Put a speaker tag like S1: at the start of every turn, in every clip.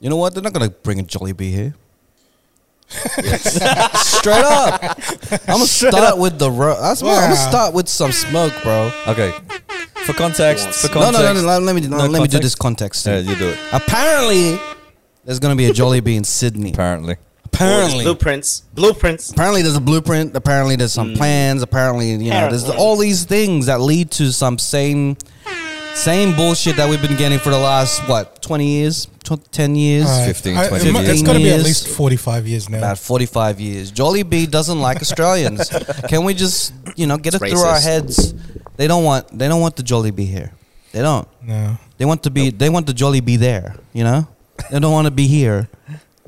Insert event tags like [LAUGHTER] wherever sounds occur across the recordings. S1: You know what? They're not gonna bring a Jolly Bee
S2: [LAUGHS]
S1: here. Straight up, I'm gonna start with the. Ro- that's why I'm
S3: Wow.
S1: gonna start with some smoke, bro.
S2: Okay. For context, for
S1: No,
S2: context.
S1: no, no, no. Let, let me, no,
S2: No
S1: let me do
S2: context?
S1: this context.
S2: Yeah,
S1: thing.
S2: you do it.
S1: Apparently, there's gonna be a Jolly Bee in Sydney.
S2: Apparently.
S1: Apparently,
S2: Oh,
S4: blueprints, blueprints.
S1: apparently there's a blueprint. Apparently, there's some
S2: Hmm.
S1: plans. Apparently, you know, there's
S4: Apparently.
S1: all these things that lead to some same, same bullshit that we've been getting for the last what 20 years, tw- 10 years.
S3: All right.
S2: 15,
S3: I-
S2: 20
S3: mu- It's got to be at
S1: years.
S3: least 45 years now.
S1: About 45 years. Jolly Bee doesn't like Australians. Can we just, you know, get it through our
S4: racist.
S1: heads? They don't want they don't want the Jolly Bee here. They don't.
S3: No.
S1: They want to be they want the Jolly Bee there, you know? They don't want to be here.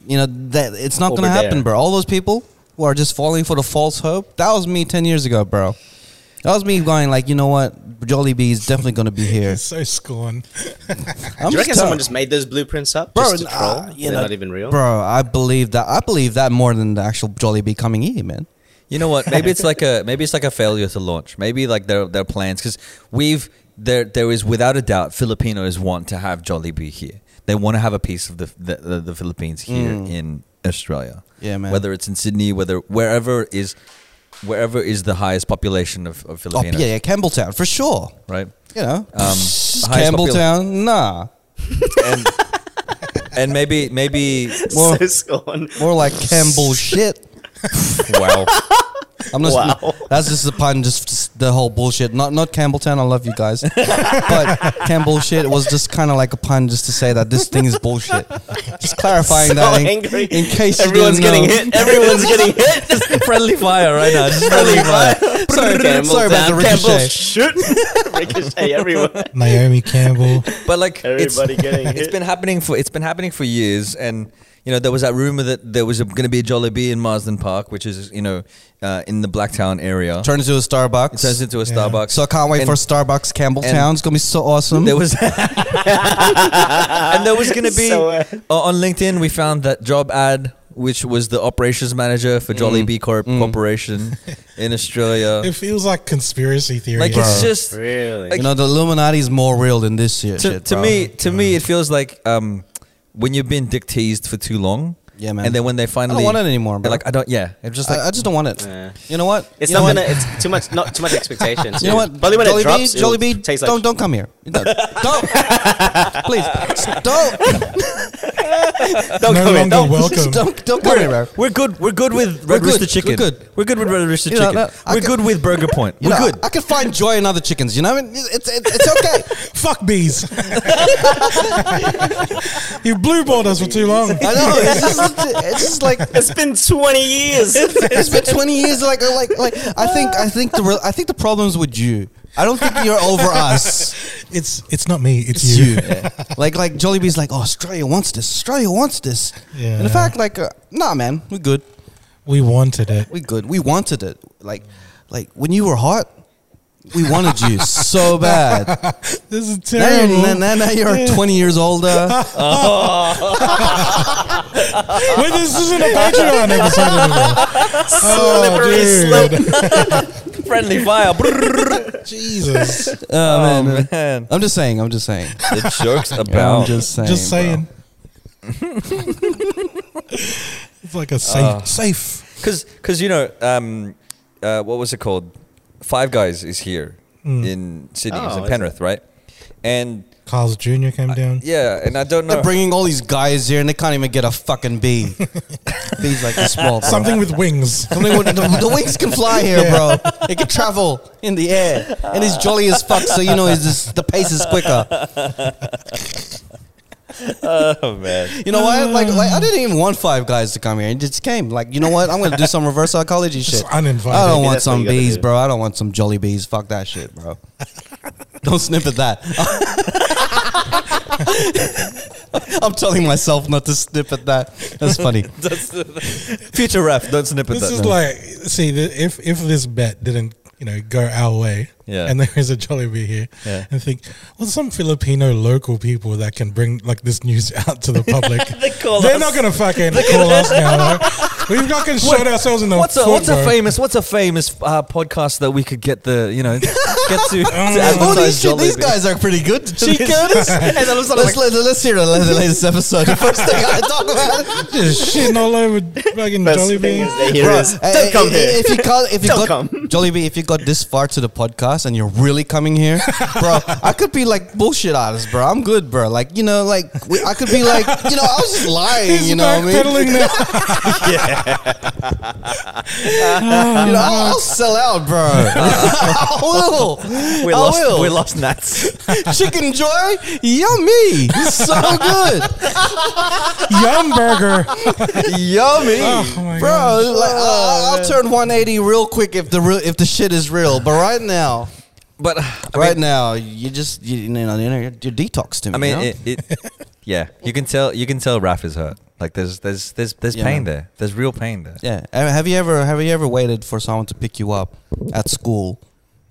S1: You know, that it's not
S4: Over
S1: going to happen,
S4: there.
S1: bro. All those people who are just falling for the false hope. That was me 10 years ago, bro. That was me going like, you know what? Jolly Bee is definitely going to be
S4: [LAUGHS]
S1: here.
S3: It's [LAUGHS] so scorn.
S1: I'm
S4: Do you reckon
S1: tell-
S4: someone just made those blueprints up
S1: Bro,
S4: just to
S1: nah,
S4: troll?
S1: you
S4: They're
S1: know,
S4: not even [LAUGHS] real.
S1: Bro, I believe that. I believe that more than the actual Jolly Bee coming here, man.
S2: You know what? Maybe it's like a [LAUGHS] maybe it's like a failure to launch. Maybe like their their plans because we've there there is without a doubt Filipinos want to have Jollibee here. They want to have a piece of the the, the, the Philippines here in Australia.
S1: Mm. Yeah, man.
S2: Whether it's in Sydney, whether wherever is wherever is the highest population of, of
S1: Oh,
S2: Filipinos,
S1: yeah, yeah, Campbelltown for sure.
S2: right?
S1: You know,
S2: highest
S1: Campbelltown, nah,
S2: And [LAUGHS] and maybe maybe
S4: [LAUGHS]
S1: more,
S4: so scorn.
S1: more like Campbell shit. [LAUGHS]
S2: wow.
S1: I'm just,
S4: Wow.
S1: [LAUGHS] That's just the pun, just, just the whole bullshit. Not not Campbelltown. I love you guys, but Campbell shit was just kind of like a pun, just to say that this thing is bullshit. Just clarifying
S4: So
S1: that in,
S4: angry.
S1: eh? in case
S4: everyone's
S1: you didn't
S4: getting
S1: know.
S4: hit. Everyone's getting
S1: [LAUGHS]
S4: hit.
S2: friendly fire right now. Just friendly fire.
S1: Sorry, sorry about the
S4: Campbell,
S1: ricochet.
S4: shoot. [LAUGHS] ricochet everyone.
S3: Naomi Campbell.
S2: but like it's-
S4: Everybody getting
S2: [LAUGHS] it's
S4: hit.
S2: been happening for it's been happening for years and you know there was that rumor that there was going to be a Jollibee in Marsden Park which is you know uh, in the Blacktown area
S1: Turns into a Starbucks.
S2: it turns into a
S3: Yeah.
S2: Starbucks
S1: so I can't wait
S2: And
S1: for Starbucks Campbelltown. It's gonna be so awesome.
S2: there was [LAUGHS] and there was going to be
S4: [LAUGHS] So, uh,
S2: uh, on LinkedIn we found that job ad which was the operations manager for
S4: Mm.
S2: Jollibee Corp
S4: [LAUGHS]
S2: Corporation in Australia
S3: [LAUGHS] It feels like conspiracy theory.
S2: like it's just
S4: Really?
S1: you know, the Illuminati is more real than this shit.
S2: to,
S1: shit,
S2: to
S1: bro.
S2: me to me it feels like um, when you've been dick teased for too long
S1: Yeah, man.
S2: and then when they finally
S1: want it anymore,
S2: they're
S1: bro.
S2: like I don't yeah it's just like
S1: I, I just don't want it.
S4: Yeah.
S1: You know what?
S4: It's
S1: you know
S4: not
S1: what?
S4: gonna. It's too much. Not too much expectations.
S1: You know what?
S4: Probably when
S1: Jollibee,
S4: it drops, it'll
S1: Jollibee,
S4: taste like
S1: don't
S4: [LAUGHS]
S1: don't come here. Don't, don't. please, just don't,
S3: no
S4: Don't come in.
S3: longer
S4: Don't.
S3: welcome.
S1: just don't, don't come here, bro.
S2: We're good. We're good with
S1: We're
S2: Red
S1: good,
S2: Rooster
S1: we're
S2: Chicken.
S1: good.
S2: We're good with Red Rooster
S1: You know,
S2: Chicken.
S1: no, I
S2: we're
S1: can-
S2: good with [LAUGHS] Burger Point.
S1: You
S2: we're
S1: know,
S2: good.
S1: I, I can find joy in other chickens. You know, what I mean, it's it's, it's okay.
S3: Fuck bees. [LAUGHS] you blue balled us for too long.
S1: I know. It's just, it's just like
S4: [LAUGHS] It's been 20 years.
S1: [LAUGHS] it's been twenty years. Like like like. I think I think the real- I think the problem's with you. I don't think you're over us.
S3: It's it's not me. It's,
S1: It's
S3: you.
S1: you. Like like Jollibee's like, oh, Australia wants this. Australia wants this.
S3: Yeah.
S1: And in fact, like, uh, nah, man, we're good.
S3: We wanted it.
S1: We good. We wanted it. Like, like when you were hot, we wanted you so bad.
S3: This is
S1: Now,
S3: terrible.
S1: you're, now, now you're 20 years older. Oh,
S3: Wait, this isn't a Patreon
S4: Slippery
S3: [LAUGHS] episode anymore. Oh,
S4: slope.
S3: dude.
S2: Friendly [LAUGHS] fire. Brrrr.
S3: Jesus.
S2: oh man.
S1: I'm just saying. I'm just saying.
S2: The jokes
S1: I'm
S2: about.
S1: just saying.
S3: Just
S1: bro.
S3: saying. it's like a safe. safe.
S2: Because because you know um, uh, what was it called? Five Guys is here in Sydney.
S4: Oh,
S2: it's in
S4: is it?
S2: Penrith, right? And
S3: Carl's Jr. came down.
S2: yeah, and I don't know.
S1: They're bringing all these guys here, and they can't even get a fucking bee. Bees like a small. Bro.
S3: Something with wings.
S1: Something with- the, the wings can fly here, bro. It can travel in the air, and he's jolly as fuck. So you know, he's just, the pace is quicker.
S2: oh
S4: [LAUGHS]
S2: man.
S1: You know what? Like, like I didn't even want five guys to come here. It just came. Like, you know what? I'm going to do some reverse psychology shit.
S3: uninvited.
S1: I don't
S4: Maybe
S1: want
S4: that's what
S1: some
S4: you gotta
S1: bees,
S4: do.
S1: bro. I don't want some jolly bees. Fuck that shit, bro. [LAUGHS] don't sniff at that. [LAUGHS] I'm telling myself not to sniff at that. That's funny.
S2: [LAUGHS] Future ref, don't snip at
S3: This
S2: that.
S3: is like see the, if if this bet didn't you know go our way,
S2: Yeah.
S3: and there is a Jollibee here,
S2: Yeah.
S3: and think, what's some Filipino local people that can bring like this news [LAUGHS] out to the public?
S4: They call
S3: are
S4: us.
S3: not gonna fucking call us now. right? We've fucking shot ourselves in the
S2: What's
S3: foot.
S2: a, what's a
S3: bro.
S2: famous what's a famous uh, podcast that we could get the you know [LAUGHS] get to, to
S1: Oh, these,
S2: advertise
S1: shit, these
S2: Jollibee?
S1: guys are pretty good. She
S2: Jollibee.
S1: And I was let's, let, let's hear the the latest episode. The first thing I talk about.
S3: Just shitting all over fucking
S4: First thing is
S3: Jollibee.
S4: they hear
S1: Bro,
S4: is,
S1: uh,
S4: don't come
S1: i-
S4: here.
S1: If you can't, if you got
S4: Don't come.
S1: Jollibee, if you got this far to the podcast and you're really coming here, bro,
S4: [LAUGHS]
S1: I could be like bullshit artist, bro. I'm good, bro. Like you know, like we, I could be like you know, I was just lying.
S3: He's
S1: you know what I mean?
S3: backpedaling now.
S1: You know, I'll, I'll sell out,
S4: [LAUGHS]
S1: bro. I will.
S4: We
S1: I
S4: lost,
S1: will.
S4: we lost Nats.
S1: Chicken joy, yummy, so good,
S3: Yum burger.
S1: yummy,
S3: Oh my
S1: bro.
S3: God.
S1: Like,
S4: Oh,
S1: I- I- I'll turn 180 real quick if the real if the shit is real. But right now,
S2: but uh, I
S1: right
S2: mean,
S1: now, you just you, you know you're, you're detox to me.
S2: I mean
S1: you know?
S2: it, it, yeah you can tell you can tell Raph is hurt like there's there's there's there's
S1: Yeah.
S2: pain there there's real pain there
S1: yeah. Uh, Have you ever have you ever waited for someone to pick you up at school,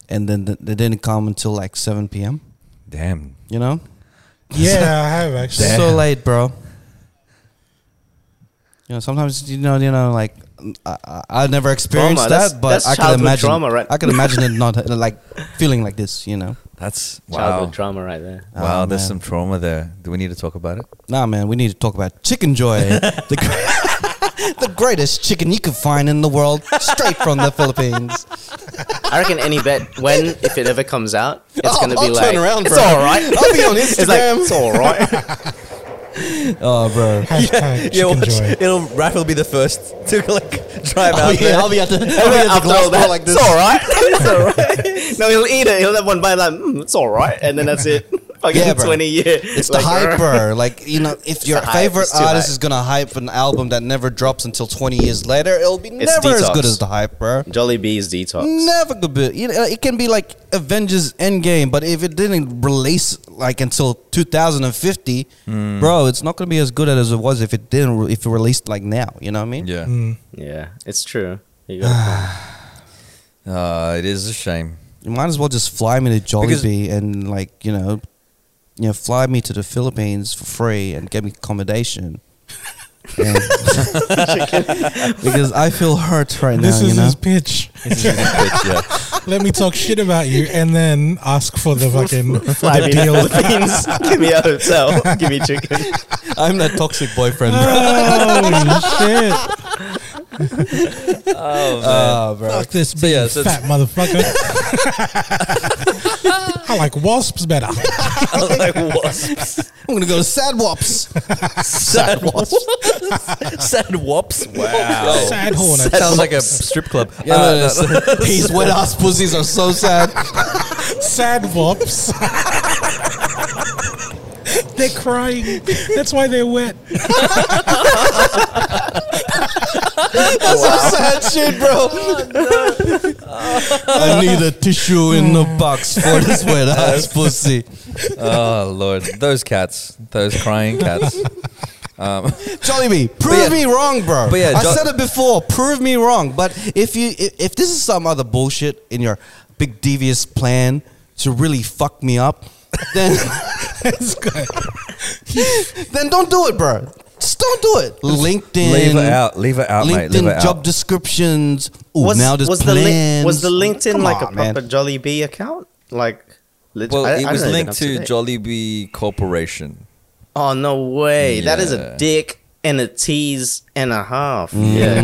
S1: and then th- they didn't come until like 7 p.m.
S2: damn
S1: You know,
S3: Yeah, I have actually.
S1: so
S2: Damn.
S1: late, bro. You know, sometimes you know, you know, like I, I, I've never experienced
S4: Trauma,
S1: that,
S4: that's-
S1: but
S4: that's
S1: I could
S4: childhood
S1: imagine.
S4: trauma, right?
S1: I could imagine it
S4: [LAUGHS]
S1: not like feeling like this. You know,
S2: that's wow
S4: Childhood drama right there.
S2: wow
S1: Oh,
S2: there's
S1: man.
S2: some trauma there do we need to talk about it
S1: nah, man, we need to talk about chicken joy, the, gre- [LAUGHS] the greatest chicken you could find in the world, straight from the Philippines.
S4: I reckon any bet when, if it ever comes out, it's
S1: Oh, I'll-
S4: gonna be
S1: I'll
S4: like
S1: turn around,
S4: it's
S1: bro.
S4: all [LAUGHS] right.
S1: I'll be on
S4: It's like
S1: Instagram.
S4: it's all right.
S1: Oh, bro.
S3: Hashtag chicken
S2: watch,
S3: joy.
S2: it'll Raph will be the first to like drive
S1: I'll
S2: out
S1: be,
S2: there
S1: [LAUGHS] I'll be at the, I'll be at the
S4: After
S1: glass
S4: all
S1: door
S4: that,
S1: like this.
S4: it's all right. It's all right. [LAUGHS] no, he'll eat it. He'll have one bite. Like mm, it's all right, and then that's it. Fucking
S1: Yeah, bro.
S4: twenty years.
S1: It's the hype, bro. Like you know, if your
S4: the hype.
S1: favorite
S4: It's too
S1: artist
S4: hype.
S1: is gonna hype an album that never drops until twenty years later, it'll be
S4: It's
S1: never as
S4: detox.
S1: good as the hype, bro.
S4: Jolly Bee's detox.
S1: Never could be. You know, it can be like Avengers Endgame, but if it didn't release like until 2050, bro, it's not gonna be as good as it was if it didn't. re- If it released like now, you know what I mean?
S2: yeah
S3: Mm.
S4: Yeah, it's true. You got [SIGHS]
S2: uh, it is a shame
S1: You might as well just fly me to
S2: Because-
S1: Jollibee and like you know, you know, fly me to the Philippines for free and get me accommodation. And- [LAUGHS] because I feel hurt right
S3: This
S1: now.
S3: is
S1: you know,
S3: his pitch.
S2: yeah.
S3: [LAUGHS] Let me talk shit about you and then ask for the fucking
S4: [LAUGHS] fly
S3: the
S4: me to
S3: deal.
S4: Philippines. Give me a hotel. [LAUGHS] Give me chicken.
S1: I'm that toxic [LAUGHS] boyfriend.
S3: Holy shit.
S1: Oh, bro.
S3: Fuck this
S2: So,
S3: big
S2: yeah, so
S3: fat motherfucker. I like wasps better.
S2: like wasps
S1: [LAUGHS] I'm gonna go to Sad Wops.
S2: [LAUGHS] sad wasps sad
S1: [LAUGHS]
S2: wops wow
S3: Sad hornet.
S2: That sounds like a strip club.
S1: Yeah,
S2: Uh,
S1: no, no, no. [LAUGHS] These wet ass pussies are so sad.
S3: Sad wasps. they're crying. That's why they're wet.
S1: That's some sad shit, bro. I need a tissue in the box for this
S2: [LAUGHS]
S1: wet ass pussy.
S2: oh lord, those cats, those crying cats.
S1: Jollibee, prove
S2: yeah-
S1: me wrong, bro.
S2: but yeah,
S1: I
S2: Jo-
S1: said it before. Prove me wrong. But if you if, if this is some other bullshit in your big devious plan to really fuck me up,
S2: [LAUGHS]
S1: then
S3: It's good.
S1: [LAUGHS] then don't do it, bro. Just don't do it. LinkedIn,
S2: leave it out, leave it out, mate. Leave
S1: LinkedIn
S2: it out.
S1: job descriptions. Ooh,
S4: was,
S1: now there's
S4: was the
S1: plans.
S4: link, was the LinkedIn
S1: Come
S4: like
S1: on,
S4: a
S1: man.
S4: proper Jolly Bee account? Like, lit-
S2: well,
S4: I-
S2: it
S4: I
S2: was
S4: don't even
S2: linked
S4: know
S2: to
S4: today.
S2: Jollibee Corporation.
S4: Oh no way! That is
S2: Yeah.
S4: a dick and a tease and a half. Yeah,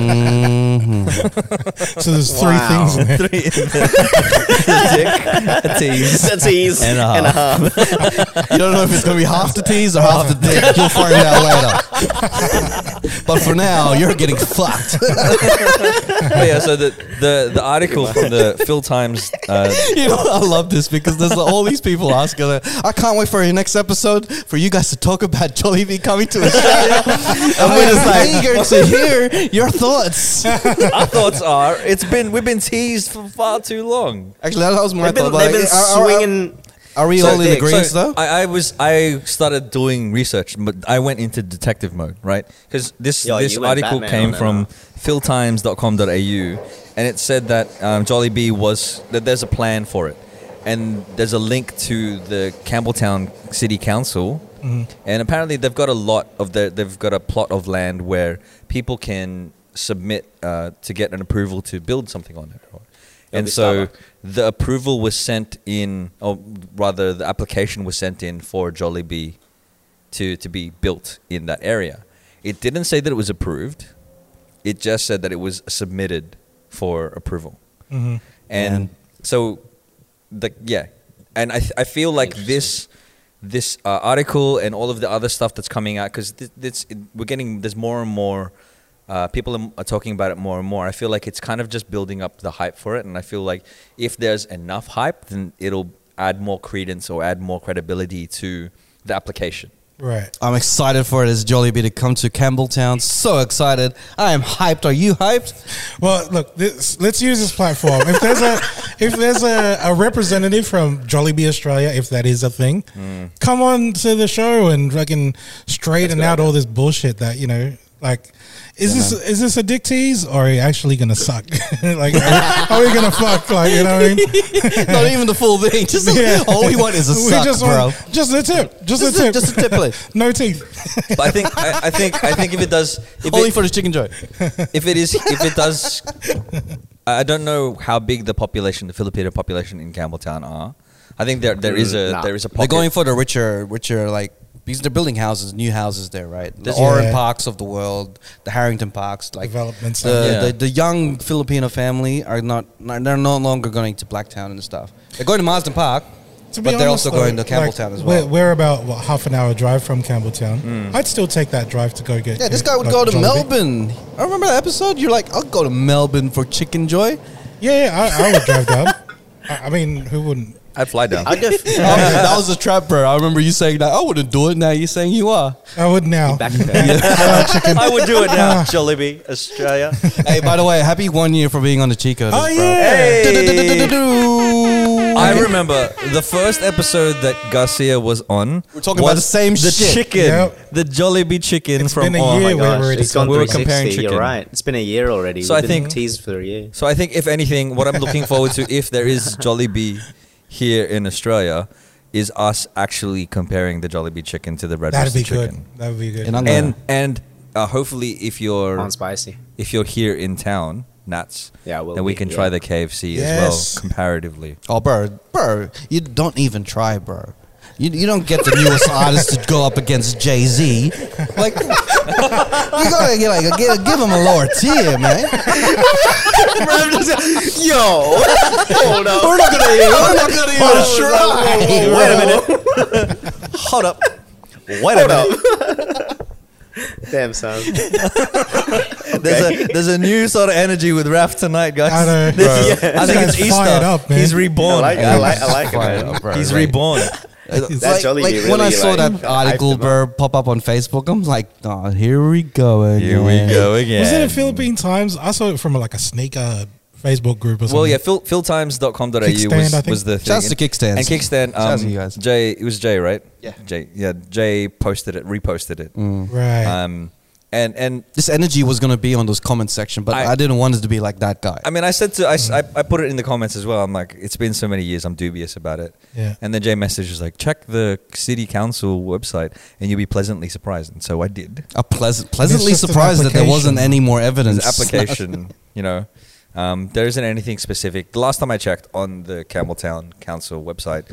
S3: So there's three
S4: Wow.
S3: things in there.
S2: Three- [LAUGHS] a dick, a tease.
S4: it's a tease
S2: And
S4: and
S2: a
S4: a half. [LAUGHS]
S1: You don't know if it's gonna be half the tease or half the dick. You'll find out later. but for now, you're getting fucked.
S2: But yeah, so the, the, the article from the Phil Times uh,
S1: [LAUGHS] you know, I love this because there's all these people asking. uh, I can't wait for your next episode for you guys to talk about Jollibee coming to [LAUGHS] Australia. I
S2: we're just like-
S1: am eager [LAUGHS] to hear your thoughts.
S2: our thoughts are it's been we've been teased for far too long.
S1: Actually, that was my
S4: They've been,
S1: thought. but
S4: they've been
S1: like, are- are-
S4: swinging.
S1: Are, we
S4: So
S1: all in
S4: dick.
S1: agreement, though?
S2: So I, I was I started doing research, but I went into detective mode, right? Because this
S4: Yo,
S2: this
S4: you went
S2: article
S4: Batman
S2: came
S4: on that
S2: from
S4: one.
S2: philtimes.com.au, and it said that um, Jollibee was that there's a plan for it, and there's a link to the Campbelltown City Council,
S4: Mm-hmm.
S2: and apparently they've got a lot of the, they've got a plot of land where people can submit uh, to get an approval to build something on it. And
S4: be
S2: so
S4: Starbucks.
S2: the approval was sent in, or rather, the application was sent in for Jollibee to, to be built in that area. It didn't say that it was approved. It just said that it was submitted for approval.
S3: Mhm.
S2: And
S1: Man.
S2: so, the, yeah. And I, I feel like this this uh, article and all of the other stuff that's coming out, because we're getting, there's more and more, uh, people am- are talking about it more and more. I feel like it's kind of just building up the hype for it. And I feel like if there's enough hype, then it'll add more credence or add more credibility to the application.
S3: Right.
S1: I'm excited for it as Jollibee to come to Campbelltown. So excited. I am hyped. Are you hyped?
S3: Well, look, this, let's use this platform. If there's a if there's a, a representative from Jollibee Australia, if that is a thing, come on to the show and fucking straighten out all this bullshit that you know. Like, is this is this a dick tease or are you actually gonna suck? [LAUGHS] like, are, are we gonna fuck? Like, you know what I
S1: [LAUGHS]
S3: mean?
S1: Not even the full [LAUGHS] thing. Just all [LAUGHS] we want is a
S3: [LAUGHS] We
S1: suck,
S3: just
S1: bro.
S3: want- just the tip, just,
S1: Just
S3: the
S1: a-
S3: tip,
S1: just a tip, [LAUGHS] please.
S3: [LAUGHS] no teeth.
S2: But I think, I, I think, I think if it does, if
S1: Only
S2: it,
S1: for the chicken joint.
S2: if it is, if it does, I I don't know how big the population, the Filipino population in Campbelltown are. I think there there is a
S4: Mm, nah.
S2: there is a
S1: They're
S2: pocket.
S1: going for the richer, richer like because they're building houses, new houses there, right? The
S3: This-
S1: Oran
S3: Yeah.
S1: Parks of the world, the Harrington Parks, like
S3: Developments,
S1: The,
S2: yeah.
S1: the the young Filipino family are not, not- they're no longer going to Blacktown and stuff. They're going to Marsden Park,
S3: To be
S1: but they're
S3: honest,
S1: also
S3: though,
S1: going to Campbelltown as
S3: like,
S1: well.
S3: We're,
S1: Hmm.
S3: we're about what, half an hour drive from Campbelltown. I'd still take that drive to go get.
S1: yeah, this guy
S3: your,
S1: would
S3: like,
S1: go to
S3: Jollibee.
S1: Melbourne. I remember that episode. You're like, I'll go to Melbourne for chicken joy.
S3: Yeah, yeah I, I would drive
S1: [LAUGHS]
S3: down. I, I mean, who wouldn't?
S2: I'd fly down. [LAUGHS]
S4: I just
S1: Oh, yeah, that was a trap, bro. I remember you saying that. I wouldn't do it. Now you're saying you are.
S3: I would now.
S2: I would do it now, Jollibee Australia.
S1: hey, by the way, happy one year for being on the Chico.
S3: Oh yeah.
S2: I remember the first episode that Garcia was on.
S1: We're talking about
S2: was
S1: the same
S2: the
S1: shit.
S2: chicken,
S3: Yep.
S2: the Jollibee chicken
S3: It's
S2: from.
S3: been a
S2: oh my
S3: year where
S2: gosh.
S3: we're-
S4: it's gone
S2: We were
S4: 360.
S2: comparing chicken.
S4: You're right. It's been a year already.
S2: So
S4: We've
S2: I
S4: been
S2: think-
S4: teased for a year.
S2: So I think if anything, what I'm looking forward to, if there is Jollibee here in Australia, is us actually comparing the Jollibee chicken to the red
S3: That'd
S2: Rooster
S3: be
S2: chicken.
S3: good. That'd be good.
S1: And I'm-
S2: and and uh, hopefully if you're
S4: On [LAUGHS] spicy.
S2: if you're here in town nats
S4: Yeah, we'll
S2: then we
S4: be,
S2: can
S4: yeah.
S2: try the kfc as
S3: Yes.
S2: well comparatively
S1: [LAUGHS] Oh, bro, bro, you don't even try, bro. You, you don't get the
S3: [LAUGHS]
S1: newest artist to go up against Jay Z. Like, [LAUGHS] you gotta get, like get, give him a lower tier, man.
S4: Yo, hold up.
S1: We're not gonna, we're not gonna even
S4: Oh, Hey,
S1: try.
S4: wait a minute.
S2: hold [LAUGHS] up wait
S4: Hold up. [LAUGHS] Damn [LAUGHS] son.
S2: there's a there's a new sort of energy with raf tonight guys
S3: I know.
S2: [LAUGHS] This is-
S4: Bro.
S2: i think it's
S3: This guy's
S2: easter
S3: fired up, man.
S2: he's reborn
S4: I like, I like, I like
S1: Fire
S4: it.
S1: up, bro,
S2: he's
S1: like-
S2: reborn
S1: Like,
S4: Jollibee
S1: like, when I
S4: really,
S1: saw
S4: like,
S1: that
S4: hyped
S1: article,
S4: him
S1: bro, pop up on Facebook, I'm like, oh, here we go again.
S2: here we go again
S3: was it in Philippine Times? I saw it from like a sneaker Facebook group or something.
S2: well, yeah, Phil, philtimes.com.au
S3: Kickstand, I
S2: was,
S3: think.
S2: was the thing.
S1: Shouts to Kickstands.
S2: And Kickstand, um,
S1: Shouts to you guys.
S2: Jay, it was Jay, right?
S1: Yeah.
S2: Jay, yeah, Jay posted it, reposted it.
S3: Right.
S2: Um, and, and
S1: This energy was gonna be on those comment section, but I,
S2: I-
S1: didn't want it to be like that guy.
S2: I mean, I said to I, s- I- I put it in the comments as well. I'm like, it's been so many years. I'm dubious about it.
S3: Yeah.
S2: And then Jay message is like, check the city council website, and you'll be pleasantly surprised. And so I did.
S1: A pleasant, pleasantly
S3: just an
S1: surprised that there wasn't
S3: application.
S1: any more
S2: There's
S1: evidence.
S2: application, you know, um, there isn't anything specific. The last time I checked on the Campbelltown Council website,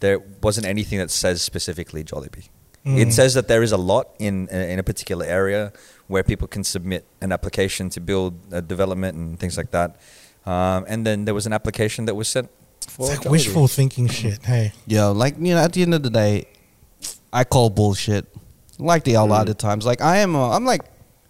S2: there wasn't anything that says specifically Jollibee.
S3: Hmm.
S2: It says that there is a lot in in a particular area where people can submit an application to build a development and things like that. Um, and then there was an application that was sent. For
S3: it's like
S2: Jollibee.
S3: wishful thinking shit. Hey,
S1: [LAUGHS] Yo, like you know, at the end of the day, I call bullshit. Like the a lot of
S2: Mm.
S1: times, like I am, uh, I'm like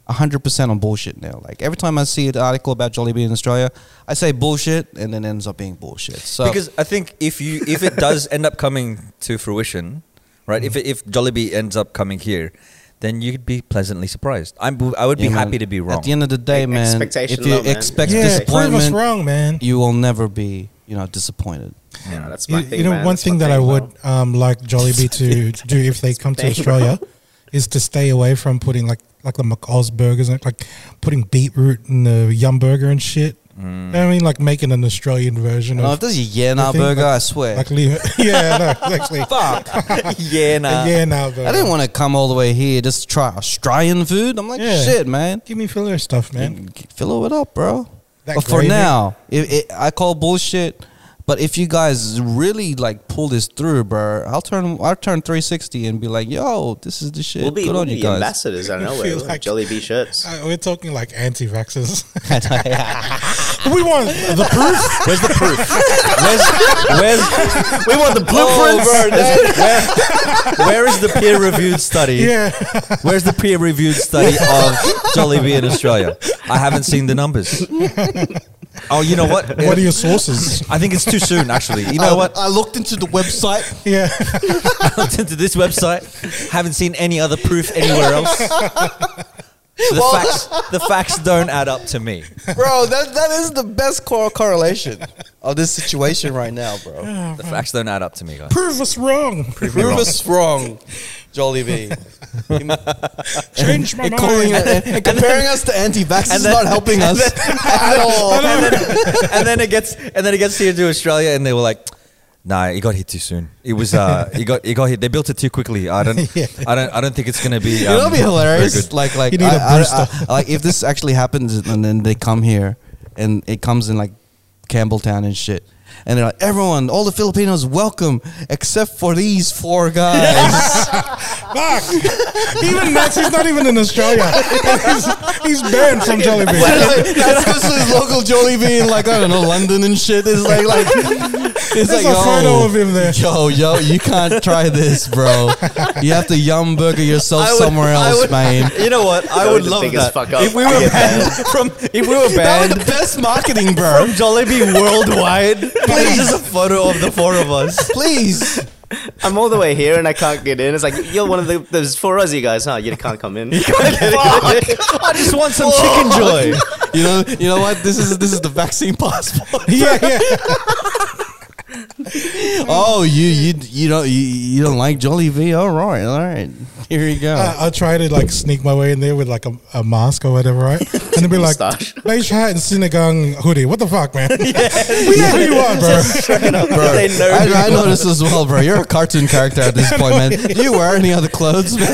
S1: hundred percent on bullshit now. Like every time I see an article about Jollibee in Australia, I say bullshit, and then ends up being bullshit. So
S2: because I think if you if it does end up coming to fruition, right? If it, if Jollibee ends up coming here, then you'd be pleasantly surprised. I'm I would be
S1: you know,
S2: happy to be wrong.
S1: At the end of the day,
S4: E-
S1: man, if
S4: expectation
S1: you
S4: low, man.
S1: expect
S3: yeah, prove us
S1: disappointment,
S3: wrong, man.
S1: you will never be, you know, disappointed.
S4: You know, that's
S3: You,
S4: my
S3: you
S4: thing.
S3: know,
S4: man.
S3: one
S4: That's
S3: thing
S4: my
S3: that I
S4: bro.
S3: would um, like Jollibee to do if they come to
S4: Thank you,
S3: Australia is to stay away from putting like like the McAul's burgers, and, like putting beetroot in the Yum Burger and shit. I mean, like making an Australian version
S1: Mm. No,
S3: of
S1: if this is a yeah nah
S3: I think,
S1: burger,
S3: like-
S1: I swear.
S3: like leave. [LAUGHS] yeah, no, actually,
S1: Fuck.
S2: yeah, nah.
S3: yeah, no, but
S1: I didn't want to come all the way here just to try Australian food. I'm like,
S3: Yeah.
S1: shit, man.
S3: give me filler stuff, man.
S1: Fill it up, bro.
S3: That
S1: but for
S3: gravy.
S1: now, it, it, I call bullshit. But if you guys really like pull this through, bro, I'll turn I'll turn 360 and be like, yo, this is the shit.
S4: We'll be,
S1: Good
S4: we'll
S1: on
S4: be
S1: you guys.
S4: ambassadors.
S3: [LAUGHS]
S4: I don't know.
S3: feel
S4: We'll have
S3: like-
S4: Jolly Bee shirts.
S3: Uh, we're talking like
S1: [LAUGHS]
S3: anti-vaxxers. [LAUGHS] we want the proof.
S2: Where's the proof? Where's, where's
S4: we want the blueprints.
S2: Oh, bro, that's- where- where is the peer reviewed study?
S3: Yeah,
S2: Where's the peer reviewed study of Jollibee in Australia? I haven't seen the numbers. Oh, you know what?
S3: what are
S1: [LAUGHS]
S3: your sources?
S2: I think it's too soon, actually. You know what?
S1: Oh, I looked into the website.
S3: Yeah,
S2: I [LAUGHS] looked into this website, haven't seen any other proof anywhere else. So the facts, the facts don't add up to me.
S1: [LAUGHS] bro, that, that is the best cor- correlation of this situation right now, bro.
S2: The facts don't add up to me, guys.
S3: [LAUGHS] prove us wrong.
S1: Prove [LAUGHS] us wrong, Jollibee.
S3: Change my
S1: And
S3: mind.
S1: calling [LAUGHS] it- and comparing us to anti-vax is
S2: then-
S1: not helping us [LAUGHS] at all.
S2: [LAUGHS] and, then, and then it gets and then it gets here to Australia, and they were like, "Nah, it got here too soon. It was uh, it got it got hit. They built it too quickly.
S1: [LAUGHS]
S2: I don't, I don't, I don't think it's gonna be.
S1: You know,
S2: um,
S1: it'd be
S2: very
S1: hilarious.
S2: good."
S1: Like, like,
S3: You need
S1: I-
S3: a
S1: I-
S3: booster.
S1: I- I- like if this actually happens and then they come here, and it comes in like Campbelltown and shit, and they're like, everyone, all the Filipinos, welcome, except for these four guys.
S3: Fuck. [LAUGHS] Even that's he's not even
S1: [LAUGHS]
S3: in Australia. he's, he's banned from
S1: [LAUGHS]
S3: Jollibee.
S1: That's just [LAUGHS] his local Jollibee in like I don't know London and shit. It's like like [LAUGHS] it's like
S3: There's a photo
S1: yo,
S3: of him there.
S1: yo yo you can't try this, bro. You have to yum burger yourself
S2: I would-
S1: somewhere
S2: I
S1: else,
S2: would-
S1: man.
S2: You know what? I
S4: That
S2: would
S4: was the
S2: love that.
S4: biggest fuck up.
S2: If we
S4: I
S2: were
S4: get
S2: banned [LAUGHS] from, if we were
S1: That was
S2: banned
S1: the best marketing, bro.
S2: from Jollibee worldwide, it's just a photo of the four of us.
S1: Please.
S4: I'm all the way here and I can't get in. It's like you're one of the those for us, you guys, huh? You can't come in.
S2: I just want some chicken joy.
S1: You know, you know what? This is this is the vaccine [LAUGHS] passport.
S3: Yeah, yeah.
S1: oh, you you you don't you, you don't like Jollibee? All right, all right. Here you go.
S3: Uh,
S1: [LAUGHS]
S3: I, I try to like sneak my way in there with like a, a mask or
S1: [LAUGHS]
S3: whatever, right? And it'd be like
S4: Mustache.
S3: beige hat and sinigang hoodie. What the
S1: [LAUGHS]
S3: fuck, man? [LAUGHS] we know who you are, bro.
S2: They know who
S1: I, I noticed as well, bro. You're a cartoon character at [LAUGHS] this point, man. Do you wear any other clothes, man?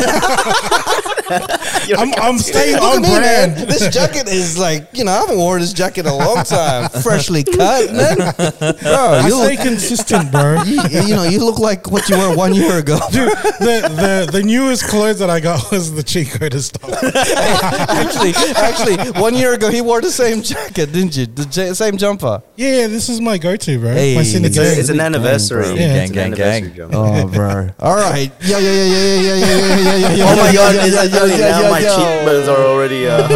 S3: I'm,
S1: [LAUGHS]
S3: I'm staying
S1: Look at
S3: on
S1: me, man.
S3: brand.
S1: This jacket is like, you know, I haven't worn this jacket in a long time. Freshly cut, [LAUGHS] man. Bro,
S3: I
S1: you
S3: stay
S1: look,
S3: consistent, bro.
S1: [LAUGHS] you, you know, you look like what you were one year [LAUGHS] ago.
S3: Dude, the, the the newest clothes that I got [LAUGHS] was the Chico to stop.
S1: [LAUGHS] actually, actually, one year ago he wore the same jacket, didn't you? The j- same jumper.
S3: Yeah, this is my go-to, bro.
S1: Hey.
S3: my
S1: It's
S4: It's,
S1: a-
S3: sinigang.
S4: an anniversary.
S2: bro.
S3: Yeah.
S4: It's
S2: Gang,
S4: an
S2: gang,
S4: anniversary
S2: gang.
S4: drum.
S1: Oh, bro. [LAUGHS] All right. Yeah, yeah, yeah, yeah, yeah, yeah, yeah, yeah, yeah, yeah.
S4: Oh my god,
S1: yeah,
S4: it's
S1: yeah,
S4: actually
S1: yeah, yeah,
S4: now my
S1: yeah.
S4: cheekbones are already uh,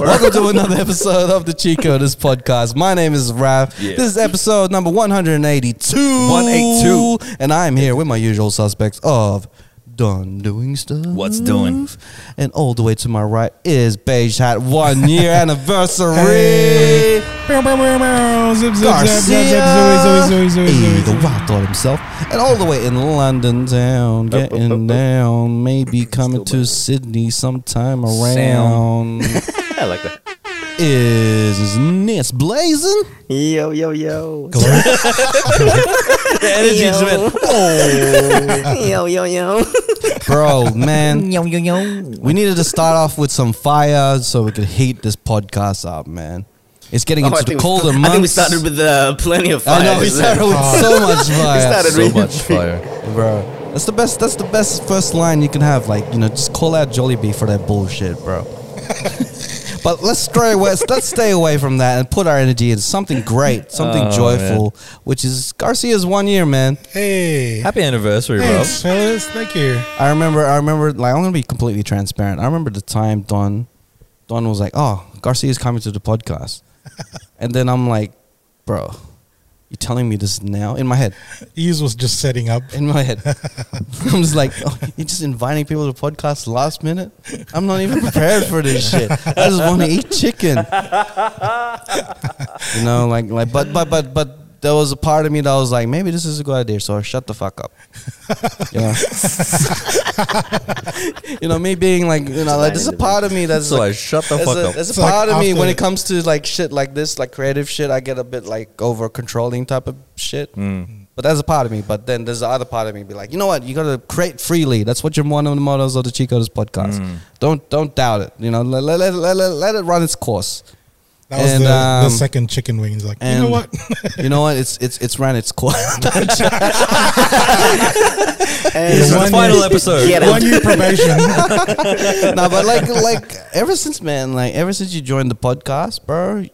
S1: Welcome to another episode of the Chico This Podcast. My name is Raf.
S2: Yeah.
S1: This is episode number 182.
S2: 182.
S1: And I'm here with my usual suspects of Don Doing Stuff.
S2: What's doing?
S1: And all the way to my right is Beige Hat One [LAUGHS] Year Anniversary.
S3: Hey. Bow, bow, bow, bow. Zip, zip, zap, zap,
S1: Garcia,
S3: zap. Zoe, zoe, zoe,
S1: Hey,
S3: zoe,
S1: the
S3: zoe.
S1: wild thought himself, and all the way in London town,
S4: Up, up, up,
S1: getting
S4: up.
S1: down, maybe coming to Sydney sometime
S4: [LAUGHS]
S1: around
S4: I like that.
S1: is Ness Blazing.
S4: Yo, yo, yo.
S2: The energy's been.
S4: yo, yo, yo.
S1: Bro, man, we needed to start off with some fire so we could heat this podcast up, man. It's getting
S4: Oh, I
S1: into the
S4: think-
S1: colder
S4: I
S1: months.
S4: think we started with uh, plenty of fire.
S1: I know we started with
S4: [LAUGHS]
S1: so much fire.
S4: started
S2: So much fire.
S1: bro. That's the best. That's the best first line you can have. Like you know, just call out Jollibee for that bullshit, bro. but let's stray away. Let's stay away from that and put our energy into something great, something
S2: Oh,
S1: joyful, which is Garcia's one year, man.
S3: Hey.
S2: Happy anniversary, bro.
S3: Thanks, fellas. Thank you.
S1: I remember. I remember. Like I'm gonna be completely transparent. I remember the time Don, Don was like, "Oh, Garcia's coming to the podcast," and then I'm like, "Bro, you telling me this now?" In my head.
S3: Ease was just setting up.
S1: in my
S2: [LAUGHS]
S1: head. I'm just like, oh, you're just inviting people to podcast last minute. I'm not even prepared for this shit. I [LAUGHS] just want to eat chicken. you know, like like, but but but but there was a part of me that was like, maybe this is a good idea. So I shut the fuck
S2: [LAUGHS]
S1: up. you know, you know me being like, you know, like this is a part of me that's
S2: So
S1: like,
S2: I shut the
S1: there's
S2: fuck
S1: a,
S2: up.
S1: there's a
S3: It's like
S1: part of me when
S3: after-
S1: it comes to like shit like this, like creative shit, I get a bit like over controlling type of shit.
S2: Mm.
S1: But that's a part of me. But then there's the other part of me be like, you know what? You gotta create freely. That's what you're one of the mottos of the Chico's podcast.
S2: Mm.
S1: Don't don't doubt it. You know, let let, let, let, let- let it run its course.
S3: That was
S1: And,
S3: the, the
S1: um,
S3: second chicken wings. Like, you
S1: And
S3: know what?
S1: [LAUGHS] you know what? It's it's it's ran its course. [LAUGHS]
S4: And
S2: This is the
S3: One-
S2: final episode.
S4: Yeah.
S3: [LAUGHS]
S1: [LAUGHS]
S3: One year probation.
S1: no, but like like ever since man, like ever since you joined the podcast, bro,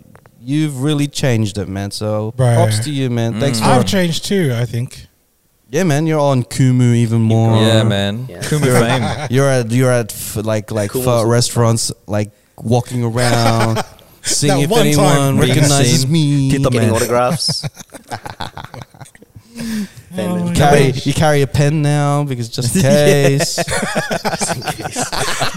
S1: you've really changed it, man. So
S3: Bro.
S1: props to you, man. Thanks
S2: Mm.
S1: for
S3: I've changed too, I think.
S1: yeah, man. You're on Kumu even more.
S2: Yeah, man.
S4: Yeah.
S2: Kumu [LAUGHS] fame.
S1: You're at you're at f- like like
S4: Cool.
S1: pho restaurants, like walking around, seeing
S3: That
S1: if
S3: one
S1: anyone
S3: time.
S2: Being
S1: recognizes
S2: seen.
S1: me.
S2: Get the
S4: getting
S2: man.
S4: autographs.
S3: Oh my
S4: Fan
S1: carry,
S3: gosh.
S1: you carry a pen now because just in case.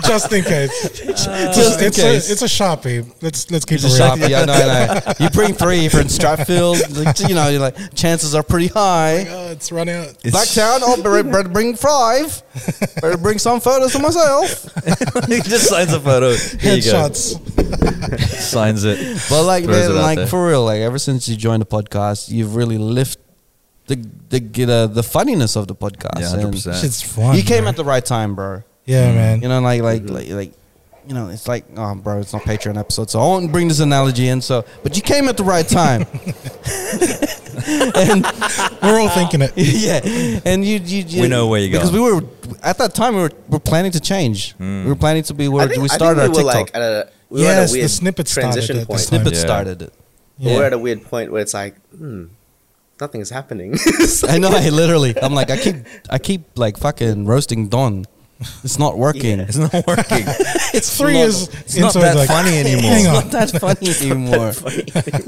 S3: just in case.
S1: [LAUGHS] Just in
S3: it's
S1: case.
S3: A, it's a sharpie. Let's let's keep
S1: It's a
S3: it real.
S1: sharpie. I know, I know. You bring three if you're in Stratfield. Like, you know, you're like chances are pretty high.
S3: [LAUGHS] Oh, it's run out.
S1: Blacktown, I'll br- br- bring five. Better bring some photos of myself.
S2: [LAUGHS] he just signs a photo. Here you go.
S3: Headshots.
S2: Signs it.
S1: But like,
S2: Throws it
S1: man,
S2: out
S1: like
S2: there.
S1: for real, like ever since you joined the podcast, you've really lifted the the the, the funniness of the podcast.
S2: Yeah,
S1: and
S2: 100%.
S3: Shit's fun.
S1: You came
S3: bro.
S1: at the right time, bro.
S3: yeah, man.
S1: You know, like like like like. You know, it's like, oh, bro, it's not Patreon episode, so I won't bring this analogy in. So, but you came at the right time, [LAUGHS] and [LAUGHS]
S3: We're all thinking it.
S1: yeah, and you, you, you,
S2: We know where you're
S1: because
S2: going. Hmm.
S1: we were at that time we were, were planning to change. We were planning to be
S4: I
S1: where
S4: think-
S1: we
S4: I think
S1: started
S4: we
S1: our
S4: were
S1: TikTok.
S4: Like at a, we were
S3: Yes,
S4: at a
S3: the
S4: weird
S3: snippet started
S4: transition
S3: at the
S4: point.
S3: snippet.
S1: Snippet
S2: Yeah.
S1: started it.
S4: But We're
S3: Yeah.
S4: at a weird point where it's like, hmm, nothing is happening. [LAUGHS] It's like-
S1: I know. I literally, I'm like, I keep, I keep like fucking roasting Don. It's not working.
S2: It's not [LAUGHS] working.
S1: It's
S3: Three
S1: not-
S3: years
S1: It's
S3: into
S2: not
S3: it,
S2: that
S3: like,
S2: funny anymore.
S3: Hang
S1: not
S3: on.
S1: that
S2: [LAUGHS]
S1: funny anymore.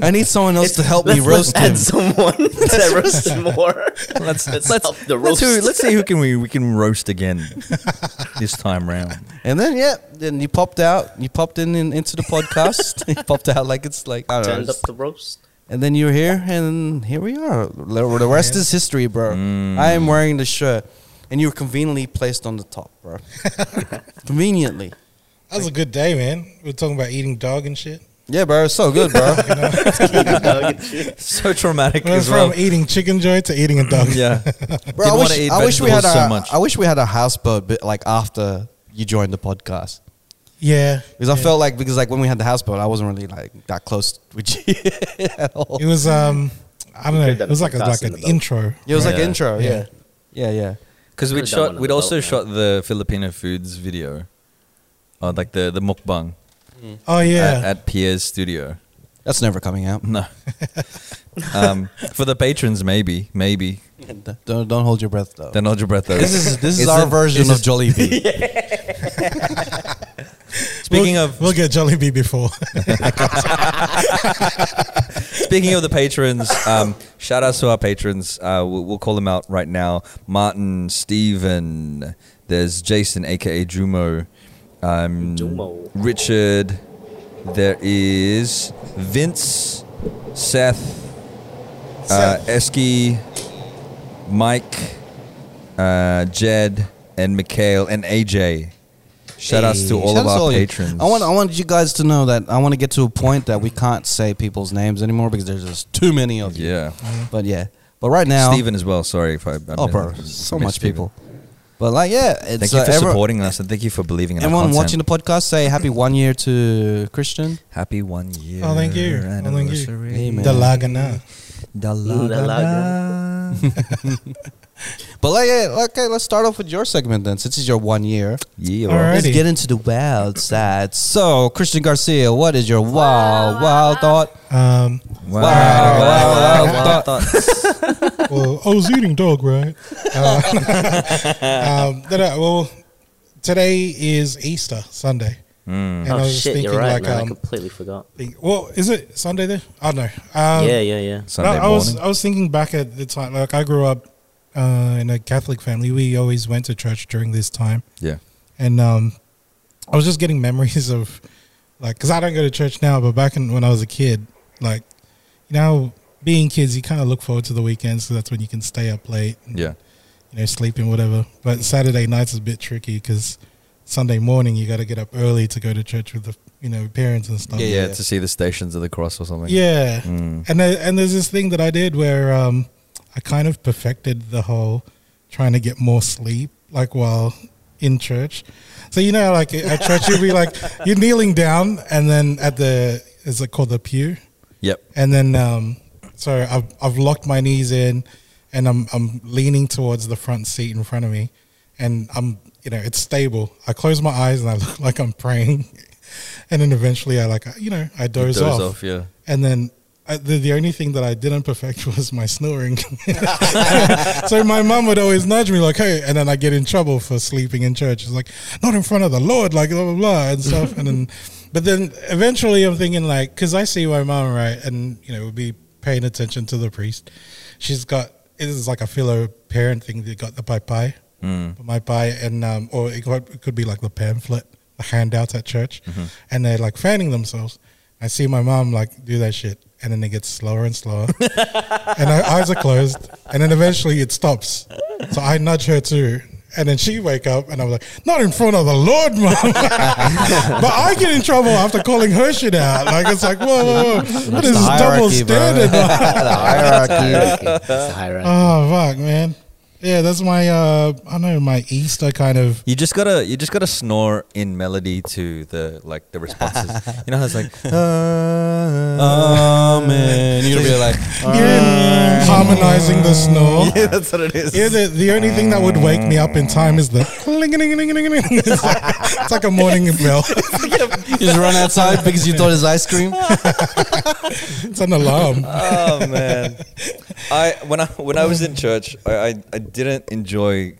S4: [LAUGHS]
S1: I need someone else
S4: It's-
S1: to help
S4: let's,
S1: me roast
S4: let's
S1: him.
S4: add [LAUGHS] someone to roast him more. [LAUGHS] let's let's, up the
S2: Let's,
S4: roast.
S2: who, let's see who can we we can roast again [LAUGHS] this time round.
S1: And then yeah, then you popped out. You popped in, in into the
S2: [LAUGHS]
S1: podcast. you popped out like it's like I don't
S4: Turned
S1: know.
S4: up the roast. [LAUGHS]
S1: And then you're here, and here we are. The the rest is history, bro. I am wearing the shirt, and you're conveniently placed on the top,
S2: [LAUGHS]
S1: bro. conveniently.
S3: That was a good day, man. We were talking about eating dog and shit.
S1: Yeah, bro, it's so good,
S2: [LAUGHS]
S1: bro.
S2: So traumatic
S3: It was
S2: as well.
S3: from eating chicken joint to eating a dog.
S2: Yeah,
S1: Bro, I
S2: Didn't wanna
S1: wish,
S2: eat
S1: I wish we had
S2: vegetables
S1: a,
S2: so much.
S1: I wish we had a houseboat, but like after you joined the podcast,
S3: [LAUGHS] Yeah.
S1: because I felt like because like when we had the houseboat, I wasn't really like that close with [LAUGHS] you at all.
S4: [LAUGHS]
S3: It was um I don't know.
S4: could've done
S3: It was like a,
S4: podcasts
S3: like
S4: in
S3: an
S4: the boat.
S3: intro.
S1: It was like
S2: Yeah.
S1: intro, yeah,
S3: Yeah.
S1: yeah, yeah.
S2: because we'd
S4: Could've done
S2: shot
S4: one on
S2: we'd
S4: the
S2: also
S4: boat,
S2: shot the Filipino foods video, uh, like the the mukbang
S3: Oh yeah.
S2: at,
S4: Uh,
S2: at Pierre's studio. [LAUGHS]
S1: That's never coming [LAUGHS] out.
S2: No, um, for the patrons maybe maybe
S1: don't don't hold your breath though.
S2: then Roger Breath.
S1: This is this is
S2: It's
S1: our
S2: a-
S1: version
S2: it's
S1: of [LAUGHS] Jollibee.
S2: Speaking
S3: We'll-
S2: of
S3: we'll get Jollibee before. [LAUGHS]
S2: Speaking of the patrons, um, shout outs to our patrons. Uh, we'll, we'll call them out right now. Martin, Steven, there's Jason, aka Jumo,
S4: Hmm.
S2: um,
S4: Jumo.
S2: Richard, there is Vince, Seth, uh,
S3: Seth.
S2: Esky, Mike, uh, Jed, and Mikhail, and AJ. Shout outs to
S1: Hey,
S2: all
S1: shout
S2: of
S1: outs to
S2: our
S1: you.
S2: patrons.
S1: I want I want you guys to know that I want to get to a point that we can't say people's names anymore because there's just too many of you.
S2: Yeah.
S1: But yeah, but right now,
S2: Steven as well. Sorry if I. I
S1: oh, bro,
S2: missed-
S1: so
S2: missed
S1: much
S2: Steven.
S1: people. But like, yeah, it's
S2: Thank you
S1: uh,
S2: for
S1: everyone-
S2: supporting us and thank you for believing in
S1: Everyone
S2: our
S1: watching
S2: content.
S1: the podcast, say happy one year to Christian.
S2: Happy one year.
S3: Oh, thank you. Oh, thank you.
S2: anniversary.
S1: Amen.
S3: the Lagana.
S2: Dalaga.
S1: But like, yeah, okay, let's start off with your segment then, since it's your one year.
S2: [LAUGHS] yeah,
S3: All
S2: bro.
S3: right.
S1: Let's
S3: Alrighty.
S1: get into the wild side. So, Christian Garcia, what is your wild, wild [LAUGHS] thought?
S3: Um
S2: Wow.
S1: Wow.
S2: Wow. Thoughts.
S3: well, I was eating
S4: [LAUGHS]
S3: dog, right? Uh, [LAUGHS] um, no, no, well, today is Easter Sunday,
S2: Mm.
S3: and I
S4: oh
S3: was just
S4: shit,
S3: thinking
S4: you're right,
S3: like,
S4: man. I
S3: um,
S4: completely forgot.
S3: think, well, is it Sunday there? I don't know. Um,
S4: yeah, yeah, yeah.
S3: no,
S2: [LAUGHS] Sunday
S3: I was
S2: morning.
S3: I was thinking back at the time. Like I grew up uh, in a Catholic family. We always went to church during this time,
S2: Yeah.
S3: and um, I was just getting memories of like because I don't go to church now, but back in, when I was a kid, like you know, being kids, you kind of look forward to the weekends, so that's when you can stay up late, and,
S2: Yeah.
S3: you know, sleeping whatever. But Saturday nights is a bit tricky because Sunday morning you got to get up early to go to church with the you know parents and stuff.
S2: Yeah, Oh, yeah, to see the Stations of the Cross or something.
S3: Yeah.
S2: Mm.
S3: And there, and there's this thing that I did where um, I kind of perfected the whole trying to get more sleep, like while in church. So you know, how, like [LAUGHS] at church, you'd be like you're kneeling down, and then at the is it called the pew?
S2: Yep.
S3: And then um, so I've I've locked my knees in, and I'm I'm leaning towards the front seat in front of me, and I'm you know it's stable. I close my eyes and I [LAUGHS] look like I'm praying, [LAUGHS] and then eventually I like you know I doze,
S2: Doze
S3: off.
S2: off, yeah.
S3: And then I, the the only thing that I didn't perfect [LAUGHS] was my snoring. so my mom would always nudge me like, "Hey," and then I get in trouble for sleeping in church. It's like not in front of the Lord, like blah blah blah and stuff. and then, but then eventually I'm thinking like, because I see my mom right, and you know would be paying attention to the priest. She's got it is like a fellow parent thing. They got the pai pai, my pai, and um, or it could, it could be like the pamphlet, the handouts at church, and they're like fanning themselves. I see my mom like do that shit, and then it gets slower and slower [LAUGHS] and her eyes are closed, and then eventually it stops. So I nudge her too, and then she wake up, and I'm like, "Not in front of the Lord, mom!" [LAUGHS] but I get in trouble after calling her shit out. Like it's like, whoa, whoa, whoa. what is this double
S1: hierarchy, bro.
S3: standard? man?
S1: the hierarchy.
S4: It's a hierarchy.
S3: oh fuck, man. Yeah, that's my uh, I know my Easter kind of.
S2: You just gotta you just gotta snore in melody to the like the [LAUGHS] responses. you know how it's like
S1: oh man, you're gonna be like,
S3: You're harmonizing the snore.
S2: Yeah, that's what it is.
S3: Yeah, the, the only thing that would wake me up in time is the. [LAUGHS] It's like, it's like a morning
S1: [LAUGHS]
S3: bell. [LAUGHS]
S1: you just run outside because you thought it's ice cream.
S3: It's an alarm.
S2: oh man i when i when i was in church I, I i didn't enjoy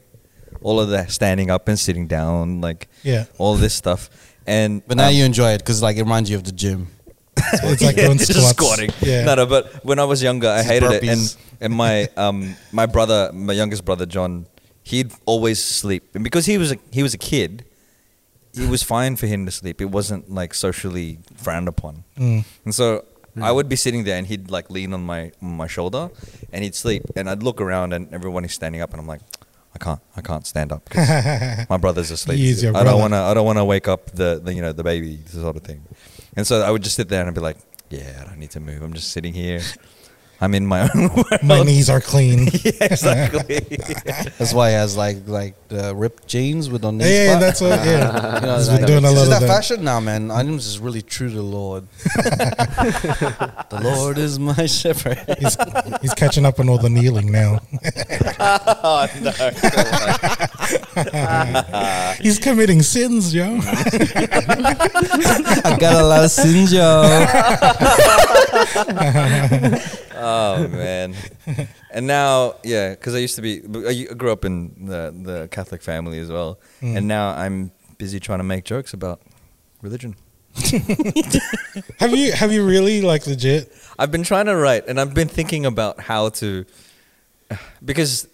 S2: all of that standing up and sitting down like
S3: [LAUGHS] Yeah.
S2: all this stuff and
S1: But now
S2: um,
S1: you enjoy it because like it reminds you of the gym.
S3: It's like
S2: yeah, [LAUGHS]
S3: doing
S2: just
S3: squats.
S2: squatting
S3: Yeah.
S2: no no but when i was younger i
S1: Just
S2: hated it and
S1: burpees.
S2: and my um my brother my youngest brother john he'd always sleep and because he was a he was a kid it was fine for him to sleep. It wasn't like socially frowned upon.
S3: Mm.
S2: And so I would be sitting there and he'd like lean on my on my shoulder and he'd sleep and I'd look around and everyone is standing up and I'm like I can't I can't stand up
S3: [LAUGHS]
S2: 'cause my brother's asleep.
S3: He is your
S2: I don't
S3: brother.
S2: want to I don't want to wake up the, the you know the baby sort of thing. And so I would just sit there and I'd be like yeah, I don't need to move. I'm just sitting here. I'm in my own [LAUGHS] world.
S3: My knees are clean.
S2: [LAUGHS] yeah, exactly. [LAUGHS]
S1: That's why he has like like the ripped jeans with on
S3: [LAUGHS] yeah,
S1: these.
S3: yeah,
S1: buttons.
S3: that's what. Yeah,
S1: [LAUGHS] You know,
S3: He's
S1: like,
S3: been doing a
S1: this is
S3: lot of
S1: that
S3: that.
S1: fashion now, man. Onions is really true to the
S3: [LAUGHS]
S1: Lord. the Lord is my shepherd. [LAUGHS]
S3: he's,
S2: [LAUGHS]
S3: he's catching up on all the kneeling now.
S4: Oh, no.
S3: [LAUGHS]
S2: [LAUGHS]
S3: he's committing sins, yo.
S1: I got a lot of sins, yo.
S2: Oh man! and now, yeah, because I used to be, I u- grew up in the the Catholic family as well,
S1: Mm.
S2: and now I'm busy trying to make jokes about religion.
S3: have you have you really like legit?
S2: I've been trying to write, and I've been thinking about how to, [SIGHS] because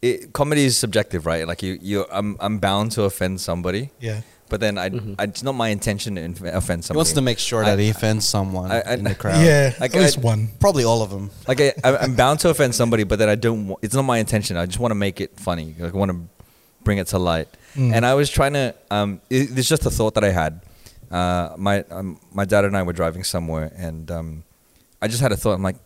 S2: it, comedy is subjective, right? Like you, you, I'm, I'm bound to offend somebody,
S3: Yeah,
S2: but then I, I, it's not my intention to inf-
S1: Mm-hmm. He
S2: offend somebody.
S1: wants to make sure that
S2: I-
S1: he offends someone
S2: I- I-
S1: in the crowd.
S3: yeah,
S2: Like,
S3: at least
S2: I-
S3: one.
S1: Probably all of them.
S2: like I, I- I'm bound to offend somebody, but then I don't. wa- It's not my intention. I just want to make it funny. Like I want to bring it to light.
S3: Mm.
S2: And I was trying to. Um, it, it's just a thought that I had. Uh, my um, my dad and I were driving somewhere, and um, I just had a thought. I'm like,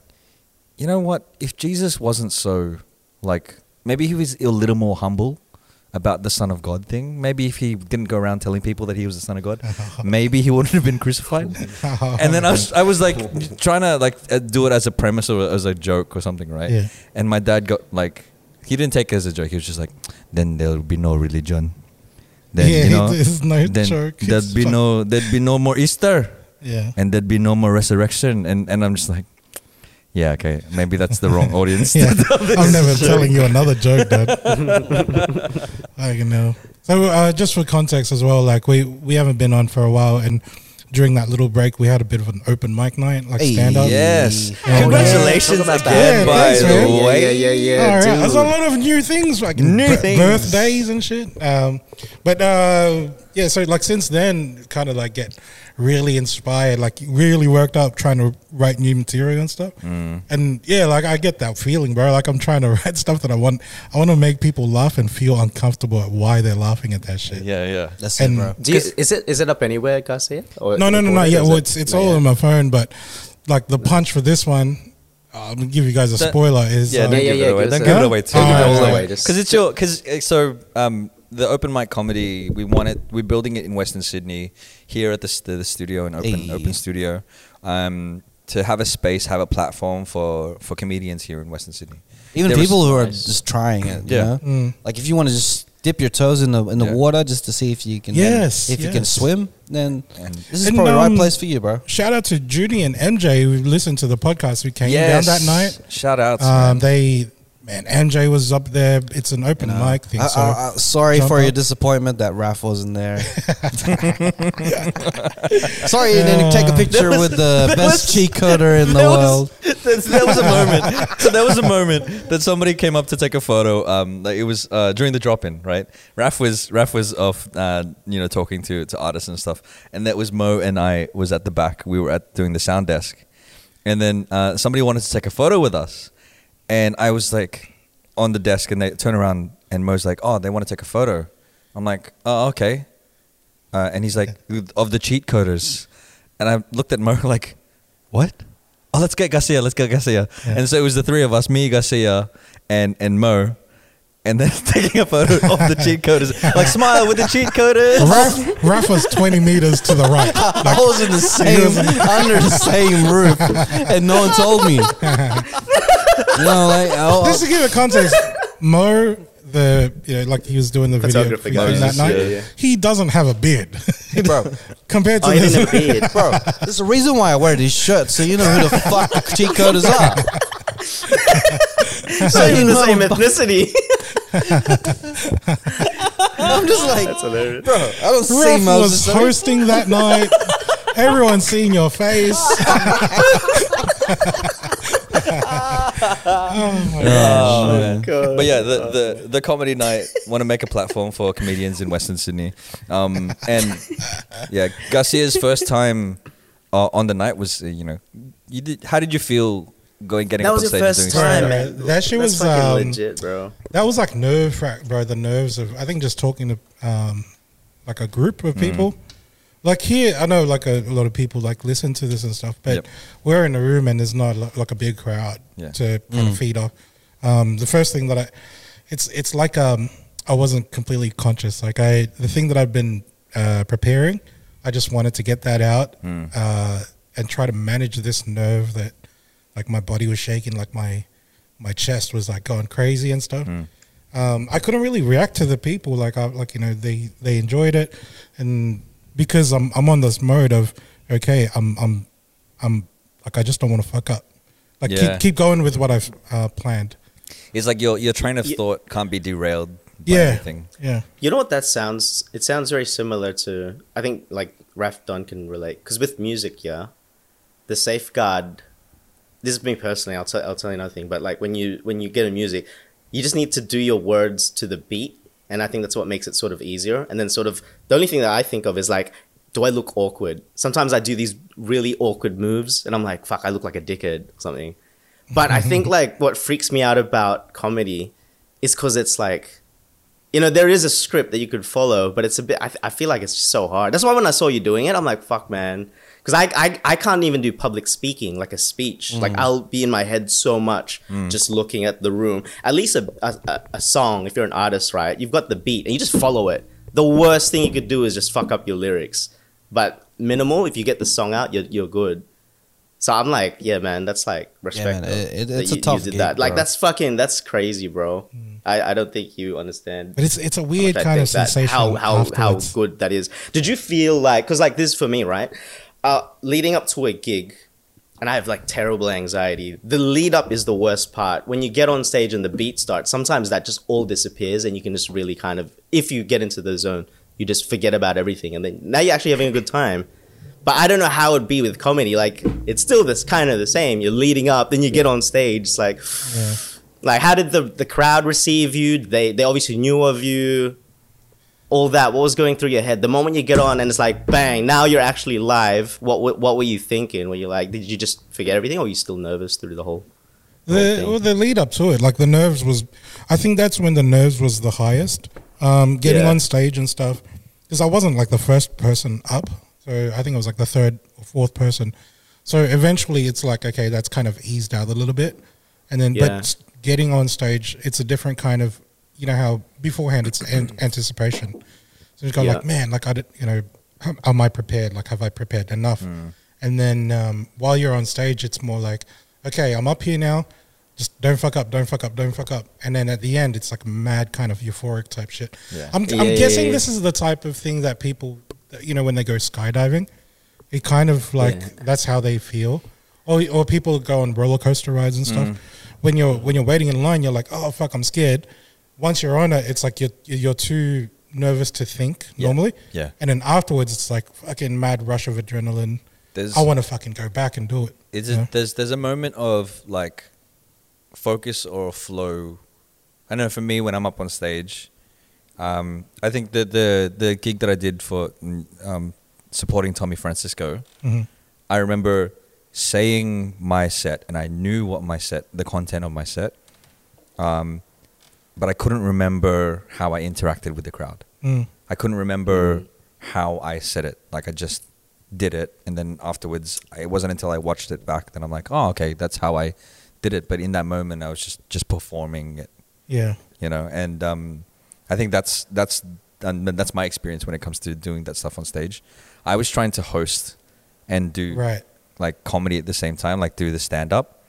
S2: you know what? If Jesus wasn't so like, maybe he was a little more humble about the Son of God thing. Maybe if he didn't go around telling people that he was the Son of God, maybe he wouldn't have been crucified. and then I was, I was like trying to like uh, do it as a premise or as a joke or something, right?
S3: Yeah.
S2: And my dad got like, he didn't take it as a joke. He was just like, then there'll be no religion. Then
S3: Yeah,
S2: you know,
S3: [LAUGHS] there's no
S2: then
S3: joke. It's
S2: There'd be
S3: fu-
S2: no, there'd be no more Easter,
S3: Yeah,
S2: and there'd be no more resurrection. And and I'm just like, yeah, okay, maybe that's the
S3: [LAUGHS]
S2: wrong audience.
S3: yeah. I'm never telling you another joke, dude. like you know. So uh, just for context as well, like we we haven't been on for a while, and during that little break, we had a bit of an open mic night, like
S1: Hey,
S3: stand
S2: [LAUGHS]
S3: up.
S2: Yes.
S3: Oh, Yeah.
S2: Congratulations
S4: Yeah,
S2: again, by
S3: thanks,
S2: the
S3: man.
S2: way.
S4: Yeah, yeah, yeah,
S3: All
S4: yeah.
S3: right,
S4: dude.
S3: There's a lot of new things, like
S2: New
S3: bir-
S2: things.
S3: birthdays and shit. Um, but uh, yeah, so like since then, kind of like get really inspired, like really worked up trying to write new material and stuff.
S4: Mm.
S3: And yeah, like I get that feeling, bro. Like I'm trying to [LAUGHS] write stuff that I want. I want to make people laugh and feel uncomfortable at why they're laughing at that shit.
S2: Yeah, yeah.
S1: That's
S3: And-
S1: it, bro.
S4: Do you, is it is it up anywhere, Garcia? Or
S3: No, no, no, no.
S4: or
S3: Yeah,
S4: is
S3: well,
S4: it-
S3: it's it's
S4: not
S3: all
S4: yet?
S3: on my phone, but like the punch for this one, uh, I'm gonna give you guys a
S2: That-
S3: spoiler. Is
S2: Yeah,
S3: um,
S2: don't
S4: yeah,
S2: give
S4: yeah,
S2: it away.
S4: give
S2: Don't
S4: us
S2: give
S3: a-
S2: it away too.
S3: Don't give it
S4: all
S3: Alright.
S4: away. Just
S2: because it's your because so um the open mic comedy we want it we're building it in Western Sydney here at the, st- the studio in open
S1: Hey.
S2: open studio um to have a space have a platform for for comedians here in Western Sydney
S1: Even
S2: There was-
S1: people who are just trying it. You
S2: Yeah.
S3: Mm.
S1: know? Like if you want to just dip your toes in the in the
S2: Yeah.
S1: water just to see if you can
S3: Yes,
S1: if you can
S3: yes.
S1: swim, then this is
S3: And,
S1: probably the right
S3: um,
S1: place for you, bro.
S3: Shout out to Judy and MJ who listened to the podcast who came
S2: Yes.
S3: down that night.
S2: shout out
S3: Um, they man, MJ was up there. It's an open mic thing.
S1: I,
S3: so
S1: I, I, sorry
S3: jump
S1: for your
S3: up.
S1: disappointment that Raph wasn't
S3: [LAUGHS]
S1: there. sorry you didn't take a
S3: Uh,
S1: picture with the best cheat coder
S3: [LAUGHS]
S1: in the
S2: [LAUGHS] There
S1: world.
S2: Was, that's- there was a moment. So there was a moment that somebody came up to take a photo. Um, like it was uh, during the drop-in, right? Raf was Raf was off, uh, you know, talking to to artists and stuff. And that was Mo and I was at the back. We were at doing the sound desk, and then uh, somebody wanted to take a photo with us, and I was like on the desk, and they turn around, and Mo's like, "Oh, they want to take a photo." I'm like, "Oh, okay." Uh, and he's like, of the cheat coders. And I looked at Mo like, what? Oh, let's get Garcia. Let's get Garcia. And so it was the three of us, me, Garcia, and, and Mo. And then [LAUGHS] taking a photo of the cheat coders. Like, smile with the cheat
S3: [LAUGHS] Oh,
S2: coders.
S3: Raf, Raf was twenty meters to the right.
S1: I was in the same under the same roof, and no one told me. you know, like I'll-
S3: Just to give it context, Mo, the you know, like he was doing the video
S4: Photographer
S3: thing
S4: guy,
S3: that
S4: yeah,
S3: night.
S4: yeah.
S3: He doesn't have a beard,
S1: Bro.
S3: [LAUGHS] Compared to
S4: Oh,
S3: this,
S4: even a beard.
S1: bro, there's a reason why I wear these shirts, so you know who the fuck the cheat coders are.
S4: Not even the same ethnicity.
S1: I'm just like,
S4: That's hilarious.
S1: bro, I don't see
S3: [LAUGHS] Raf was
S1: Moses.
S3: hosting that night. Everyone's seeing your face.
S2: Oh, man.
S4: God.
S2: But yeah, the, the, the comedy night want to make a platform for comedians in Western Sydney. Um, and yeah, Garcia's first time uh, on the night was, uh, you know, you did, how did you feel going getting
S4: That
S2: up
S4: was
S2: on
S4: your
S2: stage and
S4: first
S2: doing
S4: time,
S3: Right,
S4: man.
S3: right. That shit
S4: That's
S3: was,
S4: fucking
S3: um,
S4: legit, bro.
S3: That was like nerve wrack, bro. The nerves of I think just talking to um, like a group of people. Like here, I know like a, lot of people like listen to this and stuff, but
S2: Yep.
S3: we're in a room and there's not li- like a big crowd
S2: Yeah.
S3: to kind of feed off. Um, the first thing that I, it's it's like um, I wasn't completely conscious. Like I, the thing that I've been uh, preparing, I just wanted to get that out uh, and try to manage this nerve that, like my body was shaking, like my my chest was like going crazy and stuff. Um, I couldn't really react to the people. Like I like you know they they enjoyed it, and because I'm I'm on this mode of okay I'm I'm I'm like I just don't want to fuck up. Like
S2: Yeah.
S3: keep keep going with what I've uh, planned.
S2: It's like your your train of
S4: Ye-
S2: thought can't be derailed by
S3: yeah.
S2: anything.
S3: Yeah.
S4: You know what that sounds? It sounds very similar to. I think like Raf Don can relate because with music, yeah, the safeguard. This is me personally. I'll tell. I'll tell you another thing. But like when you when you get in music, you just need to do your words to the beat, and I think that's what makes it sort of easier. And then sort of the only thing that I think of is like, do I look awkward? Sometimes I do these really awkward moves, and I'm like, fuck, I look like a dickhead or something. But I think [LAUGHS] like what freaks me out about comedy is because it's like you know there is a script that you could follow but it's a bit i, I feel like it's just so hard that's why when i saw you doing it i'm like fuck man because I, I i can't even do public speaking like a speech like
S1: Mm.
S4: i'll be in my head so much just looking at the room at least a, a, a- a song if you're an artist right you've got the beat and you just follow it the worst thing you could do is just fuck up your lyrics but minimal if you get the song out you're, you're good so i'm like yeah man that's like
S1: man,
S4: respect though,
S1: it- it-
S4: that
S1: it's a tough gig,
S4: that like
S1: bro.
S4: that's fucking that's crazy bro I, I don't think you understand
S3: Hmm. But it's it's a
S4: much
S3: weird
S4: I
S3: kind of
S4: think that-
S3: sensation.
S4: How how
S3: afterwards.
S4: how good that is. Did you feel like because like this for me right? Uh, leading up to a gig, and I have like terrible anxiety. The lead up is the worst part. When you get on stage and the beat starts, sometimes that just all disappears, and you can just really kind of if you get into the zone, you just forget about everything, and then now you're actually having a good time. But I don't know how it'd be with comedy. Like it's still this kind of the same. You're leading up, then you get on stage. It's like like how did the the crowd receive you? They they obviously knew of you. all that what was going through your head the moment you get on and it's like bang now you're actually live what w- what were you thinking were you like did you just forget everything or were you still nervous through the whole
S3: The
S4: thing.
S3: well, the lead up to it, like the nerves was, I think that's when the nerves was the highest. Um, getting
S4: Yeah.
S3: on stage and stuff, because I wasn't like the first person up, so I think I was like the third or fourth person. So eventually, it's like okay, that's kind of eased out a little bit, and then but
S4: Yeah.
S3: s- getting on stage, it's a different kind of, you know how beforehand it's an- anticipation. So you go
S4: Yeah.
S3: like, man, like I did, you know, am- am I prepared? Like, have I prepared enough?
S4: Mm.
S3: And then um, while you're on stage, it's more like, okay, I'm up here now. Just don't fuck up, don't fuck up, don't fuck up. And then at the end, it's like mad kind of euphoric type shit.
S2: Yeah.
S3: I'm,
S4: Yeah,
S3: I'm
S4: yeah,
S3: guessing
S4: yeah.
S3: this is the type of thing that people, that, you know, when they go skydiving, it kind of like
S4: Yeah.
S3: that's how they feel. Or, or people go on roller coaster rides and stuff.
S4: Mm.
S3: When you're when you're waiting in line, you're like, oh fuck, I'm scared. Once you're on it, it's like you're you're too nervous to think
S2: Yeah.
S3: normally.
S2: Yeah.
S3: And then afterwards, it's like fucking mad rush of adrenaline.
S2: There's-
S3: I want to fucking go back and do it.
S2: It's
S3: you know?
S2: a, there's there's a moment of like focus or flow. I know for me when I'm up on stage, um, I think the the the gig that I did for um, supporting Tommy Francisco,
S3: Mhm.
S2: I remember saying my set and I knew what my set, the content of my set, um, but I couldn't remember how I interacted with the crowd.
S3: Mm.
S2: I couldn't remember how I said it. Like I just did it, and then afterwards, it wasn't until I watched it back that I'm like, oh, okay, that's how I did it. But in that moment, I was just just performing it,
S3: Yeah.
S2: you know. And um, I think that's that's and that's my experience when it comes to doing that stuff on stage. I was trying to host and do
S3: Right.
S2: like comedy at the same time, like do the stand up.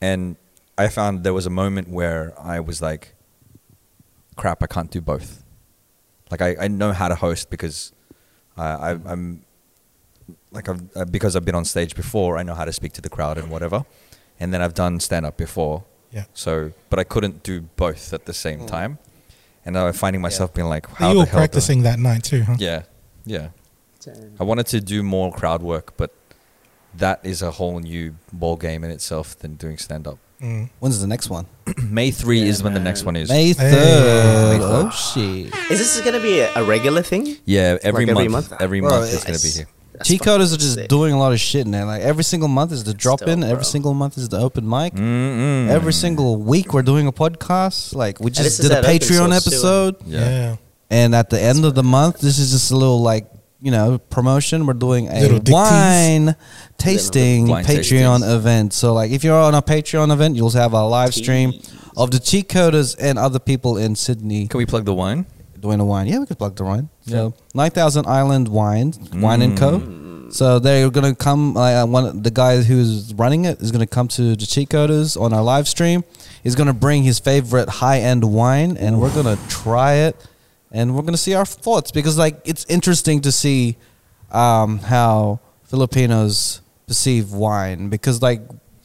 S2: And I found there was a moment where I was like, crap, I can't do both. Like I, I know how to host because I, I, I'm like I've, uh, because I've been on stage before, I know how to speak to the crowd and whatever. And then I've done stand up before.
S3: Yeah.
S2: So, but I couldn't do both at the same
S4: Hmm.
S2: time. And I was finding myself being like, how
S3: you
S2: the
S3: were
S2: hell do I-"
S3: practicing that night too, huh?
S2: Yeah. Yeah. I wanted to do more crowd work, but that is a whole new ball game in itself than doing stand up.
S3: Mm.
S1: When's the next one?
S2: [CLEARS THROAT] May three
S4: Yeah,
S2: is when the
S4: man.
S2: next one is.
S1: May
S3: Hey.
S1: third.
S2: May
S1: Oh
S2: third.
S1: shit.
S4: is this gonna be a, a regular thing
S2: yeah, every
S4: Like every
S2: month,
S4: month?
S2: every
S1: Bro,
S2: month is
S1: it's-
S2: going to be here.
S4: That's
S1: T coders
S4: fucking
S1: are just
S4: sick.
S1: doing a lot of shit now. Like every single month is the drop in.
S4: dope,
S1: Every
S4: bro. Mm.
S1: single month is the open mic.
S2: Mm-mm.
S1: Every single week we're doing a podcast. Like we
S4: this
S1: just
S4: is
S1: did a
S4: that open
S1: Patreon
S4: source too,
S1: episode,
S2: yeah.
S3: yeah.
S1: and at the end of the month, this is just a little like you know promotion. We're doing a
S3: Little dick tease.
S1: wine tasting
S2: Wine
S1: Patreon
S2: tastings.
S1: event. So like if you're on a Patreon event, you'll have a live stream
S4: Tease.
S1: of the cheat coders and other people in Sydney
S2: Can we plug the wine?
S1: doing the wine. Yeah, we could plug the wine. So nine thousand Island Wine, Wine and Co. So they're gonna come. Uh, one the guy who's running it is gonna come to the cheat coders on our live stream. He's gonna bring his favorite high end wine, and we're gonna try it, and we're gonna see our thoughts because like it's interesting to see um, how Filipinos perceive wine because like.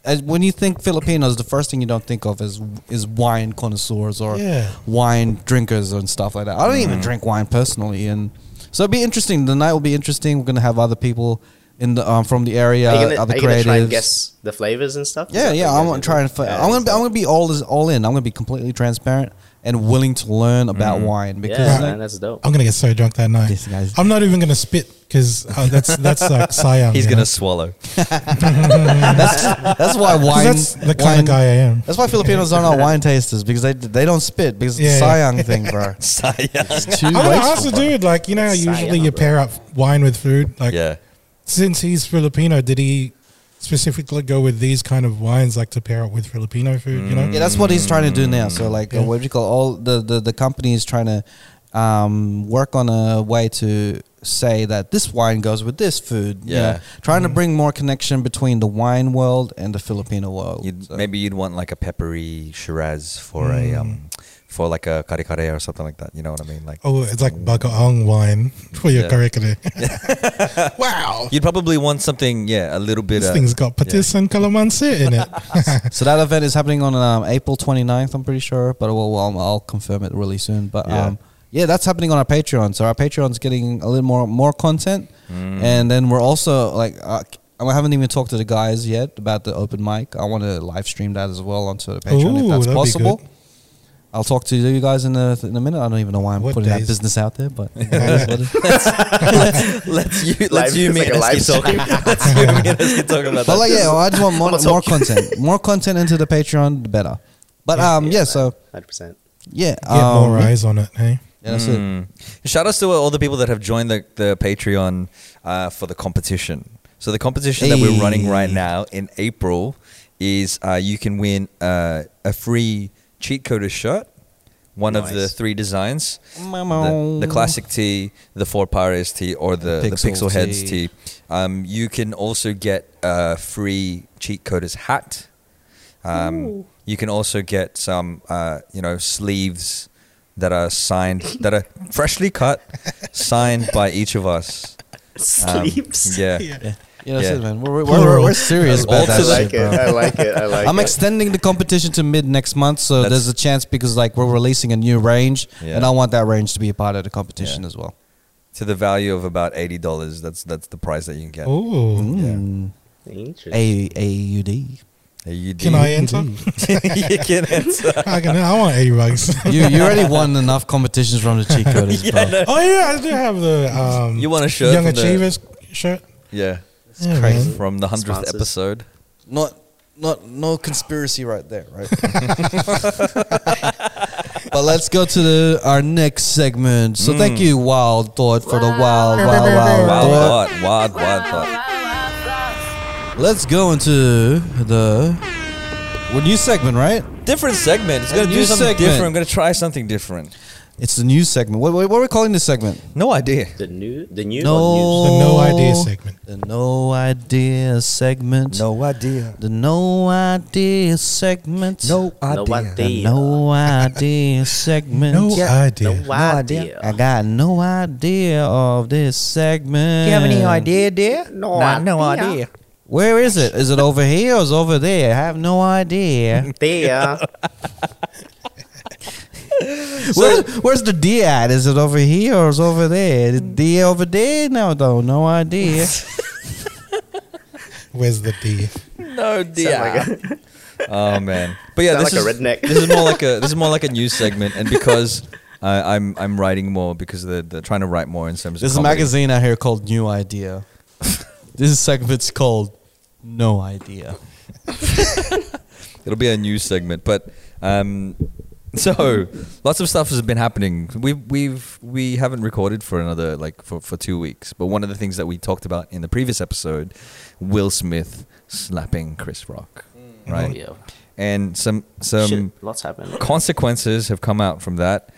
S1: As, when you think Filipinos, the first thing you don't think of is is wine connoisseurs or
S3: Yeah.
S1: wine drinkers and stuff like that. I don't
S4: Mm-hmm.
S1: even drink wine personally, and so it'll be interesting. The night will be interesting. We're gonna have other people in the um, from the area,
S4: are you, gonna,
S1: other
S4: are you gonna
S1: creatives.
S4: try and guess the flavors and stuff Is
S1: yeah,
S4: that
S1: yeah.
S4: what you
S1: I'm
S4: guys
S1: gonna
S4: are
S1: try and. Fi-
S4: Yeah,
S1: I'm gonna. Be,
S4: so-
S1: I'm gonna be all is all in. I'm gonna be completely transparent and willing to learn about wine because
S4: Mm-hmm. yeah,
S1: like,
S4: man, that's dope
S3: I'm gonna get so drunk that night.
S1: This guy's-
S3: I'm not even gonna spit because uh, that's that's
S2: [LAUGHS]
S3: like
S1: Oh,
S3: Siam.
S2: He's
S3: you
S2: going
S3: know?
S2: to swallow. [LAUGHS]
S1: that's why wine.
S3: [LAUGHS] 'Cause that's the kind
S1: wine-
S3: of guy I am.
S1: That's why Filipinos are not wine tasters because they they don't spit because it's
S3: Yeah,
S1: the
S3: yeah.
S1: Sayang thing,
S3: [LAUGHS]
S1: bro. It's too
S3: I'm gonna ask
S1: wasteful,
S3: the
S1: bro.
S3: dude, like, you know, how
S4: Siam,
S3: usually you
S4: bro.
S3: pair up wine with food. Like,
S2: yeah.
S3: since he's Filipino, did he specifically go with these kind of wines, like to pair up with Filipino food?
S2: Mm.
S3: You know,
S1: Yeah, that's what he's trying to do now. So like, uh,
S3: Yeah.
S1: what do you call all the the the company is trying to um, work on a way to say that this wine goes with this food. you know,
S2: Yeah.
S1: trying to bring more connection between the wine world and the Filipino world.
S2: You'd,
S1: So-
S2: Maybe you'd want like a peppery Shiraz for a um, for like a kare kare or something like that. You know what I mean? Like
S3: Oh, it's like bagaong wine [LAUGHS] for your
S2: Yeah. [LAUGHS]
S3: karikari. [LAUGHS] wow,
S2: you'd probably want something, yeah, a little bit.
S3: this
S2: uh,
S3: thing's got patis and calamansi in it. [LAUGHS]
S1: so that event is happening on um, April 29th, I'm pretty sure, but we'll, we'll- I'll confirm it really soon. But
S2: Yeah.
S1: um, yeah, that's happening on our Patreon. So our Patreon's getting a little more more content,
S3: Mm.
S1: and then we're also like uh, I haven't even talked to the guys yet about the open mic. I want to live stream that as well onto the Patreon if
S3: Ooh,
S1: that's
S3: that'd be
S1: possible.
S3: good.
S1: I'll talk to you guys in a in a minute. I don't even know why I'm
S3: What
S1: putting that
S3: days?
S1: business out there,
S3: [LAUGHS]
S1: but [LAUGHS] it is what it is.
S2: [LAUGHS] let's
S4: [LAUGHS]
S2: you
S4: Live-
S2: let's you
S4: it's
S2: me
S4: like a
S2: and us
S4: live
S2: keep talking. [LAUGHS]
S4: [LAUGHS]
S2: Let's you me and us keep talking about
S1: but
S2: that.
S1: like, yeah, I just want
S3: [LAUGHS]
S1: more,
S4: I'll
S1: more
S4: talk.
S1: content, more content into the Patreon, the better. But um, yeah, so
S4: Hundred percent.
S1: yeah,
S3: Get
S1: um,
S3: more eyes on it, hey?
S1: yeah, that's it.
S2: Mm. Shout outs to all the people that have joined the, the Patreon uh, for the competition. So the competition that we're running right
S1: Hey.
S2: now in April is uh, you can win uh, a free cheat coder shirt, one of the
S4: Nice.
S2: three designs, the,
S1: Meow.
S2: the classic tee, the four Pirates tee, or the, the
S1: Pixel
S2: Pixel Heads
S1: tee.
S2: tee. Um, you can also get a free cheat coders hat. Um, you can also get some, uh, you know, sleeves that are signed, that are freshly cut, signed by each of us. Um,
S4: Sleeps.
S2: yeah.
S1: Yeah, that's
S2: Yeah.
S1: it, man. We're, we're, we're, we're serious
S2: All
S1: about that
S4: I
S2: to the-
S1: shit,
S4: like it.
S1: bro.
S4: I like it. I
S1: [LAUGHS]
S4: like
S1: I'm
S4: it.
S1: extending the competition to mid next month, so
S2: That's-
S1: there's a chance because like we're releasing a new range,
S2: Yeah.
S1: and I want that range to be a part of the competition
S2: Yeah.
S1: as well.
S2: To the value of about eighty dollars. That's that's the price that you can get.
S3: Oh. Ooh.
S2: Mm-hmm.
S1: Mm.
S4: Interesting.
S1: A AUD.
S2: Hey, you do-
S3: Can I
S2: [LAUGHS]
S3: enter?
S2: Mm-hmm. you can answer.
S3: [LAUGHS] I can. I want
S2: [LAUGHS]
S3: eighty bucks.
S1: You you already won enough competitions from the cheat [LAUGHS] coders,
S2: Yeah,
S1: bro.
S2: I know.
S3: oh yeah, I do have the um.
S2: You want a shirt
S3: Young
S2: from the-
S3: Achievers shirt.
S2: Yeah.
S3: It's yeah,
S1: crazy.
S3: man.
S2: From the hundredth
S4: Sponsors.
S2: episode.
S1: not not no conspiracy right there, [LAUGHS] right? but let's go to the our next segment. So thank you, Wild Thought, for the wild, wild, wild,
S2: Wild
S1: thought.
S2: thought. Wild, wild thought.
S1: Let's go into the well, new segment, right?
S2: Different segment. It's
S1: A
S2: gonna
S1: new
S2: do something
S1: segment.
S2: different. I'm gonna try something different.
S1: It's the new segment. What, what, what are we calling this segment?
S2: No
S4: [LAUGHS]
S2: idea.
S4: the new, the new
S1: No.
S4: or
S3: The no idea segment.
S1: The no idea segment.
S2: idea.
S1: The no idea segment.
S4: No
S1: The
S4: idea.
S1: no idea segment.
S3: No idea.
S4: news? No idea.
S1: I got no idea of this segment.
S2: dear?
S4: No Nah, no idea. idea.
S1: Where is it? Is it over here or is it over there? I have no idea.
S4: There.
S1: Where, where's the deer at? Is it over here or is it over there? The deer over there? No, no, no idea.
S3: Where's the
S2: [LAUGHS]
S3: D?
S2: No dear. oh man. But yeah,
S4: Sound
S2: this
S4: like a
S2: is
S4: redneck.
S2: this is more like a this is more like
S4: [LAUGHS]
S2: a news segment, and because uh, I'm I'm writing more because they're, they're trying to write more in
S1: [LAUGHS]
S2: terms
S1: There's a
S2: of comedy.
S1: magazine out here called New Idea. [LAUGHS] this segment's called No Idea.
S2: It'll be a news segment, but um, so lots of stuff has been happening. We we've we haven't recorded for another like for, for two weeks. But one of the things that we talked about in the previous episode, Will Smith slapping Chris Rock, right?
S4: Mm. Oh, Yeah.
S2: And some some
S4: Shit, lots happened.
S2: consequences have come out from that.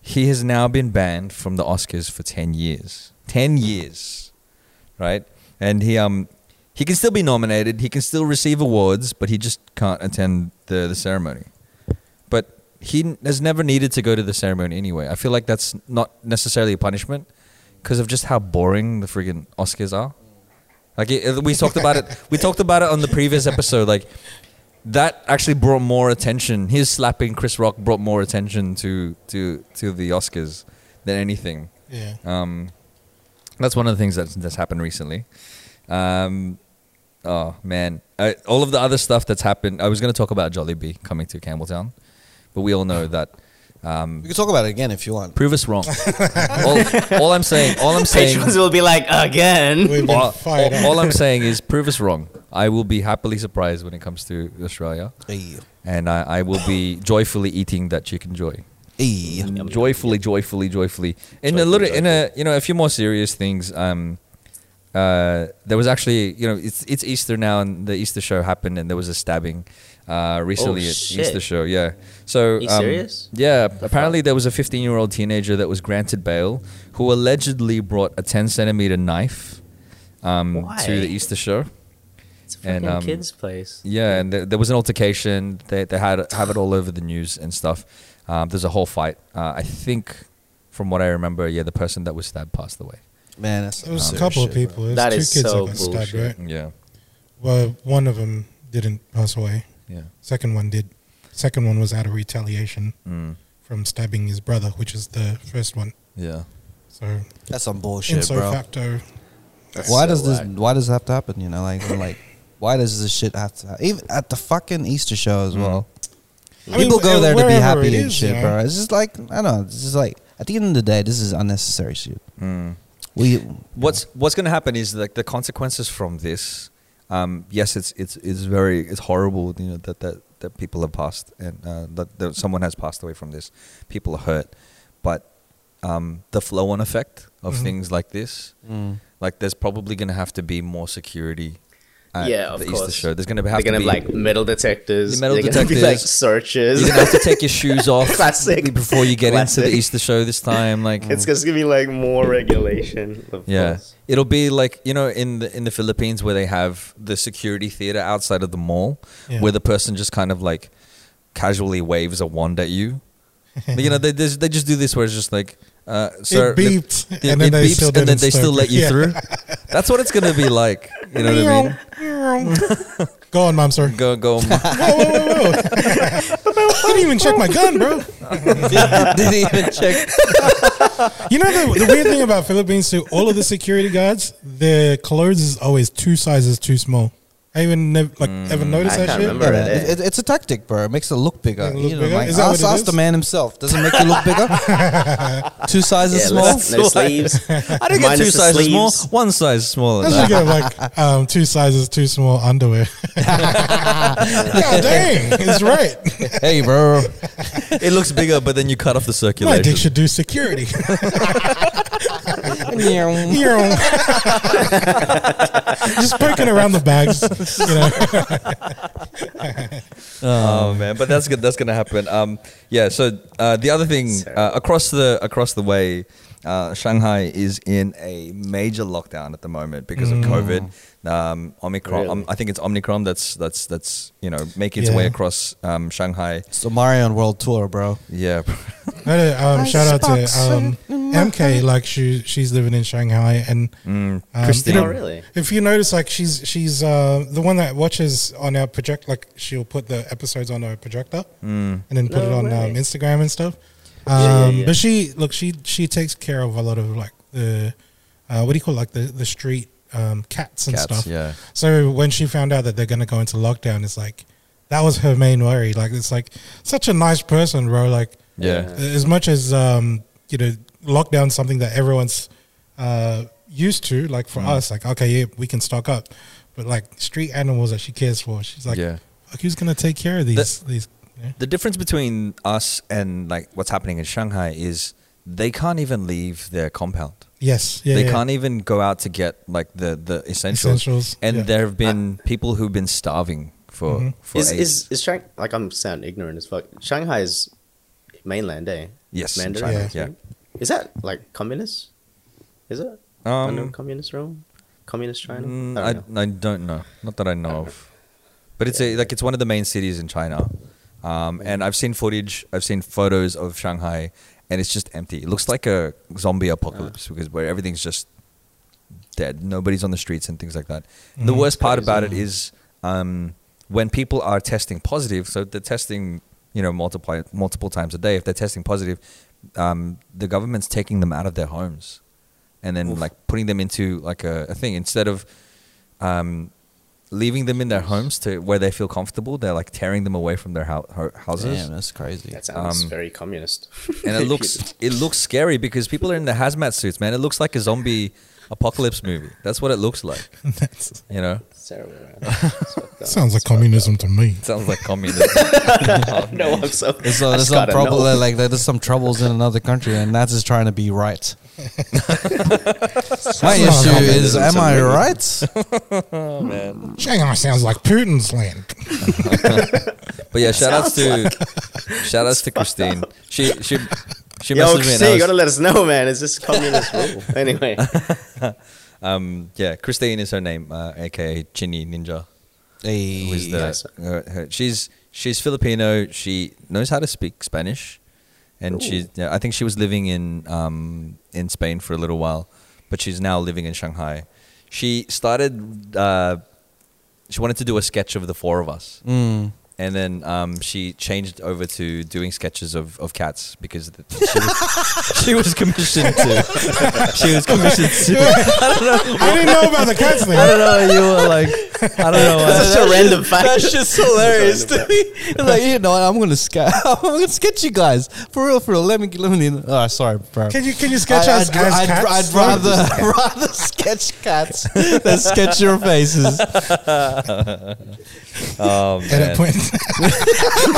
S2: He has now been banned from the Oscars for ten years. Ten years, right? And he um he can still be nominated. He can still receive awards, but he just can't attend the the ceremony. But he n- has never needed to go to the ceremony anyway. I feel like that's not necessarily a punishment because of just how boring the friggin' Oscars are. Like it, we talked about it, we talked about it on the previous episode. Like that actually brought more attention. His slapping Chris Rock brought more attention to to to the Oscars than anything.
S3: Yeah.
S2: Um, that's one of the things that's that's happened recently. Um, oh man, I, all of the other stuff that's happened. I was going to talk about Jollibee coming to Campbelltown, but we all know that. Um,
S1: We can talk about it again if you want.
S2: prove
S3: [LAUGHS]
S2: us wrong. all, all I'm saying, all I'm saying,
S4: [LAUGHS] Patrons will be like again.
S3: We've been
S2: all,
S3: fired
S2: all-
S3: up.
S2: all I'm saying is prove us wrong. I will be happily surprised when it comes to Australia,
S1: Hey,
S2: and I, I will be joyfully eating that chicken joy.
S1: hey.
S4: yum,
S2: joyfully, joyfully, joyfully. In a
S4: Joyfully,
S2: little, in a you know, a few more serious things. Um, uh, there was actually you know, it's it's Easter now, and the Easter show happened, and there was a stabbing uh, recently at
S4: Oh, shit.
S2: Easter show. Yeah. So
S4: You
S2: um,
S4: serious?
S2: Yeah. apparently, there was a 15-year-old teenager that was granted bail, who allegedly brought a 10 centimeter knife um,
S4: Why?
S2: to the Easter show.
S4: It's a
S2: And,
S4: fucking
S2: um,
S4: kids' place.
S2: Yeah, and there, there was an altercation. They, they had have it all over the news and stuff. Um, there's a whole fight. Uh, I think, from what I remember, yeah, the person that was stabbed passed away.
S1: Man, that's
S3: It was
S1: some
S3: a couple
S1: serious
S3: of
S1: shit,
S3: people. It was
S4: That
S3: two
S4: is
S3: kids
S4: so
S3: that got stabbed,
S4: bullshit.
S3: right?
S2: Yeah,
S3: Well, one of them didn't pass away.
S2: yeah.
S3: Second one did. Second one was out of retaliation
S2: Mm.
S3: from stabbing his brother, which is the first one.
S2: Yeah,
S3: So,
S1: bro. That's some
S3: in
S1: bullshit,
S3: so
S1: bro.
S3: facto,
S1: why
S4: so
S1: does this?
S4: whack.
S1: Why does it have to happen? You know, like, I'm like, why does this shit have to? Even at the fucking Easter show as well.
S3: I mean,
S1: People go there to be
S3: wherever it
S1: happy and
S3: is,
S1: shit,
S3: you know.
S1: bro. It's just like I don't know. It's just like at the end of the day, this is unnecessary shit. We [LAUGHS]
S2: what's what's going to happen is like the consequences from this. Um, yes, it's it's it's very it's horrible. You know that that, that people have passed and uh, that, that someone has passed away from this. People are hurt, but um, the flow-on effect of things like this,
S4: Mm.
S2: like there's probably going to have to be more security. At
S4: yeah, of
S2: the
S4: course.
S2: Easter show. There's going to have
S4: They're
S2: to
S4: gonna
S2: be
S4: have, like metal detectors.
S2: The metal
S4: They're gonna be like
S2: detectors.
S4: searches.
S2: You're gonna have to take your
S4: [LAUGHS]
S2: shoes off
S4: Classic.
S2: before you get into
S4: Classic.
S2: the Easter show this time. Like
S4: [LAUGHS] it's just gonna be like more regulation. Of
S2: yeah,
S4: course.
S2: it'll be like you know in the in the Philippines where they have the security theater outside of the mall,
S3: Yeah.
S2: where the person just kind of like casually waves a wand at you. you know, they they they just do this where it's just like. Uh, sir, the-
S3: beeped, and then they
S2: and
S3: still
S2: then
S3: didn't
S2: they still
S3: stop.
S2: let you
S3: Yeah.
S2: through. That's what it's gonna be like. You know what I mean?
S3: Go on, mom, sir.
S2: Go,
S4: [LAUGHS]
S2: go.
S3: Whoa, whoa, whoa, whoa. [LAUGHS] I didn't even check my gun, bro.
S1: didn't even
S4: [LAUGHS]
S1: check.
S3: You know the, the weird thing about Philippines too. All of the security guards, their clothes is always two sizes too small. I even never, like ever noticed
S4: I
S3: that
S4: can't
S3: shit.
S4: remember. Alright.
S1: It- it- it's a tactic, bro. It makes it look bigger.
S3: Make it look
S1: you know,
S3: bigger?
S1: Like,
S3: Is that
S1: ask,
S3: what it
S1: ask the
S3: is?
S1: man himself. Does it make you look bigger?
S3: [LAUGHS]
S1: Two sizes
S4: Yeah,
S1: small.
S4: let's- no sleeves.
S2: I didn't get
S4: Minus
S2: two
S4: the
S2: sizes more.
S4: sleeves.
S2: One size smaller.
S3: I should get like um, two sizes too small underwear. God dang, it's right.
S1: [LAUGHS] hey,
S4: [LAUGHS]
S1: bro.
S2: it looks bigger, but then you cut off the
S3: My
S2: circulation.
S3: dick should do security.
S1: yeah,
S3: Just um, poking around the bags. You know?
S2: Oh man, but that's good. That's gonna happen. Um, yeah. So uh, the other thing uh, across the across the way, uh, Shanghai is in a major lockdown at the moment because of COVID. Um, Omicron.
S4: Mm. Really?
S2: Um, I think it's Omicron. That's that's that's you know making its
S3: Yeah.
S2: way across um, Shanghai.
S1: it's the Marion World Tour, bro.
S2: Yeah.
S3: Uh, um, shout out to um, MK. Like she, she's living in Shanghai, and um,
S2: Christine.
S3: you
S4: Oh
S3: know,
S4: really?
S3: If you notice, like she's she's uh, the one that watches on our project. Like she'll put the episodes on her projector and then put
S4: No
S3: it on
S4: way.
S3: um, Instagram and stuff. Um,
S4: Hmm. Yeah, yeah, yeah.
S3: But she look she she takes care of a lot of like the uh, what do you call like the the street um, cats and
S2: Cats,
S3: stuff.
S2: yeah.
S3: So when she found out that they're going to go into lockdown, it's like that was her main worry. Like it's like such a nice person, bro. Like uh,
S2: Yeah.
S3: as much as um, you know, lockdown's something that everyone's uh, used to. Like
S1: Mm.
S3: for us, like okay, yeah, we can stock up, but like street animals that she cares for, she's like,
S2: Yeah.
S3: "Fuck, who's gonna take care of these? these yeah.
S2: The difference between us and like what's happening in Shanghai is they can't even leave their compound.
S3: yes, yeah,
S2: they
S3: yeah.
S2: can't even go out to get like the the essentials.
S3: Essentials,
S2: and
S3: yeah. Mm-hmm.
S2: there have been people who've been starving for for
S4: Is,
S2: ages.
S4: is is Shang like I'm sound ignorant as fuck. Shanghai is mainland, eh?
S2: Yes,
S4: Mandarin.
S3: China,
S4: I think. Is that like communist? Is it? Under
S2: um,
S4: communist realm? Communist China?
S2: mm,
S4: I don't know.
S2: I, I don't know, not that I know of, but it's a, like it's one of the main cities in China, um, and I've seen footage, I've seen photos of Shanghai, and it's just empty. It looks like a zombie apocalypse because where everything's just dead. Nobody's on the streets and things like that. The
S4: Mm-hmm.
S2: worst part about it is um, when people are testing positive. So they're testing, you know, multiply multiple times a day. If they're testing positive, um, the government's taking them out of their homes and then like putting them into like a, a thing instead of um, leaving them in their homes to where they feel comfortable. They're like tearing them away from their hou- ho- houses
S1: Damn, that's crazy.
S4: That sounds
S2: um,
S4: very communist.
S2: [LAUGHS] and it looks it looks scary because people are in the hazmat suits, man. It looks like a zombie apocalypse movie. That's what it looks like.
S1: e-
S3: [LAUGHS] That's-
S2: You know,
S4: [LAUGHS] It's
S2: [LAUGHS]
S4: terrible, man. It's fucked up.
S3: sounds like
S4: It's fucked
S3: communism to me.
S2: sounds like communism.
S4: up. no, I'm so.
S1: There's,
S4: I
S1: uh, there's
S4: just
S1: some
S4: gotta
S1: trouble
S4: know.
S1: like there's some troubles in another country, and that's just trying to be right. [LAUGHS] My
S3: Sounds
S1: issue
S3: like
S1: is,
S4: communism
S1: am
S4: to
S1: I
S4: me. [LAUGHS]
S1: right?
S3: Shanghai sounds like Putin's land. [LAUGHS]
S2: But yeah, shout outs to [LAUGHS] shout
S4: [LAUGHS]
S2: outs to Christine. She she she messaged
S4: Yo,
S2: me and
S4: see,
S2: I
S4: you
S2: was-
S4: gotta let us know, man. Is this
S2: [LAUGHS]
S4: communist rule? Anyway,
S2: um yeah, Christine is her name, uh, aka Chinny Ninja.
S1: Hey,
S2: who is the-
S4: Nice.
S2: her- her- she's she's Filipino. She knows how to speak Spanish, and she yeah, I think she was living in um, in Spain for a little while, but she's now living in Shanghai. She started. Uh, she wanted to do a sketch of the four of us,
S1: Mm.
S2: and then um, she changed over to doing sketches of, of cats because th- she [LAUGHS] was, she was commissioned [LAUGHS] to. She was commissioned to.
S3: I didn't know about the cats
S2: I
S3: thing.
S2: don't know. You were like, I don't know. Why.
S4: [LAUGHS] That's such a random fact.
S1: That's just hilarious to
S4: Random
S1: me. [LAUGHS] It's like, you know what? I'm gonna sketch. [LAUGHS] I'm gonna sketch you guys for real, for real. Let me, let me. Oh, sorry, bro.
S3: Can you can you sketch
S1: I-
S3: us
S1: I'd,
S3: as
S1: I'd-
S3: cats?
S1: I'd [LAUGHS] rather rather sketch cats than sketch your faces.
S2: [LAUGHS] Oh,
S3: At
S2: man.
S3: that
S1: [LAUGHS]
S3: point,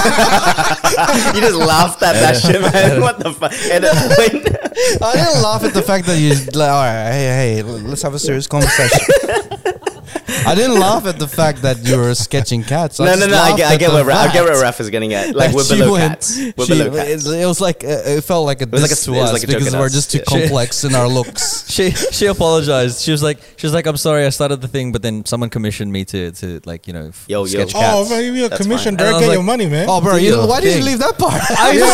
S4: you just laughed at that
S2: [LAUGHS]
S4: shit, man. What the uh, fuck? At that
S1: [LAUGHS]
S4: point,
S1: I didn't laugh at the fact that you like, all right, hey, hey, l- let's have a serious conversation. [LAUGHS] I didn't laugh at the fact that you were sketching cats. I
S4: no, no,
S1: just
S4: no. I
S1: laughed
S4: get, I
S1: at
S4: get
S1: the
S4: where Ra- I
S1: fact
S4: get where Raph is getting
S1: [LAUGHS]
S4: at. Like
S1: that
S4: we're
S1: she
S4: below
S1: went-
S4: cats. We're
S1: she-
S4: below cats.
S1: It, it was like uh, it felt like a
S4: was
S1: diss
S4: like a-
S1: to
S4: it was
S1: us
S4: like a joke
S1: because
S4: at
S1: we're
S4: us. [LAUGHS]
S1: just too
S4: Yeah.
S1: complex in our looks.
S2: She she apologized. She was like she was like I'm sorry I started the thing, but then someone commissioned me to to like you know f-
S4: Yo, yo.
S2: sketch
S3: oh,
S2: cats.
S3: bro, you're
S4: That's fine.
S3: commission,
S2: And I
S3: bro.
S2: was
S3: Get
S2: like,
S3: your money, man.
S1: Oh, bro, you,
S2: Deal.
S1: why did you
S2: Big.
S1: leave that part? [LAUGHS]
S2: I,
S3: Yeah,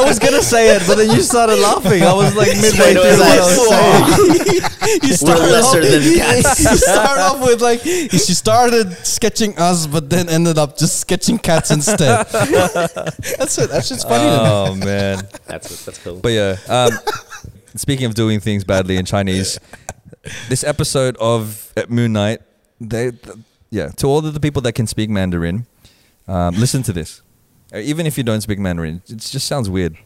S2: was, I was gonna say it, but then you started laughing. I [LAUGHS] was like midway
S4: Straight
S2: through
S4: away,
S2: what I
S4: like,
S2: was saying.
S1: [LAUGHS] you
S4: We're lesser than cats.
S1: [LAUGHS] you start off with like she started sketching us, but then ended up just sketching cats
S4: [LAUGHS]
S1: instead. that's it. That's just funny.
S4: Um,
S1: to me.
S2: Oh man,
S4: That's that's
S1: [LAUGHS]
S4: cool.
S2: but yeah. Um, [LAUGHS] speaking of doing things badly in Chinese, this episode of uh, Moon Knight, they, th- yeah, to all of the people that can speak Mandarin, um, listen to this. Uh, Even if you don't speak Mandarin, it just sounds weird.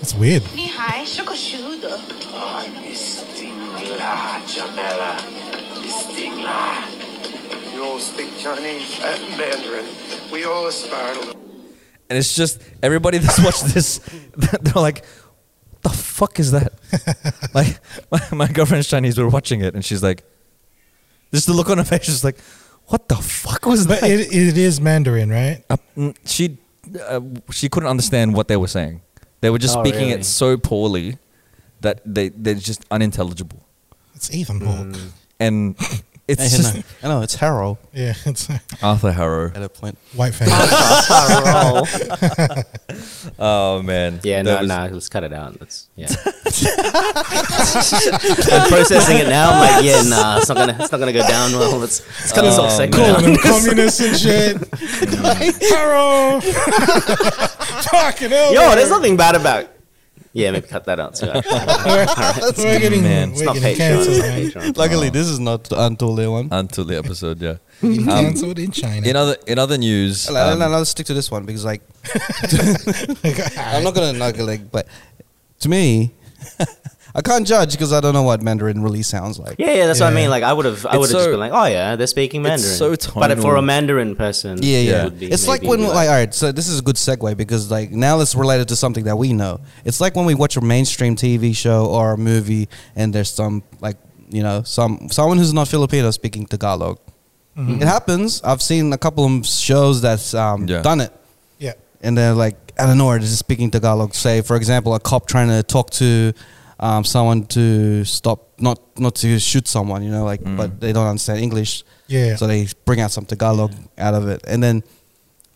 S3: That's weird.
S5: 你还是个修的。
S6: Oh, Miss Dingla, Jamela. Miss Dingla. You all speak Chinese and Mandarin. We all aspire to
S2: And it's just everybody [LAUGHS] that's watched this, they're like, "The fuck is
S3: [LAUGHS]
S2: that?" like my, my girlfriend's Chinese. We're watching it, and she's like, "Just the look on her face. She's like, what the fuck was
S3: But
S2: that?"
S3: it, it is Mandarin, right?
S2: Uh, mm, she uh, she couldn't understand what they were saying. They were just
S4: Oh,
S2: speaking
S4: really?
S2: it so poorly that they they're just unintelligible.
S3: It's Ethan Hawke.
S1: Mm.
S4: [LAUGHS]
S2: And it's
S1: I
S2: just
S1: know, I know it's Harrow
S3: Yeah, it's [LAUGHS] a
S2: Arthur Harrow.
S1: at a point.
S3: white fan.
S2: Oh man.
S4: yeah,
S2: That
S4: no,
S2: was-
S4: no. Let's cut it out. Let's
S1: [LAUGHS]
S4: yeah. I'm processing it now. I'm like, yeah, nah. It's not gonna. It's not gonna go down well. Let's, let's cut this
S2: Oh,
S4: off segment.
S3: Calling
S4: out.
S3: [LAUGHS] them communists and shit.
S1: [LAUGHS]
S3: Hello. Fucking hell.
S4: Yo, there's
S3: man.
S4: nothing bad about. Yeah, maybe cut that out
S1: [LAUGHS]
S4: too. actually.
S3: [LAUGHS] We're getting,
S2: Man,
S3: we're
S4: It's not
S3: getting
S4: Patreon.
S3: cancelled,
S4: It's
S3: man.
S4: not Patreon.
S1: Luckily, this is not until the one.
S4: Uh,
S2: Until the episode, yeah.
S3: Getting cancelled in China.
S2: In
S3: [LAUGHS]
S2: other in other news,
S1: No,
S2: um,
S1: no, no, let's stick to this one because like
S3: ah,
S1: I'm not gonna knock it, like, but to me, [LAUGHS] I can't judge because I don't know what Mandarin really sounds like.
S4: Yeah, yeah, that's what I
S3: Yeah.
S4: mean. Like, I would have, I
S2: It's
S4: would have
S2: so-
S4: just been like, oh yeah, they're speaking
S2: it's
S4: Mandarin.
S2: so
S4: But for
S2: tonal.
S4: a Mandarin person,
S1: Yeah,
S4: it
S1: yeah.
S4: would be
S1: it's like
S4: maybe
S1: when,
S4: be
S1: like, all right, so this is a good segue because, like, now let's relate it to something that we know. It's like when we watch a mainstream TV show or a movie and there's some, like, you know, some someone who's not Filipino speaking Tagalog.
S3: mm,
S1: It happens. I've seen a couple of shows that's um,
S2: Yeah.
S1: done it.
S3: yeah.
S1: And they're like, I don't know, they're just speaking Tagalog. Say, for example, a cop trying to talk to um, someone to stop, not not to shoot someone, you know, like, but they don't understand English.
S3: Yeah.
S1: So they bring out some Tagalog out of it. And then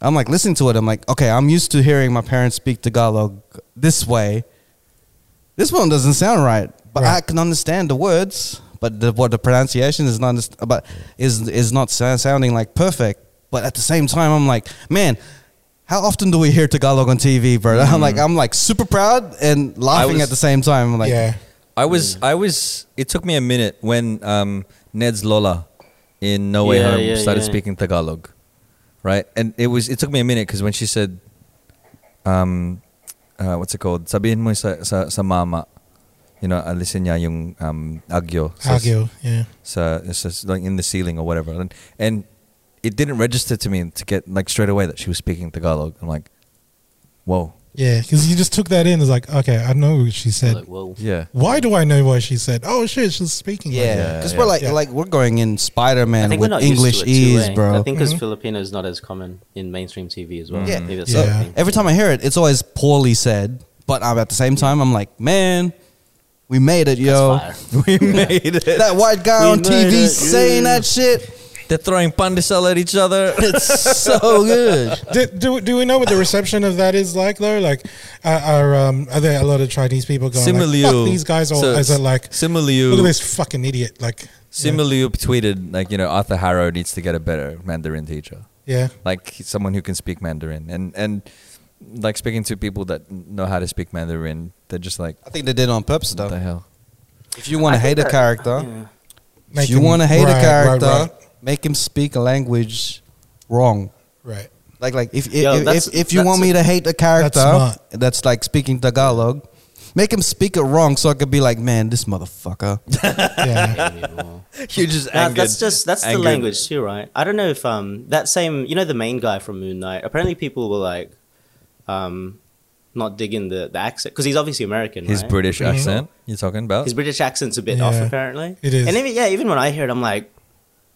S1: I'm like listening to it. I'm like, okay, I'm used to hearing my parents speak Tagalog this way. This one doesn't sound right, but I
S3: Right.
S1: can understand the words, but the, what the pronunciation is not, underst- but is is not sou- sounding like perfect. But at the same time, I'm like, man, how often do we hear Tagalog on TV, bro? [LAUGHS] I'm like, I'm like super proud and laughing at
S2: was-
S1: the same time. I'm like,
S3: yeah.
S2: I was I was it took me a minute when um, Ned's Lola in No Way
S4: Yeah,
S2: Home
S4: yeah,
S2: started
S4: yeah.
S2: speaking Tagalog. Right? And it was it took me a minute cuz when she said um uh, what's it called? Sabihin mo sa, sa, sa mama. You know, alisin niya yung um, agyo. Sa,
S3: Argue. Yeah.
S2: Sa, sa- like in the ceiling or whatever. And, and it didn't register to me to get like straight away that she was speaking Tagalog. I'm like, whoa.
S3: Yeah. Because you just took that in. It's like, okay, I know what she said.
S4: like, whoa.
S2: Yeah.
S3: Why do I know what she said? Oh, shit, she's speaking. like that.
S1: yeah,
S2: Yeah,
S1: because
S2: yeah.
S1: we're like,
S3: Yeah.
S1: like we're going in Spider
S4: I
S1: Man
S4: think we're
S1: with
S4: not
S1: English
S4: used to it too,
S1: ease,
S4: eh?
S1: bro.
S4: I think because Filipino is not as common in mainstream TV as well.
S1: Yeah.
S4: Maybe that's
S1: So
S4: the
S3: Yeah.
S4: thing.
S1: every time I hear it, it's always poorly said. But I'm, at the same time, I'm like, man, we made it, yo.
S4: That's fire.
S2: [LAUGHS] We made it.
S1: That white guy
S4: We
S1: on
S4: made
S1: TV
S4: it,
S1: saying
S4: yeah.
S1: that shit.
S4: [LAUGHS]
S2: They're throwing pandesal at each other.
S1: It's so good.
S3: Do, do, do we know what the reception of that is like though? Like, uh, are um, are there a lot of Chinese people going? Like,
S2: Similiu.
S3: Fuck these guys, or
S2: So,
S3: is it like,
S2: Similiu.
S3: look at this fucking idiot? Like,
S2: Similiu tweeted like you know Arthur Harrow needs to get a better Mandarin teacher,
S3: yeah,
S2: like someone who can speak Mandarin and and like speaking to people that know how to speak Mandarin, they're just like
S4: [LAUGHS]
S1: I think they did it on purpose,
S2: what the
S1: though.
S2: hell.
S1: If you want to hate a character, If
S3: Make
S1: you
S3: him-
S1: want to hate a
S3: right, right,
S1: character,
S3: right.
S1: make him speak a language wrong.
S3: Right.
S1: Like like if if,
S4: Yo,
S1: if,
S4: that's-
S1: if, you want
S4: that's
S1: me
S4: a-
S1: to hate a character that's,
S3: smart.
S1: like speaking Tagalog, make him speak it wrong so I could be like, man, this motherfucker. [LAUGHS]
S3: Yeah.
S2: You just
S4: Nah,
S2: angered.
S4: that's just that's the
S2: angered-
S4: language too, right? I don't know if um that same you know the main guy from Moon Knight. Apparently, people were like, um, not digging the the accent because he's obviously American.
S2: His
S4: right?
S2: British
S3: Mm-hmm.
S2: accent. You're talking about?
S4: His British accent's a bit
S3: Yeah.
S4: off, apparently.
S3: It is.
S4: And even yeah, even when I hear it, I'm like,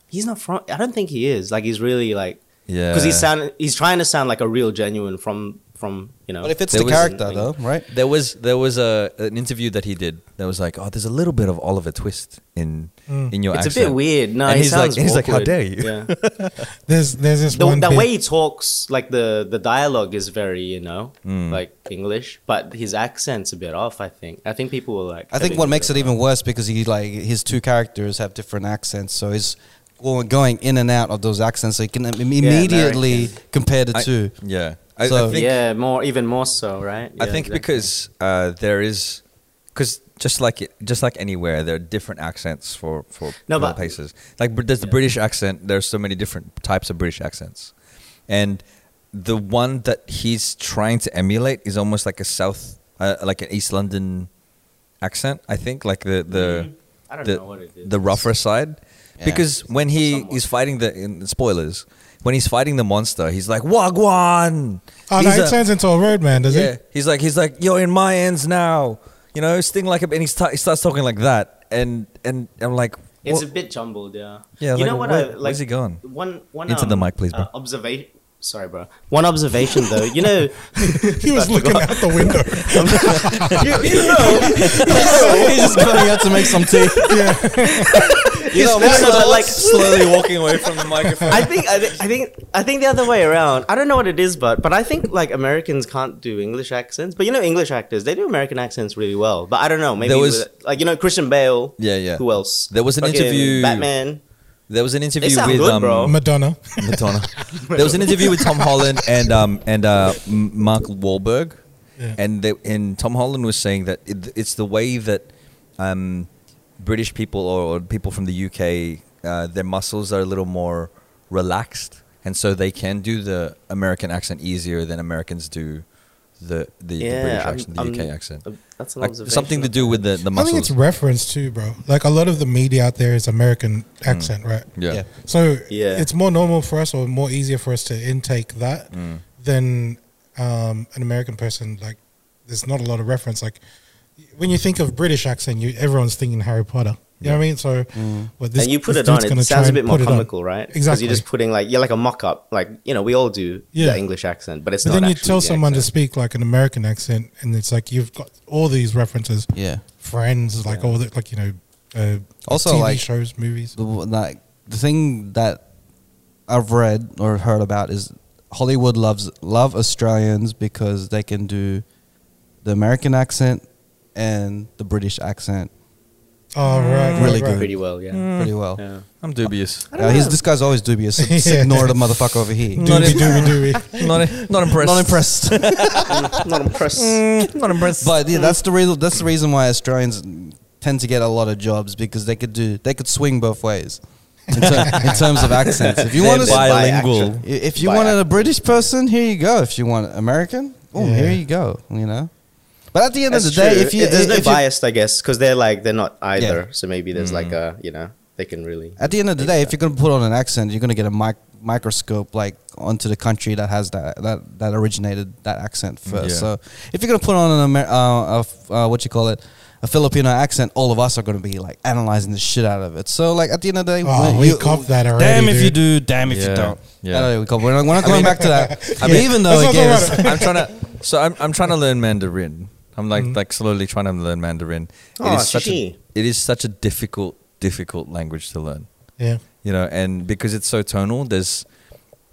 S4: he's not from. I don't think he is. Like he's really like
S2: yeah.
S4: because he's sound he's trying to sound like a real genuine from from you know.
S1: But if it's
S2: There
S1: the
S2: was-
S1: character though, right?
S2: There was there was a an interview that he did that was like, oh, there's a little bit of Oliver Twist in
S3: Mm.
S2: in your
S4: It's a
S2: accent.
S4: bit weird. No,
S2: and
S4: he
S2: he's
S4: sounds
S2: like, he's like, how
S4: awkward.
S2: dare you? [LAUGHS]
S4: Yeah.
S3: There's there's this
S4: the,
S3: one
S4: the
S3: bit-
S4: way he talks, like the the dialogue is very you know
S2: Hmm.
S4: like English, but his accent's a bit off. I think. I think people were like.
S1: I think
S4: having
S1: what
S4: a
S1: makes it
S4: bit of
S1: even worse because he like his two characters have different accents, so he's going going in and out of those accents, so he can im- immediately
S4: American.
S1: compare the
S2: I-
S1: two.
S2: yeah. I,
S1: So-
S2: I
S4: a-
S2: think
S4: yeah, more even more so, right?
S2: I
S4: Yeah,
S2: think
S4: exactly.
S2: because uh, there is because just like it, just like anywhere, there are different accents for for
S4: No,
S2: all
S4: but-
S2: places. Like but there's the British accent. There's so many different types of British accents, and the one that he's trying to emulate is almost like a South, uh, like an East London accent. I think like the the
S4: I don't
S2: the,
S4: know what it is.
S2: the rougher side.
S1: Yeah.
S2: Because when he
S4: Somewhat.
S2: is fighting the in, spoilers, when he's fighting the monster, he's like Wagwan.
S3: Oh no,
S2: These
S3: it
S2: are-
S3: turns into a roadman, does
S2: yeah,
S3: it?
S2: he's like he's like you're in my ends now. You know, sting like a, and he, sta- he starts talking like that, and and I'm like,
S4: it's
S2: what-
S4: a bit jumbled. Yeah.
S2: Yeah, like,
S4: You know what?
S2: where-
S4: I, like,
S2: where's he gone?
S4: One one
S2: Into the
S4: um,
S2: mic, please, bro.
S4: Uh, observation. Sorry, bro. One observation though. You
S2: [LAUGHS]
S4: know,
S3: [LAUGHS] He was looking out the
S1: [LAUGHS]
S3: window.
S1: [LAUGHS]
S3: [LAUGHS]
S1: he's just going out to make some tea.
S2: he's [LAUGHS]
S4: know, one of the, like- [LAUGHS]
S2: slowly walking away from the microphone.
S4: I think I, thi- I think I think the other way around. I don't know what it is, but but I think like Americans can't do English accents. But you know, English actors they do American accents really well. But I don't know. Maybe
S2: There was-
S4: with- like you know Christian Bale.
S2: Yeah, yeah.
S4: Who else?
S2: There was an
S4: Fucking
S2: interview-
S4: Batman.
S2: There was an interview
S4: sound
S2: with
S4: good,
S2: um,
S4: bro.
S3: Madonna.
S4: [LAUGHS]
S2: Madonna. there was an interview with Tom Holland and um and uh M- Mark Wahlberg,
S3: Yeah.
S2: and they, and Tom Holland was saying that it, it's the way that um British people or, or people from the UK uh, their muscles are a little more relaxed, and so they can do the American accent easier than Americans do the the, the British
S4: I'm-
S2: accent, the
S4: I'm- uh,
S2: UK accent.
S4: That's an
S2: Like,
S4: observation.
S2: something to do with the the
S3: I think
S2: muscles.
S3: it's reference too, bro. Like a lot of the media out there is American
S1: Mm.
S3: accent, right?
S2: yeah.
S3: So
S4: Yeah.
S3: it's more normal for us, or more easier for us to intake that
S4: Mm.
S3: than um, an American person. Like, there's not a lot of reference. Like, when you think of British accent, you everyone's thinking Harry Potter. You know what I mean? So, what this,
S4: and you put it
S3: this
S4: on.
S3: dude's gonna
S4: It sounds
S3: try
S4: a
S3: and
S4: bit more
S3: put it on.
S4: comical, right? 'Cause
S3: Exactly.
S4: You're just putting like you're like a mock-up. Like you know, we all do
S3: Yeah.
S4: the English accent, but it's
S3: but
S4: not.
S3: then you
S4: actually
S3: tell
S4: the
S3: someone to
S4: accent.
S3: speak like an American accent, and it's like you've got all these references.
S1: [LAUGHS] Yeah.
S3: Friends, like all the like you know, uh,
S1: Also,
S3: TV
S1: like-
S3: shows, movies.
S1: the, like the thing that I've read or heard about is Hollywood loves love Australians because they can do the American accent and the British accent
S3: Oh right, right,
S1: Mm. Really
S3: right.
S1: good.
S4: pretty well. Yeah. [LAUGHS]
S3: [LAUGHS]
S2: Mm.
S1: pretty well.
S4: Yeah.
S2: I'm dubious.
S1: Uh, he's, this guy's always dubious. So
S2: [LAUGHS]
S1: just
S3: Yeah.
S1: ignore the motherfucker over here.
S2: Not
S3: Doobie
S2: in-
S4: [LAUGHS]
S3: doobie doobie.
S2: Not not impressed.
S1: Not impressed.
S4: not impressed.
S2: [LAUGHS]
S3: Mm.
S2: not impressed.
S1: but yeah, that's the reason. That's the reason why Australians tend to get a lot of jobs because they could do they could swing both ways in, ter- in terms of accents.
S4: [LAUGHS]
S1: If you
S2: They're
S1: want to
S2: bilingual.
S1: I- If you
S4: By
S1: wanted a British person, here you go. If you want American, oh,
S3: Yeah.
S1: here you go. You know. But at the end
S4: That's
S1: of the day,
S4: true.
S1: if you
S4: there's no
S1: if you-
S4: bias, I guess, because they're like they're not either.
S1: Yeah. Mm.
S4: So maybe there's like a you know they can really.
S1: at the end of the day, if you're gonna put on an accent, you're gonna get a mic- microscope like onto the country that has that that, that originated that accent first.
S2: Yeah.
S1: So if you're gonna put on an Amer- uh, a f- uh, what you call it. A Filipino accent, all of us are going to be like analyzing the shit out of it. So, like at the end of the day,
S3: Oh,
S1: when
S3: we cop that already,
S1: Damn if you
S3: dude.
S1: do, damn if you
S2: Yeah,
S1: don't.
S2: yeah.
S1: Yeah, we cop. We're not, we're not going back to
S3: [LAUGHS]
S1: that. I mean, even though
S3: That's not
S1: again,
S3: so
S1: it's-
S3: bad.
S2: I'm trying to. So I'm I'm trying to learn Mandarin. I'm like like slowly trying to learn Mandarin.
S4: Oh,
S2: such a,
S4: shishi.
S2: it is such a difficult difficult language to learn.
S3: Yeah.
S2: You know, and because it's so tonal, there's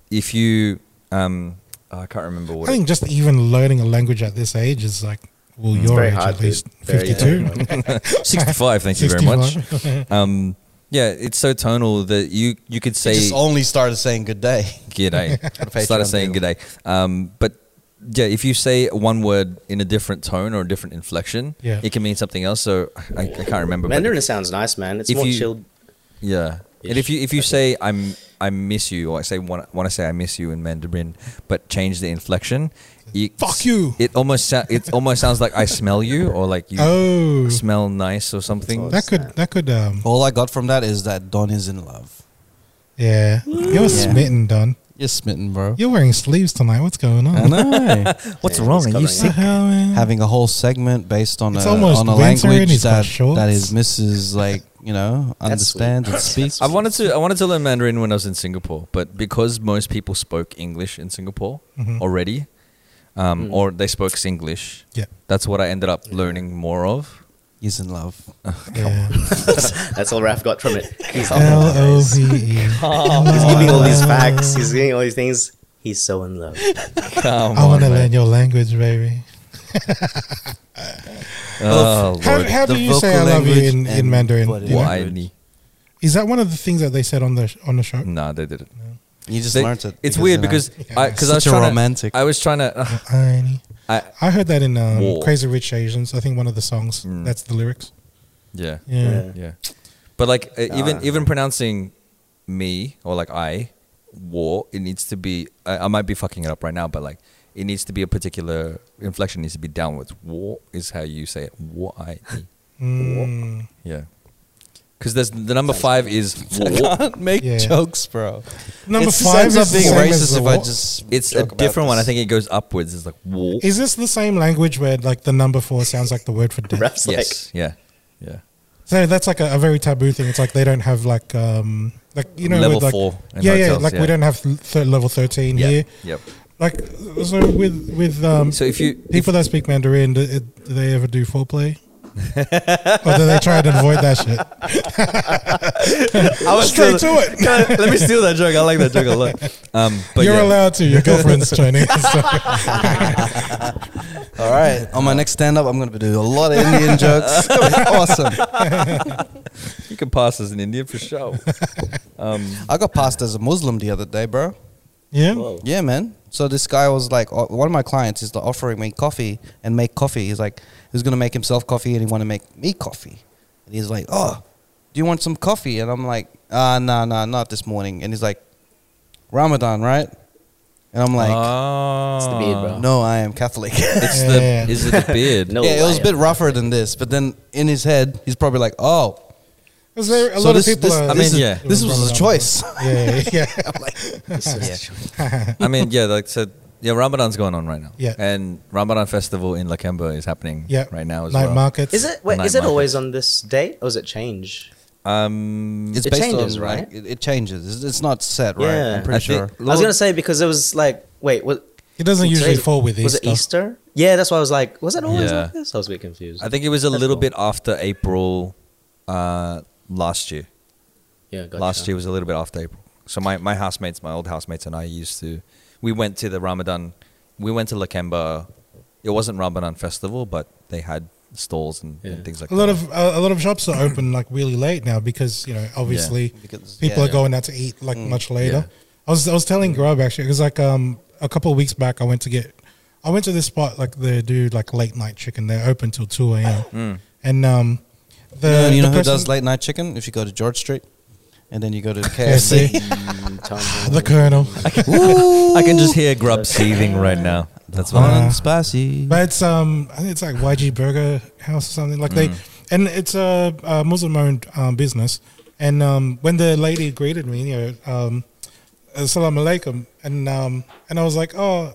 S2: if you um oh, I can't remember what.
S3: I think just even learning a language at this age is like, well, your
S4: Mm. very
S3: age
S4: hard,
S3: at
S4: dude.
S3: least,
S4: Very [LAUGHS]
S3: fifty-two.
S2: it, 65. Thank you very much.
S3: 65.
S2: Um, yeah, it's so tonal that you you could
S1: we
S2: say
S1: just only started saying good day.
S2: G'day.
S1: Patreon
S2: Started saying
S1: deal.
S2: g'day. Um, but yeah, if you say one word in a different tone or a different inflection,
S3: Yeah.
S2: it can mean something else. So I, I can't remember. but
S4: Mandarin sounds nice, man. It's
S2: If
S4: more
S2: you-
S4: chilled.
S2: Yeah. And if
S4: Ish,
S2: you if you say I'm I miss you or I say want want to say I miss you in Mandarin, but change the inflection, you,
S3: Fuck you.
S2: It almost sa- it almost sounds like I smell you or like you
S3: Oh.
S2: smell nice or something.
S3: [LAUGHS] That could that could um
S1: All I got from that is that Don is in love.
S3: yeah. You're smitten, Don.
S1: You're smitten, bro.
S3: You're wearing sleeves tonight. What's going
S1: I
S3: on?
S1: know.
S2: What's
S4: Yeah,
S2: wrong?
S4: it's
S2: Are
S4: covering
S2: you
S4: up.
S2: sick?
S3: The hell,
S2: Mm.
S3: man?
S1: Having a whole segment based on
S3: It's
S1: a,
S3: almost
S1: on a
S3: winter and
S1: language
S3: he's got
S1: that,
S3: shorts.
S1: that is
S2: [LAUGHS]
S1: Mrs. like you know
S4: That's sweet.
S1: understands and speaks.
S2: I wanted to I wanted to learn Mandarin when I was in Singapore, but because most people spoke English in Singapore
S3: Mm-hmm.
S2: already, um,
S4: Mm.
S2: or they spoke Singlish,
S3: yeah.
S2: that's what I ended up learning more of.
S1: He's in love.
S3: Yeah.
S4: [LAUGHS] [LAUGHS] That's all Raf got from it. [LAUGHS] He's,
S3: L O V E.
S4: he's giving all these facts. He's giving all these things. He's so in [LAUGHS] love.
S2: Come
S3: [LAUGHS] I
S2: on,
S3: want to
S2: man.
S3: learn your language, baby.
S2: Oh,
S3: How,
S2: Lord.
S3: how do
S1: The
S3: you say I
S1: vocal
S3: love you
S1: language
S3: in, in
S1: and
S3: Mandarin?
S1: body
S3: You know?
S1: language.
S2: Why ni?
S3: Is that one of the things that they said on the sh- on the show?
S2: Nah, they didn't.
S1: You just
S2: They-
S1: learned it.
S2: It's weird
S1: you know,
S2: because I because I was
S1: Such a
S2: trying
S1: romantic.
S2: To, I was trying to. Uh,
S3: I,
S2: I,
S3: I heard that in um,
S2: Whoa.
S3: Crazy Rich Asians. I think one of the songs.
S2: Mm.
S3: That's the lyrics.
S2: yeah,
S3: Yeah.
S4: Yeah.
S2: yeah. But like uh, even
S4: Ah.
S2: even pronouncing me or like I war, it needs to be. I, I might be fucking it up right now, but like it needs to be a particular inflection. Needs to be downwards. War is how you say it. War I.
S1: [LAUGHS]
S2: E.
S3: Mm.
S2: Yeah. Because there's the number
S1: [LAUGHS]
S2: five is war.
S1: can't make
S3: Yeah.
S1: jokes, bro.
S3: Number
S1: It's-
S3: five
S1: ends
S3: is
S1: up
S3: the
S1: being
S3: same as
S1: racist
S3: the
S1: if I
S3: wa-
S1: just.
S2: It's a
S1: joke about
S2: different one. I
S1: this.
S2: think it goes upwards. It's like war.
S3: Is this the same language where like the number four sounds like the word for death?
S4: Raf's
S2: yes. yeah. Yeah.
S3: So that's like a, a very taboo thing. It's like they don't have like um like you know
S2: Level
S3: with, like,
S2: four in
S3: Yeah, yeah.
S2: hotels,
S3: Like
S2: yeah.
S3: we don't have th- level thirteen
S2: Yeah.
S3: here.
S2: Yep.
S3: Like so with with um
S2: So if you-
S3: people that speak Mandarin, do, do they ever
S2: [LAUGHS]
S3: do foreplay? or do they try to avoid that shit?
S2: I was
S3: Straight
S2: still-
S3: to it.
S2: Can [LAUGHS] I- let me steal that joke. I like that joke a lot. Um, [LAUGHS] but
S3: You're
S2: yeah.
S3: allowed to. Your
S2: [LAUGHS]
S3: girlfriend's Chinese. [LAUGHS] so-
S1: All
S2: [LAUGHS]
S1: right, on my next stand up, I'm going to do a lot of Indian jokes. awesome.
S2: You can pass as an Indian for
S3: [LAUGHS]
S2: sure. Um,
S1: I got passed as a Muslim the other day, bro.
S3: yeah.
S4: Whoa.
S1: Yeah, man. So this guy was like, uh, one of my clients is like offering me coffee and make coffee. He's like, he's gonna make himself coffee and he want to make me coffee. And he's like, oh, do you want some coffee? And I'm like, ah, nah, nah, not this morning. And he's like, Ramadan, right? And I'm like,
S4: Ah. It's the beard, bro.
S1: no, I am Catholic. [LAUGHS]
S2: It's the
S3: Yeah.
S2: ah. is it the beard?
S4: [LAUGHS] No.
S1: yeah, it was a
S4: liar.
S1: bit rougher than this. But then in his head, he's probably like, oh,
S3: 'Cause there- a
S1: so
S3: lot
S1: this,
S3: of people.
S1: this,
S3: are,
S1: this,
S2: I mean,
S1: is-
S2: yeah.
S1: this was a choice.
S3: Yeah, yeah, yeah.
S2: I mean, yeah, like so. Yeah, Ramadan's going on right now.
S3: Yeah.
S2: and Ramadan festival in Lakemba is happening.
S3: yeah.
S2: right now as
S3: Night
S2: well.
S3: markets.
S4: Is it? Wait,
S2: Night
S4: is it
S2: market.
S4: always on this date, or is it change?
S2: Um,
S1: It's
S4: It
S1: based
S4: changes,
S1: on,
S4: right?
S1: Like, it, it changes. It's, it's not set, right?
S4: Yeah.
S1: I'm pretty
S2: I
S1: sure.
S2: think-
S4: I was gonna say because it was like, wait, what?
S3: It doesn't usually fall with
S4: Was
S3: Easter.
S4: it Easter? Yeah, that's why I was like, was it always
S2: Yeah.
S4: like this? I was a bit confused.
S2: I think it was a
S4: That's
S2: little
S4: cool.
S2: bit after April uh, last year.
S4: Yeah, gotcha.
S2: Last year was a little bit after April. So my, my housemates, my old housemates, and I used to. We went to the Ramadan. We went to Lakemba. It wasn't Ramadan festival, but they had stalls and, and
S4: Yeah.
S2: things like
S3: A lot
S2: that.
S3: of uh, a lot of shops are open like really late now because you know obviously
S1: Mm-hmm. Because-
S3: people
S1: yeah, Mm.
S3: are
S1: yeah.
S3: going out to eat like much later.
S2: yeah. Mm-hmm.
S3: I was I was telling Grub actually because like um a couple of weeks back I went to get I went to this spot like they do like late night chicken. They're open till two a.m.
S2: Mm.
S3: And um
S1: You know- you
S3: the the
S1: know who
S3: person-
S1: does late night chicken? If you go to George Street, and then you
S3: [LAUGHS]
S1: go to
S3: KFC.
S1: KFC.
S4: [LAUGHS] Mm, Tom-
S3: the Colonel.
S2: I can just hear grub seething right now. That's what.
S1: Hot
S2: I-
S1: and spicy.
S3: But it's um, I think it's like YG Burger House or something like they,
S2: Mm.
S3: and it's a, a Muslim-owned um, business. And um, when the lady greeted me, you know, um, "Assalamu alaikum," and um, and I was like, "Oh,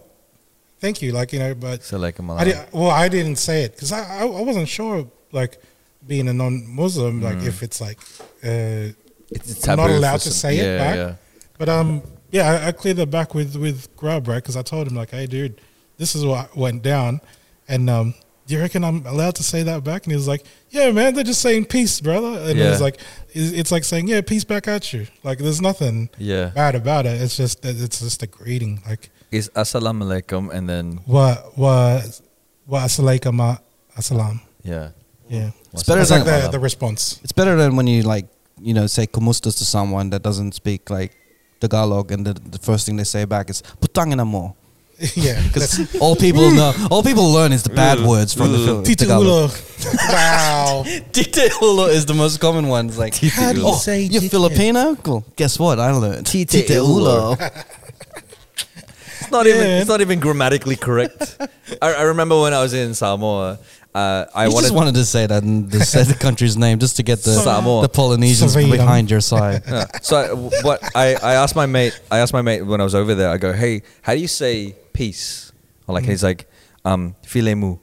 S3: thank you," like you know, but
S2: So like, I'm
S3: I did, well, I didn't say it because I, I I wasn't sure like being a non-Muslim like
S2: Mm.
S3: if it's like uh,
S2: it's it's
S3: I'm not
S2: taboo
S3: allowed
S2: for
S3: to
S2: some-
S3: say it
S2: yeah,
S3: back.
S2: yeah.
S3: But um, yeah, I, I cleared that back with with Grub, right? Because I told him like, "Hey, dude, this is what went down," and um, do you reckon I'm allowed to say that back? And he was like, "Yeah, man, they're just saying peace, brother." And it was
S2: Yeah.
S3: like, it's, it's like saying, "Yeah, peace back at you." Like, there's nothing
S2: Yeah.
S3: bad about it. It's just that it's just a greeting. Like,
S2: It's assalamu alaikum and then
S3: wa wa wa asalaikum asalam.
S2: yeah.
S3: Yeah,
S1: It's better
S3: it's like
S1: than
S3: the, the response. [LAUGHS]
S1: it's better than when you like you know say kumustas to someone that doesn't speak like Tagalog, and the, the first thing they say back is putangina mo.
S2: [LAUGHS]
S3: yeah. that's-
S1: Because all people know, all people learn is the bad words from the film.
S3: Titi
S1: Tagalog.
S3: Ulo. [LAUGHS] Wow.
S1: [LAUGHS] Dictate ulo is the most common one. It's like,
S3: How do you say
S1: you're
S3: dictate?
S1: Filipino? Cool. Guess what? I learned.
S2: Tite
S1: Tite ulo.
S2: It's not even
S3: Yeah.
S2: it's not even grammatically correct. [LAUGHS] I, I remember when I was in Samoa, uh, I
S1: You
S2: wanted
S1: just wanted to say that and just say the country's name just to get the
S2: Samoa.
S1: the Polynesians
S3: Samoan.
S1: behind your
S2: [LAUGHS]
S1: side.
S2: Yeah. So I, what I, I asked my mate I asked my mate when I was over there I go hey how do you say peace or like he's like um filemu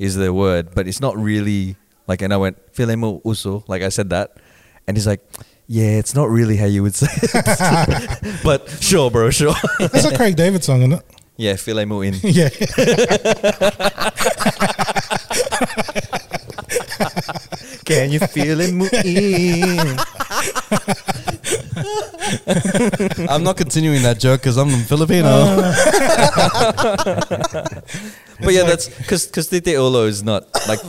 S2: is the word but it's not really like and I went filemu uso like I said that and he's like yeah it's not really how you would say it but sure bro sure [LAUGHS]
S3: That's a Craig David song, isn't it?
S2: yeah filemu in
S3: Yeah. [LAUGHS]
S2: can you filemu in
S1: I'm not continuing that joke because I'm Filipino.
S2: [LAUGHS] Uh,
S3: Uh,
S2: but yeah that's because because tite olo is not like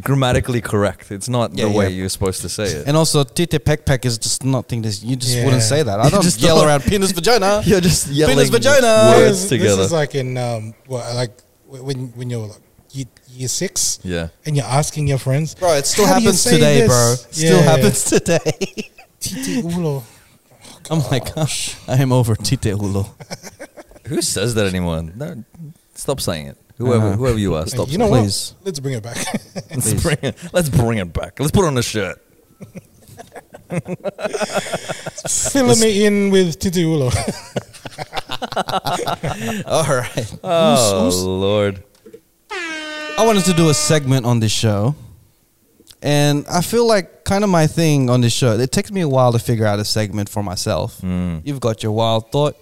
S2: grammatically correct it's not
S1: Yeah,
S2: the way
S1: yeah.
S2: you're supposed to say it
S1: and also, Tite Pek Pek is just not thing this. You just
S3: Yeah.
S1: wouldn't say
S3: [LAUGHS]
S1: that. I
S2: You
S1: don't
S2: just
S1: yell
S2: don't-
S1: around penis vagina.
S2: You're just yelling
S1: Penis vagina.
S2: words
S3: This is-
S2: together.
S3: This is like in um, well, like when when you're like year, year six,
S2: Yeah.
S3: and you're asking your friends,
S1: Bro, it still
S3: "How do you
S1: happens
S3: say
S1: today,
S3: this?"
S1: bro. Still
S3: Yeah.
S1: happens today.
S3: [LAUGHS] Titi ulo.
S1: I'm like, I am over Tite
S3: [LAUGHS]
S1: ulo.
S2: Who says that anymore? No, stop saying it. Whoever,
S1: Uh-huh.
S2: whoever you are,
S3: Hey,
S2: stop.
S3: you know
S2: saying
S1: please.
S3: what? Let's bring it
S2: [LAUGHS]
S3: back.
S2: it. Let's bring it. Let's bring it back. Let's put on a shirt.
S3: Fill me in with Titi ulo.
S2: Uh,
S1: All right.
S2: Oh Lord!
S1: I wanted to do a segment on this show. And I feel like kind of my thing on this show. It takes me a while to figure out a segment for myself.
S3: Hmm.
S1: You've got your wild thought,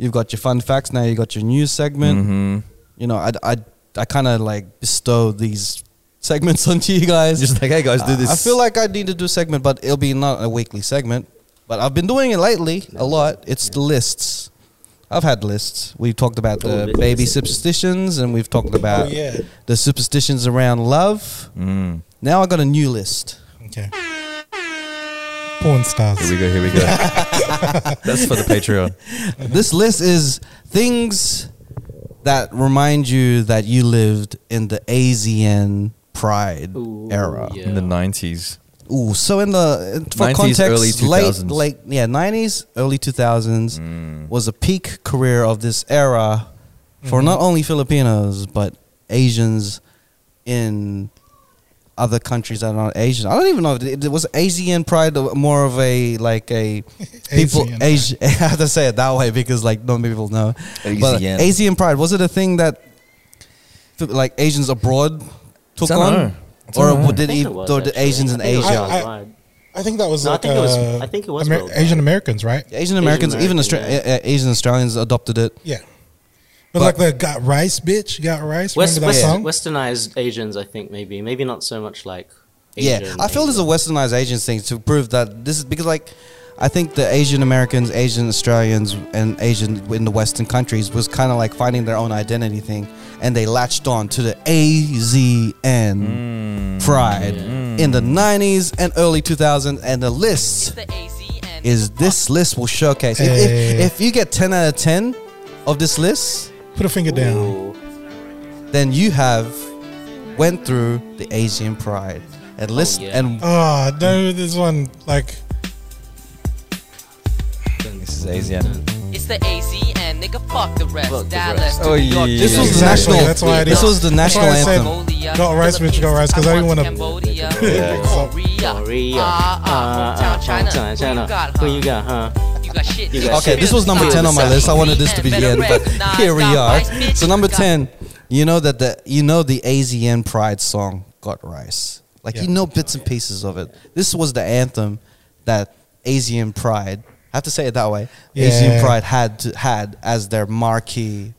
S1: you've got your fun facts, now you got your news segment.
S3: Mm-hmm.
S2: Hmm.
S1: You know, I I I kind of like bestow these segments [LAUGHS] onto you guys.
S2: Just Uh, like, hey guys,
S1: I-
S2: do this.
S1: I feel like I need to do a segment, but it'll be not a weekly segment. But I've been doing it lately a lot. It's the lists. I've had lists. We've talked about
S4: Oh,
S1: the
S4: lists.
S1: baby superstitions, and we've talked about
S3: [LAUGHS] Oh, yeah.
S1: the superstitions around love.
S2: Mm.
S1: Now I got a new list.
S3: okay. Porn stars.
S2: Here we go. Here we go. That's for the Patreon.
S3: Mm-hmm.
S1: this list is things that remind you that you lived in the ASEAN Pride era.
S2: In the nineties,
S1: Ooh, so in the for
S2: 90s,
S1: context,
S2: early 2000s.
S1: late, late, yeah, nineties, early two thousands
S2: Mm.
S1: was a peak career of this era
S2: Mm-hmm.
S1: for not only Filipinos but Asians in other countries that are not Asian. I don't even know. if It, it was Asian pride of- more of a like a
S3: [LAUGHS]
S1: people
S3: Asian.
S1: Asian. [LAUGHS] I have to say it that way because like not many people know. But
S2: Asian.
S1: Asian pride was it a thing that like Asians abroad took on?
S2: Dunno.
S1: Or
S2: Dunno.
S1: did, he,
S4: think it was,
S1: or did
S4: actually.
S1: Asians in
S4: I think it was
S1: Asia?
S3: I- I-
S4: worldwide.
S3: I think that was
S4: No, I
S3: like
S4: think it was-
S3: uh,
S4: I think it was worldwide.
S3: Asian Americans, right?
S1: Asian Americans, even Austra-
S4: American,
S1: uh, uh, Asian Australians adopted it.
S3: Yeah. But,
S1: But-
S3: like the got rice bitch, got rice.
S4: West,
S3: Remember that
S4: West,
S3: song?
S4: Westernized Asians, I think maybe, maybe not so much like.
S1: yeah,
S4: Asian,
S1: I feel there's a
S4: Asian.
S1: westernized Asian thing to prove that this is because, like, I think the Asian Americans, Asian Australians, and Asian in the Western countries was kind of like finding their own identity thing, and they latched on to the AZN pride in the 90s and early 2000s, and the list.
S7: the AZN.
S1: is this list will showcase. If-
S3: Hey.
S1: If, if you get 10 out of 10 of this list,
S3: Put a finger down.
S4: Ooh.
S1: then you have went through the Asian pride. And list
S4: yeah.
S1: and
S3: Ah, no, this one like
S2: this is Asian.
S7: It's the AZN, nigga. Fuck the rest.
S4: Fuck the
S7: Dallas,
S2: rest.
S7: New
S2: Oh,
S7: York,
S2: yeah.
S1: this was the
S3: Exactly,
S1: national.
S3: that's why I
S1: this
S3: did.
S1: was the
S3: That's
S1: national
S3: why I said-
S1: anthem.
S7: Mongolia,
S3: Got rice, Rich, got rice, 'cause I didn't
S7: Taiwan,
S3: wanna-
S1: [LAUGHS]
S7: Cambodia,
S3: Yeah.
S7: Korea,
S4: Korea.
S7: ah, ah,
S4: Ah,
S7: hometown China.
S4: hometown
S7: Who
S4: China.
S7: you got, huh?
S4: Who you got, huh?
S7: You got shit.
S4: You got
S1: Okay,
S4: shit.
S1: this was number
S4: Yeah.
S1: 10 on my list. I wanted this to be the end, but here we are. So number 10, you know that the you know the AZN Pride song got rice. Like you
S3: Yeah.
S1: know bits and pieces of it. This was the anthem that ASEAN Pride, I have to say it that way, ASEAN
S3: Yeah.
S1: Pride had to, had as their marquee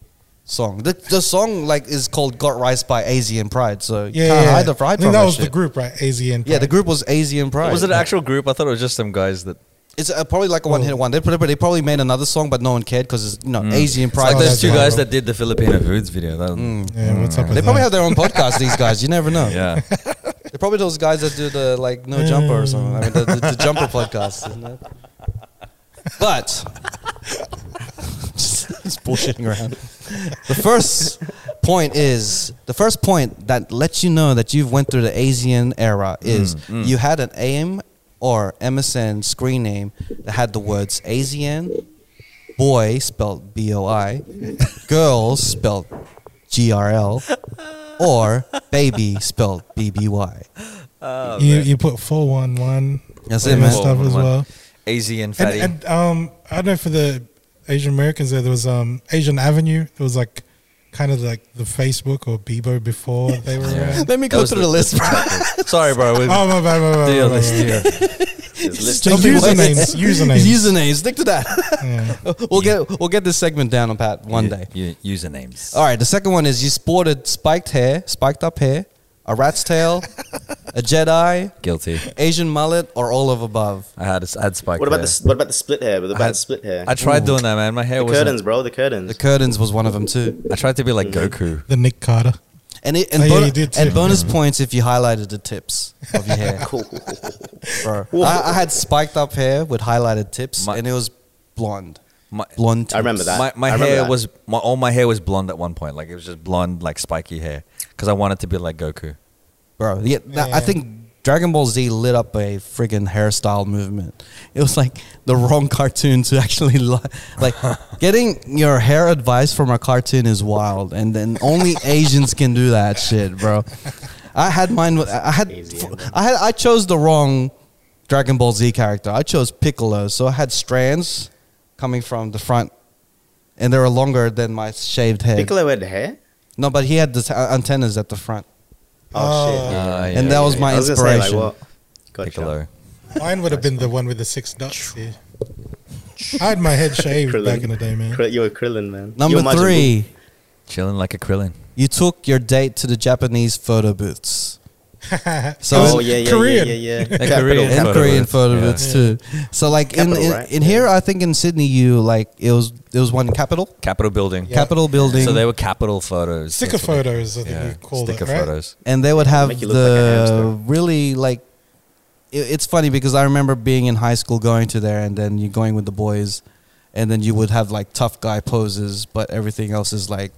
S1: song. The, the song like is called Got Rice by ASEAN Pride, so you
S3: yeah,
S1: can't
S3: yeah.
S1: hide the pride
S3: I think
S1: from
S3: that
S1: that
S3: was the
S1: shit.
S3: group, right? Asian.
S1: Yeah, the group was ASEAN Pride.
S2: Was it an actual group? I thought it was just some guys that.
S1: It's uh, probably like a one hit one. They, prob- they probably made another song, but no one cared because it's you know Asian
S2: Mm. It's
S1: pride.
S2: like
S3: Oh,
S2: those
S3: that's
S2: two
S3: why,
S2: guys
S3: bro.
S2: that did the Filipino foods video. That,
S3: Yeah, what's up? With
S1: they probably
S3: that?
S1: have their own podcast. These guys, you never know.
S2: Yeah,
S1: They're probably those guys that do the like no jumper or something. I mean the, the, the jumper podcast, isn't it? [LAUGHS] But just, bullshitting around. the first point is the first point that lets you know that you've went through the Asian era is you had an AIM or MSN screen name that had the words Asian, boy spelled B O I, girls spelled G R L, or baby spelled B B Y.
S3: you, you put four one one.
S1: That's
S3: all
S1: it,
S3: that
S1: man.
S3: Stuff as well.
S2: AZ and
S3: And,
S2: Fatty.
S3: and um, I don't know for the Asian Americans there, there was um Asian Avenue. There was like kind of like the Facebook or Bebo before they
S1: [LAUGHS]
S3: were. around.
S1: Let me
S2: That
S1: go
S2: was
S1: through the list, bro.
S2: [LAUGHS] Sorry, bro. We,
S3: Oh my bad, my bad, my
S2: deal,
S3: bad,
S2: let's
S3: my
S2: deal.
S3: bad.
S4: There's a list.
S3: So usernames, usernames.
S1: usernames. Stick to that.
S3: Yeah.
S1: we'll get we'll get this segment down on Pat one
S2: U-
S1: day.
S2: u- usernames.
S1: All right, the second one is you sported spiked hair, spiked up hair, a rat's tail, a Jedi,
S2: Guilty.
S1: Asian mullet, or all of above.
S2: I had, I had spike.
S4: What about
S2: hair.
S4: the s- what about the split hair? What
S2: I
S4: about
S2: had-
S4: the split hair?
S2: I tried doing that, man. My hair
S4: the
S2: was.
S4: curtains, Mm. bro. The
S1: The
S4: curtains.
S1: curtains was one of them too.
S2: I tried to be like Goku.
S3: The Nick Carter.
S1: And it, and,
S3: Oh, yeah,
S1: bon-
S3: you did too.
S1: and bonus points if you highlighted the tips of your hair. Bro, I, I had spiked up hair with highlighted tips,
S2: My-
S1: and it was blonde,
S2: My,
S1: blonde. Tips.
S4: I remember that.
S2: my, my
S4: I remember
S2: hair
S4: that.
S2: was my, all my hair was blonde at one point. Like it was just blonde, like spiky hair, because I wanted to be like Goku.
S1: bro. Yeah, that- I
S3: Yeah.
S1: think Dragon Ball Z lit up a friggin' hairstyle movement. It was like the wrong cartoon to actually li- like getting your hair advice from a cartoon is wild, and then only Asians can do that shit, bro. I had mine. with- I had. I had. I chose the wrong Dragon Ball Z character. I chose Piccolo, so I had strands coming from the front. And they were longer than my shaved head.
S4: Piccolo had hair.
S1: No, but he had the t- antennas at the front.
S4: Oh, shit! Yeah.
S2: Ah,
S1: And that was my
S4: I was gonna say,
S1: inspiration.
S4: like, what? Gotcha.
S2: Piccolo.
S3: Mine would have been the one with the six dots. Yeah. I had my head shaved
S4: Krillin.
S3: back in the day, man. [LAUGHS]
S4: Krill- you were Krillin, man.
S1: Number
S4: You're Majin Buu.
S1: three,
S2: Chilling like a Krillin.
S1: you took your date to the Japanese photo booths So-
S4: Oh
S3: It was
S4: yeah, yeah,
S3: Korean.
S1: [LAUGHS]
S4: yeah, yeah, yeah.
S2: They're
S4: Capital,
S1: and
S2: Korean.
S4: capital.
S2: photo
S1: Korean
S2: booths,
S1: photo
S2: yeah.
S1: booths too. So like in
S4: Capital,
S1: in,
S4: right?
S1: in
S4: Yeah.
S1: here, I think in Sydney, you like it was there was one in Capital,
S2: Capitol building.
S3: Yeah.
S1: Capitol building,
S2: So they were capital photos.
S3: Sticker
S2: That's what they-
S3: photos, I think you called
S2: sticker
S3: it, right?
S2: photos.
S1: and they would have
S4: Make you look like a
S1: the
S4: hamster.
S1: really like. It, it's funny because I remember being in high school going to there, and then you're going with the boys, and then you would have like tough guy poses, but everything else is like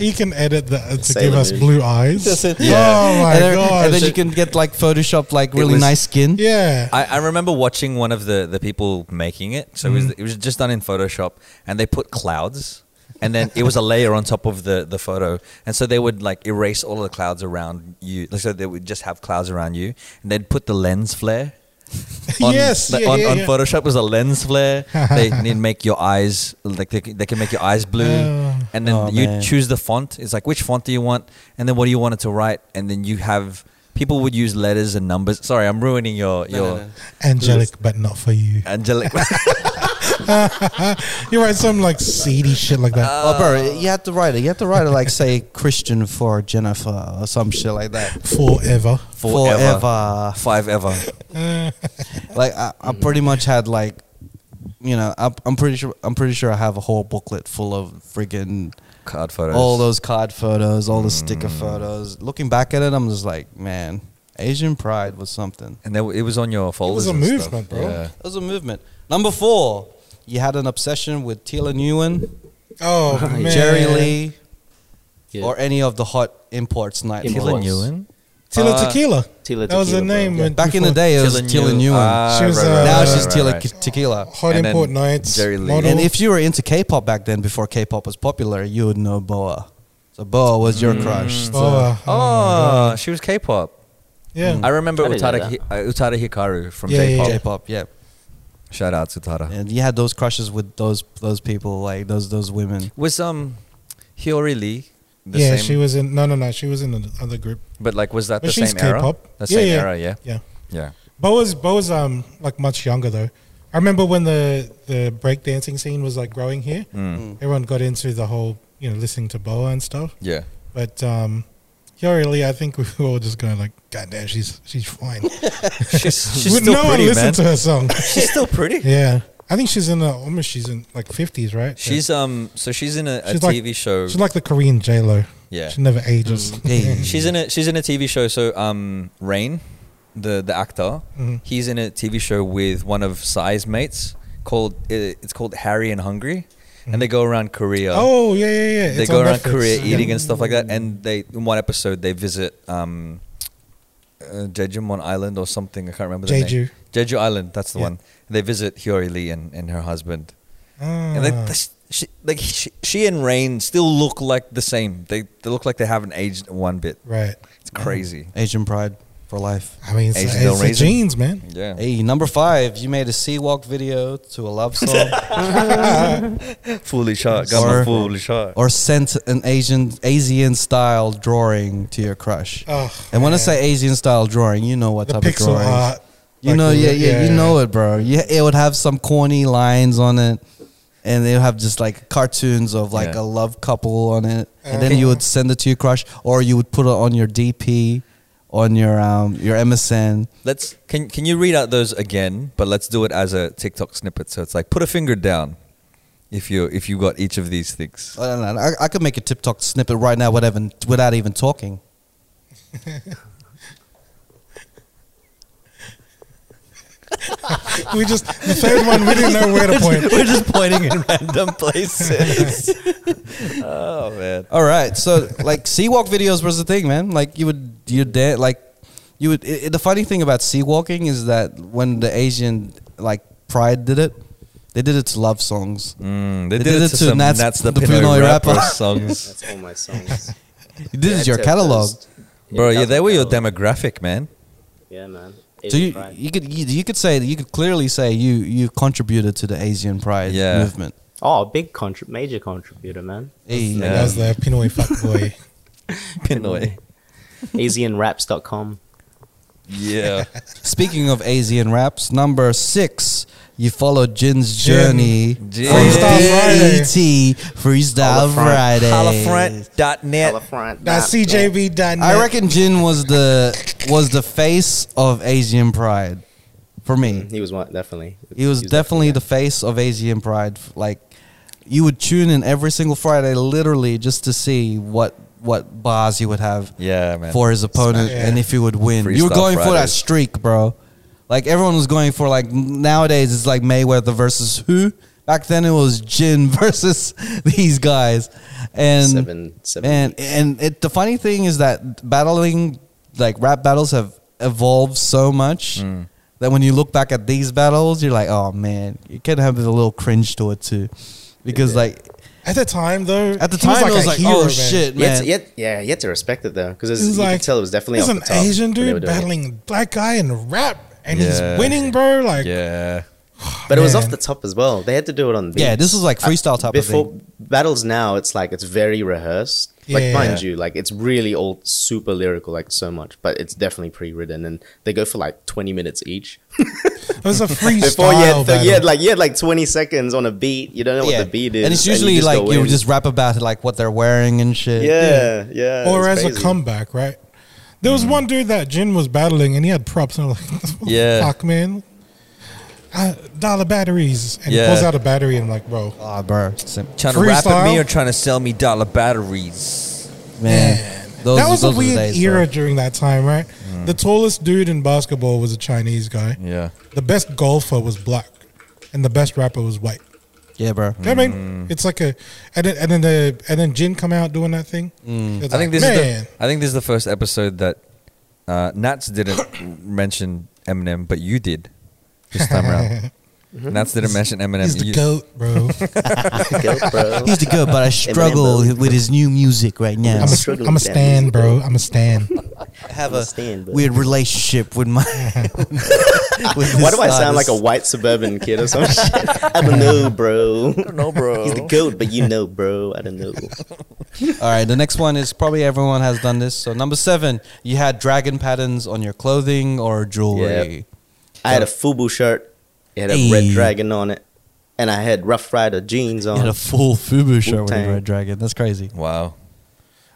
S3: You can edit that to
S4: Sailor
S3: give us
S4: Moon.
S3: blue eyes.
S2: Yeah.
S3: Oh my
S1: and, then-
S3: gosh.
S1: and then you can get like Photoshop like really
S2: was-
S1: nice skin.
S3: yeah.
S2: I, I remember watching one of the, the people making it. So it, was,
S3: Mm-hmm.
S2: it was just done in Photoshop, and they put clouds, and then it was a layer on top of the, the photo. And so they would like erase all of the clouds around you. Like, so they would just have clouds around you, and they'd put the lens
S3: [LAUGHS]
S2: flare.
S3: Yes,
S2: the-
S3: yeah,
S2: on,
S3: yeah,
S2: on
S3: yeah.
S2: Photoshop was a lens
S3: [LAUGHS]
S2: flare. they need make your eyes like they, can- they can make your eyes blue,
S3: Oh.
S2: and then
S1: Oh,
S2: you
S1: man.
S2: choose the font. It's like which font do you want, and then what do you want it to write, and then you have people would use letters and numbers. Sorry, I'm ruining your your.
S1: no, no.
S3: Angelic, but not for you.
S2: Angelic.
S3: You write some like seedy shit like that.
S1: Oh, bro, you have to write it. You have to write it like, say, [LAUGHS] Christian for Jennifer or some shit like that.
S3: Forever. Uh,
S2: Forever.
S1: Forever.
S2: Five ever.
S1: Like, I, I pretty much had like, you know, I, I'm pretty sure. I'm pretty sure I have a whole booklet full of freaking
S2: Card photos.
S1: all those card photos, all the sticker photos. Looking back at it, I'm just like, man, Asian pride was something.
S2: And they, it was on your folders.
S3: a
S2: and stuff.
S3: movement, bro.
S2: Yeah.
S1: It was a movement. Number four, you had an obsession with Tila Newman,
S4: [LAUGHS]
S3: Oh, man.
S1: Jerry Lee,
S4: Yeah.
S1: or any of the hot imports night.
S2: Tila
S4: Imports.
S2: Newman.
S3: Tila
S2: Uh,
S3: Tequila.
S4: Tila
S3: That was
S4: Tequila,
S3: her
S4: bro.
S3: name.
S4: Yeah.
S3: when-
S1: Back in the
S3: before-
S1: day, it was Tila Newman.
S2: Ah,
S3: She was, uh,
S1: now
S3: right,
S1: she's
S3: right,
S1: Tila Ke- Tequila.
S2: and
S3: Hot
S2: then
S3: Import Nights.
S2: Jerry Lee.
S3: model.
S1: And if you were into K-pop back then, before K-pop was popular, you would know Boa. So Boa was
S2: Mm.
S1: your crush. So-
S3: Oh, uh,
S2: Oh, she was K-pop.
S3: yeah.
S2: I remember
S4: I didn't know
S2: Utada,
S4: that.
S2: Hi- uh, Utada Hikaru from
S3: Yeah, yeah,
S2: J-pop.
S1: J-pop, yeah.
S2: Shout out to Utada.
S1: And you had those crushes with those those people, like those those women.
S2: Was um, Hiyori Lee. The
S3: yeah,
S2: same,
S3: she was in. No, no, no. She was in the other group.
S2: But like, was that
S3: But
S2: the
S3: she's
S2: same era?
S3: K-pop.
S2: The
S3: Yeah,
S2: same
S3: yeah.
S2: era, yeah.
S3: Yeah.
S2: Yeah.
S3: Boa's Boa's um like much younger though. I remember when the the breakdancing scene was like growing here.
S2: Hmm.
S3: Everyone got into the whole you know listening to Boa and stuff.
S2: Yeah.
S3: But um, Yori Lee, I think we were all just going like, God damn, she's she's fine.
S2: She's, [LAUGHS] she's
S3: Would
S2: still
S3: [LAUGHS] no
S2: pretty,
S3: one
S2: man.
S3: listened to her song. [LAUGHS]
S2: She's still pretty.
S3: yeah, I think she's in the almost she's in like fifties, right?
S2: She's um, so she's in a, a
S3: She's like-
S2: TV show.
S3: she's like the Korean J Lo.
S2: Yeah. Mm.
S3: she never ages. [LAUGHS]
S1: Hey.
S2: She's in a she's in a TV show. So um, Rain, the the actor,
S3: Mhm.
S2: he's in a TV show with one of Sai's mates called uh, it's called Harry and Hungry, and they go around Korea.
S3: Mm-hmm. Oh yeah, yeah, yeah.
S2: uh, they
S3: It's
S2: go
S3: on
S2: around
S3: Netflix.
S2: Korea
S3: Yeah. Mm-hmm.
S2: eating and stuff like that. And they in one episode they visit um, uh, Jeju-mon Island or something. I can't remember the name.
S3: Jeju.
S2: Jeju Island. That's the
S3: Yeah.
S2: one. They visit Hyori Lee and, and her husband. And
S3: Ah.
S2: like, th- she, like she, she and Rain still look like the same. They they look like they haven't aged one bit.
S3: right.
S2: It's crazy.
S1: Asian pride for life.
S3: I mean, it's,
S2: Asian
S3: it's
S2: Del
S3: the
S2: Raisin.
S3: jeans, man.
S2: Yeah.
S1: Hey, number five, you made a sea walk video to a love
S2: [LAUGHS]
S1: song,
S2: Foolish heart.
S1: Got my Or-
S2: foolish heart.
S1: or sent an Asian Asian style drawing to your crush.
S3: Oh,
S1: and when I
S3: man.
S1: say Asian style drawing, you know what
S3: The
S1: type of
S3: pixel
S1: drawing.
S3: art. [LAUGHS]
S1: You
S3: like
S1: know,
S3: the-
S1: yeah, yeah, you know it, bro. Yeah, it would have some corny lines on it, and they'll have just like cartoons of like
S2: Yeah.
S1: a love couple on it, and then you would send it to your crush, or you would put it on your DP, on your um your MSN.
S2: Let's can can you read out those again? But let's do it as a TikTok snippet. So it's like put a finger down if you if you got each of these things.
S1: I don't know. I, I could make a TikTok snippet right now, whatever, without even talking.
S3: We just the third one. We didn't know where
S2: [LAUGHS]
S3: to point.
S2: [LAUGHS] We're just pointing in random places. [LAUGHS] oh man.
S1: All right, so like [LAUGHS] sea walk videos was the thing, man. Like you would you dance like you would. It, it- the funny thing about sea walking is that when the Asian like Pride did it, they did it to love songs.
S2: Mm, they, did, it to, some
S1: Nats-
S2: that's, the,
S1: the
S2: Pinoy,
S1: Pinoy
S2: rapper,
S1: rapper.
S2: songs.
S4: That's all my songs.
S1: This
S4: Yeah,
S1: is your
S4: Ted
S1: catalog.
S4: Post.
S2: [LAUGHS] Bro, yeah,
S4: that's
S2: they
S4: my
S2: were your
S4: catalog.
S2: demographic, man.
S4: Yeah, man.
S1: So
S4: Asian
S1: you,
S4: pride.
S1: you could you, you could say you could clearly say you you contributed to the Asian Pride
S2: Yeah.
S1: movement.
S4: oh, big contri- major contributor, man.
S1: Hey, uh,
S2: Yeah.
S3: That was the Pinoy fuckboy.
S2: Pinoy.
S4: AsianRaps.com.
S2: [LAUGHS] [LAUGHS] Yeah.
S1: Speaking of Asian raps, number six, you followed Jin's
S3: Jin.
S1: journey
S2: Jin.
S1: on
S3: Freestyle
S1: BET
S4: Holla
S1: Freestyle
S4: front.
S1: Friday.
S2: Halafront.net.
S4: Telefront.
S3: That CJB done.
S1: I reckon Jin was the was the face of Asian Pride for me.
S4: He was one, definitely.
S1: He was definitely the face of Asian Pride. Like you would tune in every single Friday, literally just to see what what bars he would have
S2: Yeah, man.
S1: for his opponent
S3: Smash.
S1: and if he would win. you were
S2: Freestyle
S1: going for that
S2: Fridays.
S1: streak, bro. Like everyone was going for like nowadays it's like Mayweather versus who? Back then it was Jin [LAUGHS] versus these guys. And
S4: Seven- seven
S1: man,
S4: weeks.
S1: and it, the funny thing is that battling like rap battles have evolved so much
S4: Mm.
S1: that when you look back at these battles, you're like, oh man, you can have a little cringe to it too. Because like
S3: At the time, though,
S1: at the
S3: he
S1: time it
S3: a
S1: was like,
S3: hero,
S1: oh
S3: man.
S1: shit,
S4: You had
S1: man.
S4: to, you had- yeah, you had to respect it though, because
S3: He's
S4: you
S3: like,
S4: could tell it was definitely
S3: It's
S4: off
S3: an
S4: the top
S3: Asian
S4: when they were
S3: dude
S4: doing it.
S3: battling black guy in rap, and
S2: Yeah.
S3: he's winning, bro. Like,
S2: Yeah.
S4: but it was off
S3: man.
S4: the top as well. They had to do it on. Beat.
S1: Yeah, this is like freestyle type of
S4: Before
S1: thing.
S4: battles now, it's like it's very rehearsed.
S3: Yeah.
S4: Like mind you, like it's really all super lyrical, like so much, but it's definitely pre-written, and they go for like twenty minutes
S3: [LAUGHS]
S4: each.
S3: it was a freestyle
S4: Before you had,
S3: battle.
S4: you had like you had like twenty seconds on a beat. You don't know
S1: yeah.
S4: what the beat is,
S1: And it's
S4: you
S1: usually
S4: just
S1: like
S4: go
S1: you
S4: in.
S1: just rap about it, like what they're wearing and shit.
S4: yeah, yeah,
S3: or
S4: it's
S3: as a
S4: crazy.
S3: comeback, right? There was one dude that Jin was battling, and he had props, and I'm like, [LAUGHS]
S2: Yeah.
S3: fuck, man. Uh, dollar batteries, and
S2: Yeah.
S3: he pulls out a battery, and I'm like, bro,
S1: Ah, bro. Sim-
S2: Trying to rap at
S3: Freestyle?
S2: me or trying to sell me dollar batteries.
S1: Man. Those,
S3: that was
S1: those
S3: a
S1: were the
S3: weird
S1: days,
S3: era
S1: bro.
S3: during that time, right? The tallest dude in basketball was a Chinese guy.
S2: Yeah.
S3: The best golfer was black, and the best rapper was white.
S1: Yeah, bro.
S3: You know what I mean, it's like a and then, and then the and then Jin come out doing that thing. It's
S2: I think
S3: like,
S2: this
S3: man,
S2: is the, I think this is the first episode that uh, Nats
S3: [COUGHS]
S2: didn't mention Eminem, but you did this time
S3: [LAUGHS]
S2: around. Nats didn't mention Eminem.
S3: he's the
S2: you,
S3: goat, bro.
S4: [LAUGHS] Guilt,
S1: [LAUGHS]
S4: bro.
S1: He's the good,
S4: [LAUGHS]
S1: but I struggle
S4: Eminem, bro.
S1: with his new music right now.
S3: I'm a,
S4: Struggle
S3: I'm a
S4: with that
S3: stan,
S4: music,
S3: bro. I'm a stan.
S1: I have a
S4: Understand, but-
S1: weird relationship with
S4: [LAUGHS]
S1: my. with
S4: Why
S1: this
S4: do I sound like
S1: artist.
S4: a white suburban kid or some shit? I don't know, bro. I don't know, bro. He's the goat, but you know, bro. I don't know.
S1: All right, the next one is probably everyone has done this. So number seven, you had dragon patterns on your clothing or jewelry.
S4: I had a FUBU shirt. It had a
S1: Hey.
S4: red dragon on it, and I had Rough Rider jeans
S1: You had
S4: on.
S1: a full FUBU shirt with a
S4: Wu-Tang.
S1: red dragon. That's crazy.
S2: Wow.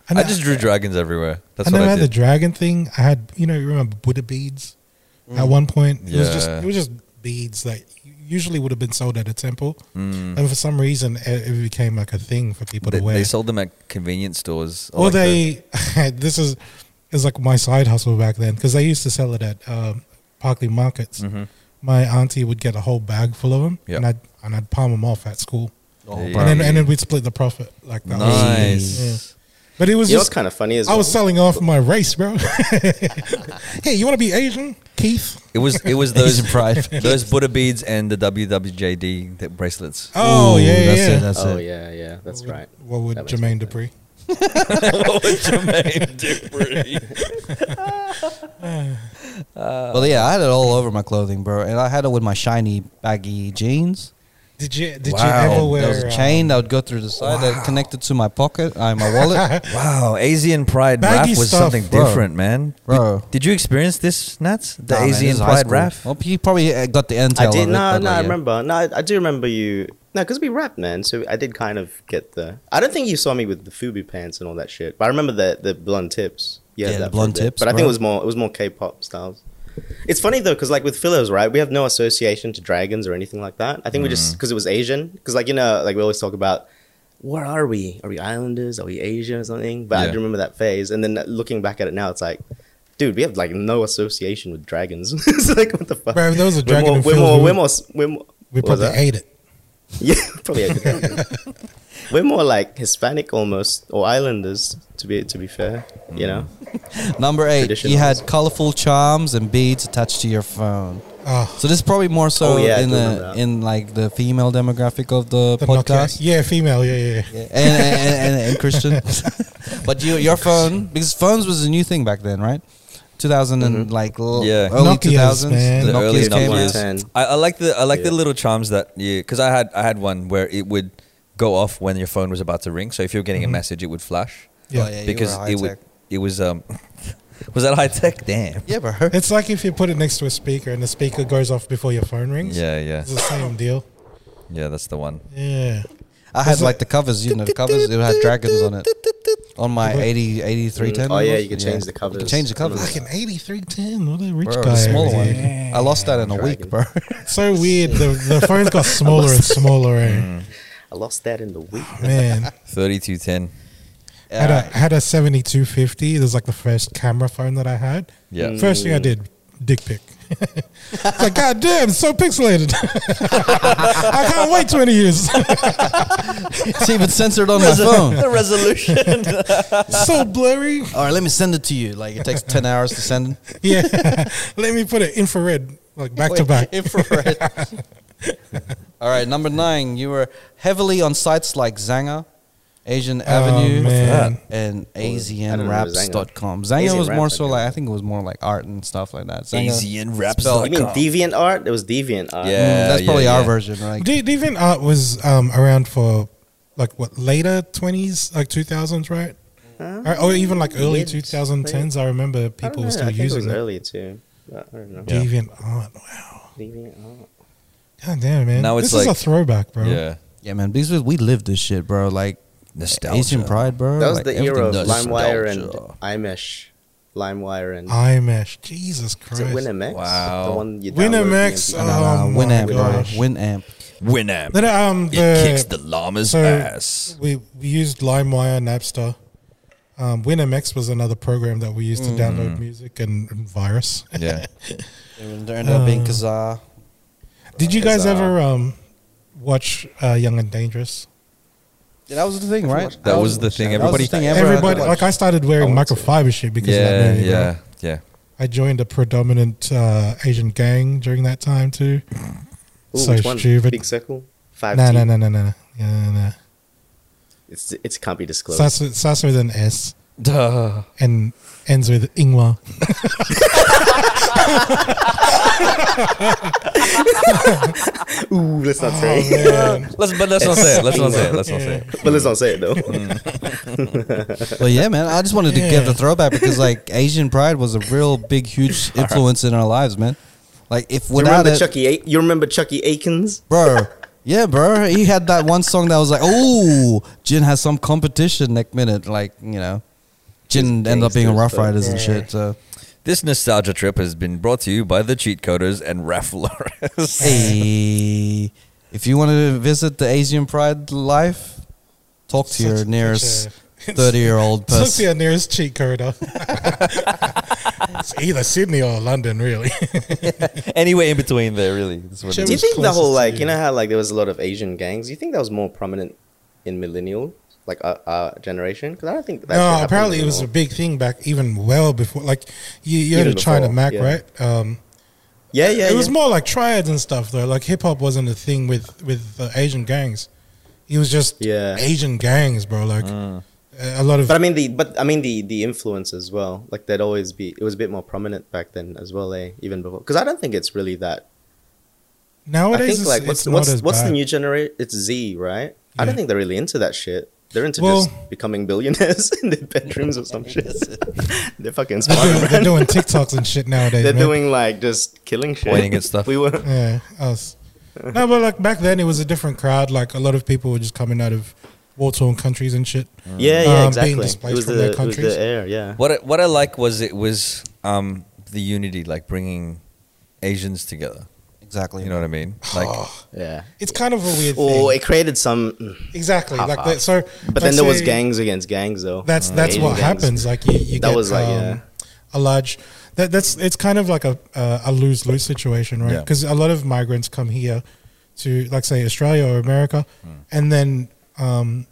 S3: And
S2: I just drew dragons everywhere. That's
S3: I
S2: what
S3: never
S2: I
S3: had the
S2: did.
S3: dragon thing. I had, you know, you remember Buddha beads? At one point, it was just
S2: Mm. Yeah.
S3: it was just beads that usually would have been sold at a temple, and for some reason, it, it became like a thing for people
S2: Mm. They,
S3: to wear.
S2: they sold them at convenience stores.
S3: or
S2: like the-
S3: they, [LAUGHS] this is is like my side hustle back then because they used to sell it at um, Parkley markets. My auntie would get a whole bag full of them,
S2: Mm-hmm. Yeah.
S3: and I'd and I'd palm them off at school.
S2: Oh,
S3: and then and then we'd split the profit like that.
S2: Nice.
S3: But it was
S4: It was
S3: just
S4: kind of funny as
S3: I
S4: well.
S3: was selling off my race, bro. [LAUGHS] hey, you want to be Asian, Keith?
S2: It was it
S3: [LAUGHS]
S2: was those
S1: Asian pride.
S2: those Buddha beads and the WWJD th- bracelets.
S3: Oh
S1: Ooh,
S3: yeah,
S1: that's
S3: yeah.
S1: It, that's
S4: oh
S1: it.
S4: yeah, yeah, that's right.
S3: What would
S4: That makes sense.
S3: Jermaine Dupree?
S4: [LAUGHS]
S2: what would Jermaine Dupri?
S1: Well, yeah, I had it all over my clothing, bro, and I had it with my shiny baggy jeans.
S3: Did you did you ever
S1: Wow.
S3: wear
S1: There
S3: um,
S1: was
S4: uh,
S1: a chain that would go through the side that connected to my pocket, uh, my
S4: [LAUGHS]
S3: [LAUGHS]
S1: wallet,
S2: Wow, Asian Pride
S3: Baggy
S2: Raff was
S3: stuff,
S2: something
S1: bro.
S2: different, man.
S1: bro.
S2: Did, did you experience this, Nats? The
S1: Nah, man, this
S2: Asian
S1: is high
S2: Pride
S1: school.
S2: Raff?
S1: Well, you probably uh, got the intel.
S4: I did.
S1: of it,
S4: No,
S1: but, like,
S4: no, I
S1: yeah.
S4: remember. No, I, I do remember you. No, because we rap, man. So I did kind of get the. I don't think you saw me with the Fubu pants and all that shit. But I remember the the blonde tips. You had
S1: Yeah,
S4: that
S1: the
S4: for a
S1: blonde
S4: bit.
S1: tips,
S4: But I think
S1: bro.
S4: it was more. It was more K-pop styles. It's funny though, because like with fillers, right? We have no association to dragons or anything like that. I think we
S1: Mm.
S4: just because it was Asian. Because like you know, like we always talk about. Where are we? Are we islanders? Are we Asian or something? But I
S2: Yeah.
S4: do remember that phase. And then looking back at it now, it's like, dude, we have like no association with dragons. [LAUGHS] it's like, what the fuck?
S3: Bro, if there was a
S4: We're
S3: dragon
S4: more-
S3: in
S4: We're
S3: Phil's,
S4: more,
S3: we
S4: we're
S3: would-
S4: more, s- we're more,
S3: We
S4: what was
S3: probably
S4: that?
S3: ate it.
S4: [LAUGHS] Yeah, probably. I could argue.
S3: [LAUGHS]
S4: We're more like Hispanic almost, or Islanders, to be to be fair. You know,
S1: Number eight,
S4: Traditional
S1: you had colorful charms and beads attached to your phone.
S3: Oh,
S1: So this is probably more so
S4: Oh, yeah, I
S1: in
S4: do remember
S1: the
S4: that.
S1: in like the female demographic of the,
S3: the podcast.
S1: podcast
S3: Yeah, female. Yeah, yeah. yeah.
S1: and, and, and, and Christian. [LAUGHS] but you, your phone because phones was a new thing back then, right? Two thousand and
S4: Mm-hmm.
S1: like l-
S2: Yeah.
S1: early
S3: Nokias,
S1: two thousands.
S3: man.
S1: The
S2: The early
S1: Nokia's came
S2: Nokias.
S1: out.
S4: 110.
S2: I, I like the I like the
S4: Yeah.
S2: little charms that you because I had I had one where it would go off when your phone was about to ring. So if you were getting
S1: Mm-hmm.
S2: a message, it would flash
S1: Yeah,
S3: Yeah.
S1: oh, yeah you
S2: because
S1: were high
S2: it would
S1: tech.
S2: it was um [LAUGHS] was that high tech? Damn.
S1: Yeah, bro.
S3: It's like if you put it next to a speaker and the speaker goes off before your phone rings.
S2: Yeah, yeah,
S3: It's the same deal.
S2: yeah. That's the one.
S3: Yeah.
S1: I had like the covers, you know, the covers. It had dragons on it. On
S3: Mm-hmm.
S1: my 80, 8310.
S4: Mm. Oh,
S1: it
S4: yeah,
S1: was?
S4: you could change
S1: You
S4: the
S1: could
S4: covers.
S1: change the covers.
S3: Like an 8310. What a rich
S1: Bro,
S3: guy.
S1: the smaller
S3: over
S1: one.
S3: here.
S1: I lost that in a
S4: Dragon.
S1: week, bro.
S3: So weird. The, the phones
S1: [LAUGHS]
S3: got smaller and smaller.
S1: Mm.
S3: Eh?
S4: I lost that in the week.
S3: Man.
S2: Thirty two ten.
S3: Had a had a seventy two fifty. It was like the first camera phone that I had.
S2: Yeah.
S3: First thing I did, dick pic. it's like God damn, it's so pixelated. [LAUGHS] I can't wait twenty years. [LAUGHS]
S1: It's even censored on my phone.
S2: [LAUGHS] The resolution.
S3: so
S1: [LAUGHS]
S3: blurry.
S1: All right, let me send it to you. Like it takes ten hours to send.
S3: Yeah. [LAUGHS] Let me put it infrared, like back to
S1: [LAUGHS]
S3: back.
S1: infrared. All right, number nine. You were heavily on sites like Zanger, Asian Avenue,
S3: Oh, man.
S1: and AsianRaps.com.
S4: Asian
S1: Zanger was more
S4: Raps,
S1: so
S4: okay.
S1: like I think it was more like art and stuff like that. Zanger,
S2: AsianRaps.com.
S3: Oh,
S4: You mean deviant art? It was deviant art.
S2: Yeah.
S1: Mm, that's probably
S2: yeah,
S1: our
S2: yeah.
S1: version, right?
S3: D- Deviant Art was um, around for like what later twenties, like two thousands, right? Or, or even like early
S4: Mid-
S3: two thousand tens. I remember
S4: I don't
S3: people
S4: know,
S3: were still
S4: I think
S3: using
S4: it was
S3: it.
S4: earlier too. But I don't know.
S3: Deviant Art. Wow.
S4: Deviant art.
S3: God damn, man.
S2: Now it's
S3: this
S2: like-
S3: is a throwback, bro.
S2: Yeah.
S1: Yeah, man. Because we lived this shit, bro. Like
S2: Nostalgia.
S1: Asian pride, bro.
S4: That was
S1: like,
S4: the era of
S1: everything.
S4: LimeWire and
S2: nostalgia.
S4: iMesh. LimeWire and
S3: iMesh.
S4: is
S3: Jesus
S4: it
S3: Christ.
S4: Winamax?
S2: Wow.
S4: The one you
S3: Ah, Winamax,
S1: Nah,
S4: download
S3: uh,
S1: nah,
S3: Oh my
S1: Winamp, bro.
S3: gosh.
S1: Winamp.
S2: Winamp.
S3: Then, um,
S2: It
S3: the-
S2: kicks the llama's
S3: so-
S2: ass.
S3: We, we used LimeWire, Napster. Um, WinMX was another program that we
S2: Mm.
S3: used to download music and, and virus.
S2: [LAUGHS] Yeah.
S1: It ended up
S3: Oh.
S1: being Kazaa.
S3: Did you guys
S4: Bizarre.
S3: ever um, watch uh, Young and Dangerous?
S1: Yeah, that was the thing, right?
S2: That was the thing.
S1: that was
S2: Everybody.
S1: the thing. everyone had to
S3: Everybody,
S1: watch.
S3: like I started wearing
S4: I want to.
S3: microfiber shit because of
S2: yeah.
S3: that movie. bro.
S2: Yeah. Yeah.
S3: I joined a predominant uh, Asian gang during that time too.
S4: Ooh,
S3: so
S4: which one?
S3: stupid.
S4: Big circle. Five.
S3: No,
S4: T.
S3: no, no, no, no, no, no, no.
S4: It's it can't be disclosed.
S3: Starts with, starts with an S
S2: Duh.
S3: and ends with
S4: [LAUGHS]
S3: Ingwa.
S4: Ooh, let's
S3: Oh,
S4: not say. it.
S2: Let's, but let's not say it. Let's not say it. Let's not say it.
S4: [LAUGHS] But let's not say it though.
S1: Well, yeah, man. I just wanted to give the throwback because
S3: [LAUGHS]
S1: like Asian Pride was a real big, huge influence in our lives, man. Like if
S4: you
S1: without
S4: remember
S1: it,
S4: Chucky? A- you remember Chucky Aikens?
S1: bro. Yeah, bro. He had that one song that was like, "Oh, Jin has some competition next minute." Like you know, Jin ended up being a Rough
S4: gangsters, but-
S1: Riders and shit. So
S2: [LAUGHS] This nostalgia trip has been brought to you by the Cheat Coders and [LAUGHS] Raf Flores.
S1: hey, if you want to visit the Asian Pride life, talk to your
S3: Such-
S1: nearest
S3: [LAUGHS] such a-
S1: thirty-year-old
S3: Look to
S1: person.
S4: [LAUGHS]
S3: your nearest cheat corridor. It's either Sydney or London, really.
S2: Anywhere in between there, really. That's what it
S3: Sure.
S2: is.
S4: Do you
S3: was
S4: think the
S3: closest
S4: whole
S3: to
S4: like
S3: you.
S4: you know how like there was a lot of Asian gangs? Do you think that was more prominent in millennial like our, our generation? Because I don't think that. shit
S3: [LAUGHS] no,
S4: happened
S3: apparently it was a
S4: anymore.
S3: big thing back even well before. Like you, you had a
S4: Even
S3: China
S4: before,
S3: Mac,
S4: yeah.
S3: right? Um,
S4: yeah, yeah.
S3: it was
S4: yeah.
S3: more like triads and stuff though. Like hip hop wasn't a thing with with uh, Asian gangs. It was just
S4: Yeah. Mm.
S3: Asian gangs, bro. Like a a lot of
S4: But I mean the but I mean the the influence as well. Like there'd always be it was a bit more prominent back then as well, eh? Even before because I don't think it's really that.
S3: nowadays.
S4: I think
S3: it's,
S4: like
S3: it's
S4: what's
S3: not
S4: what's
S3: as
S4: what's
S3: bad.
S4: the new generation? It's Z, right? I
S3: Yeah.
S4: don't think they're really into that shit. They're into
S3: Well-
S4: just becoming billionaires [LAUGHS] in their bedrooms or
S1: [LAUGHS]
S4: some shit. [LAUGHS] they're fucking
S3: They're
S4: smart.
S3: doing, they're doing TikToks and shit nowadays.
S4: They're
S3: man. Um,
S4: doing like just killing shit.
S2: Pointing at stuff.
S4: We were
S3: Yeah, us. No, but like back then, it was a different crowd. Like a lot of people were just coming out of war torn countries and shit.
S4: Yeah, yeah,
S3: um,
S4: exactly.
S3: Being displaced
S4: it was
S3: from
S4: the,
S3: their
S4: it was
S3: countries.
S4: the air, yeah.
S2: What I, what I like was it was um, the unity, like bringing Asians together.
S1: Exactly.
S2: You know what I mean? Like [SIGHS]
S4: Yeah.
S3: It's kind of a weird
S4: Or
S3: thing.
S4: it created some,
S3: Exactly. Like
S4: half-half.
S3: that. So,
S4: Oh, eh. but then there was
S3: gangs.
S4: gangs against gangs, though. Uh,
S3: That's that's
S4: Asian
S3: what
S4: gangs.
S3: happens. Like you, you
S4: That
S3: get
S4: was like,
S3: um,
S4: yeah.
S3: a large. That, that's it's kind of like a uh, a lose lose situation, right?
S2: Yeah.
S3: Because a lot of migrants come here to, like, say Australia or America,
S2: Hmm.
S3: and then um,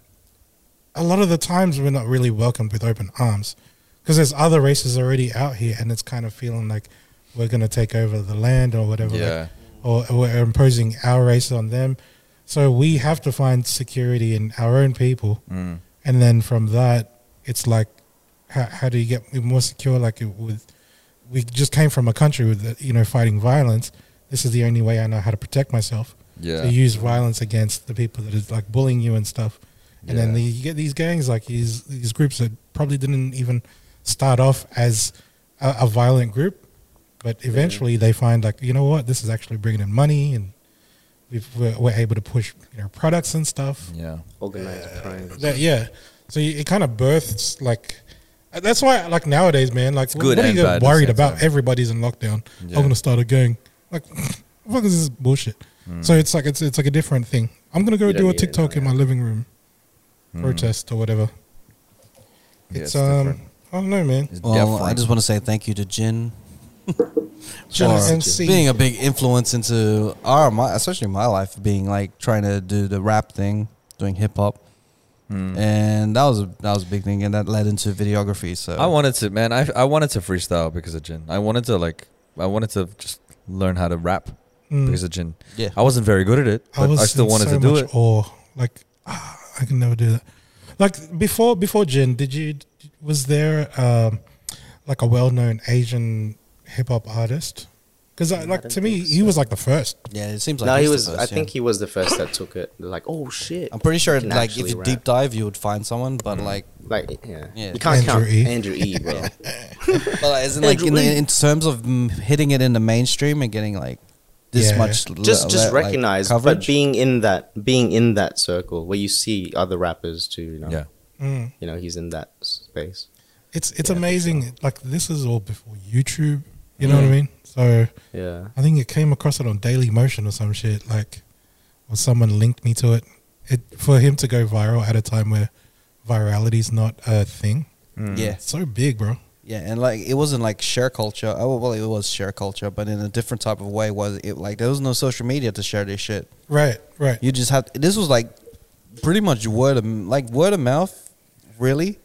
S3: a lot of the times we're not really welcomed with open arms because there's other races already out here, and it's kind of feeling like we're gonna take over the land or whatever. like,
S2: Yeah.
S3: or we're imposing our race on them. So we have to find security in our own people,
S2: Mm.
S3: and then from that, it's like, how, how do you get more secure? Like it with, we just came from a country with uh, you know fighting violence. This is the only way I know how to protect myself.
S2: Yeah.
S3: So you use violence against the people that is like bullying you and stuff, and then
S2: Yeah.
S3: the, you get these gangs like these these groups that probably didn't even start off as a, a violent group, but eventually they find like you know what this is actually bringing in money and we've, we're, we're able to push you know products and stuff.
S2: yeah.
S4: Organized crime.
S3: That- yeah, so you, it kind of births like uh, that's why like nowadays, man, like
S2: good
S3: what are
S2: and
S3: you
S2: bad at the
S3: worried
S2: same
S3: about?
S2: time.
S3: Everybody's in lockdown.
S2: Yeah.
S3: I'm gonna start a gang. Like [LAUGHS] what is this bullshit?
S2: Hmm.
S3: So it's like it's it's like a different thing. I'm gonna go
S4: You don't
S3: do a
S4: need it,
S3: TikTok
S4: no,
S3: in my living room protest or whatever.
S2: Hmm. Yeah,
S3: It's,
S2: it's
S3: um.
S2: different.
S3: I don't know, man.
S2: It's
S1: Well, I
S2: different.
S1: just want to say thank you to Jin
S3: Jin
S1: for
S3: MC.
S1: being a big influence into our, my, especially my life, being like trying to do the rap thing, doing hip hop,
S4: Hmm.
S1: and that was a, that was a big thing, and that led into videography. So
S2: I wanted to, man. I, I wanted to freestyle because of Jin. I wanted to like, I wanted to just learn how to rap
S3: Mm.
S2: because of Jin.
S1: Yeah.
S2: I wasn't very good at it, but I,
S3: was
S2: still
S3: in
S2: wanted
S3: so
S2: to do
S3: much
S2: it.
S3: Awe. Like ah, I can never do that. Like before, before Jin, did you was there um, like a well-known Asian hip hop artist? Because like to me, he was like the first.
S1: yeah, it seems like
S4: No, he
S1: he's the
S4: was.
S1: first,
S4: I
S1: yeah.
S4: think he was the first that took it. They're Like, oh shit!
S1: I'm pretty sure,
S4: He can
S1: like, if
S4: actually
S1: you
S4: rap. Hmm.
S1: deep dive, you would find someone, but like,
S4: like, yeah,
S1: Yeah.
S4: you can't
S3: Andrew
S4: count
S3: E.
S4: Andrew E.
S3: [LAUGHS]
S4: Bro,
S1: but like, isn't like in, the, in terms of mm, hitting it in the mainstream and getting like this
S3: Yeah.
S1: much, le-
S4: just just
S1: le- like,
S4: recognize, but
S1: coverage.
S4: being in that being in that circle where you see other rappers too. You know,
S2: Yeah.
S3: Mm.
S4: you know, he's in that space.
S3: It's it's amazing. Like this is all before YouTube. You know what
S2: Mm.
S3: I mean? So
S4: Yeah,
S3: I think it came across it on Daily Motion or some shit. Like, or someone linked me to it. It for him to go viral at a time where virality's not a thing.
S1: Hmm. yeah,
S3: It's so big, bro.
S1: Yeah, and like it wasn't like share culture. Oh well, it was share culture, but in a different type of way. Was it like there was no social media to share this shit?
S3: Right, right.
S1: You just had this was like pretty much word of like word of mouth, really.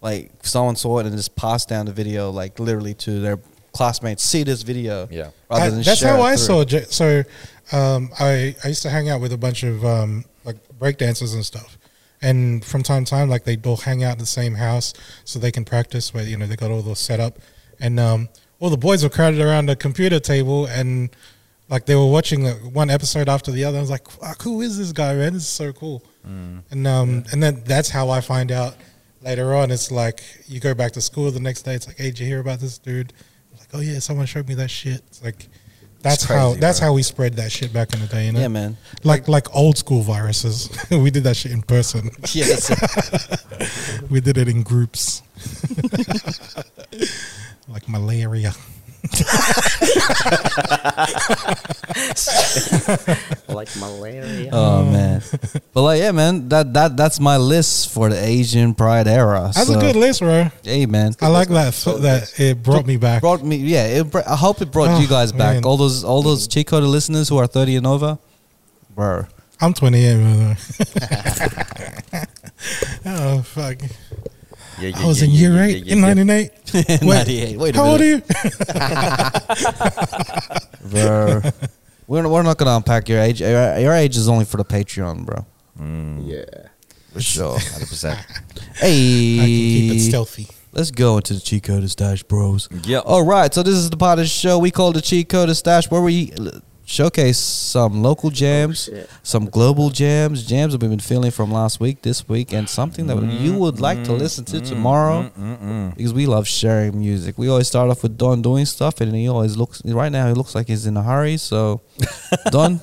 S1: Like someone saw it and just passed down the video, like literally to their classmates. See this video,
S2: Yeah.
S1: Rather
S3: I-
S1: than
S3: that's
S1: share
S3: how
S1: it
S3: I
S1: through.
S3: saw. J- so, um, I I used to hang out with a bunch of um, like breakdancers and stuff, and from time to time, like they'd all hang out in the same house so they can practice. Where you know they got all those set up, and um, all the boys were crowded around the computer table and. Like they were watching uh, one episode after the other. I was like, "Fuck, who is this guy, man? This is so cool." And um, and then that's how I find out later on. It's like you go back to school the next day. It's like, "Hey, did you hear about this dude?" like, "Oh yeah, someone showed me that shit." It's like that's
S2: crazy,
S3: how that's
S2: bro.
S3: how we spread that shit back in the day, you know?
S1: Yeah, man. [LAUGHS]
S3: Like like old school viruses. [LAUGHS] we did that shit in person.
S1: Yeah, that's
S3: [LAUGHS]
S1: it.
S3: we did it in groups. [LAUGHS] like malaria.
S4: like malaria.
S1: Oh
S3: Um,
S1: man, but like yeah, man, that that that's my list for the Asian Pride era.
S3: That's
S1: so,
S3: a good list, bro.
S1: Hey man,
S3: I like that that it brought me back.
S1: brought me. Yeah, it, br- I hope it brought
S3: Oh,
S1: you guys back.
S3: man.
S1: All those all those Chico listeners who are thirty and over, [LAUGHS] bro.
S3: I'm 28, man. [LAUGHS]
S1: [LAUGHS]
S3: oh fuck!
S2: Yeah, yeah,
S3: I was
S2: yeah,
S3: in
S2: yeah,
S3: year
S2: yeah,
S3: eight
S2: yeah,
S3: in
S2: yeah.
S3: '98.
S2: [LAUGHS]
S3: Wait,
S1: 98. Wait a
S3: how old are
S1: minute.
S3: you?
S1: bro. [LAUGHS] We're, we're not gonna unpack your age. Your, your age is only for the Patreon, bro.
S4: Yeah.
S1: For sure.
S2: 100%.
S1: [LAUGHS] hey,
S3: [LAUGHS] I can keep it stealthy.
S1: Let's go into the cheat code stash, bros.
S2: Yeah. oh,
S1: All right. So this is the part of the show we call the cheat code stash, where we l- showcase some local jams,
S2: Oh,
S4: shit.
S1: some global jams, jams that we've been feeling from last week, this week, and something that
S2: Mm-hmm.
S1: you would like to listen to tomorrow. Because we love sharing music. We always start off with Don doing stuff, and he always looks. Right now, he looks like he's in a hurry. So,
S2: [LAUGHS]
S1: Don,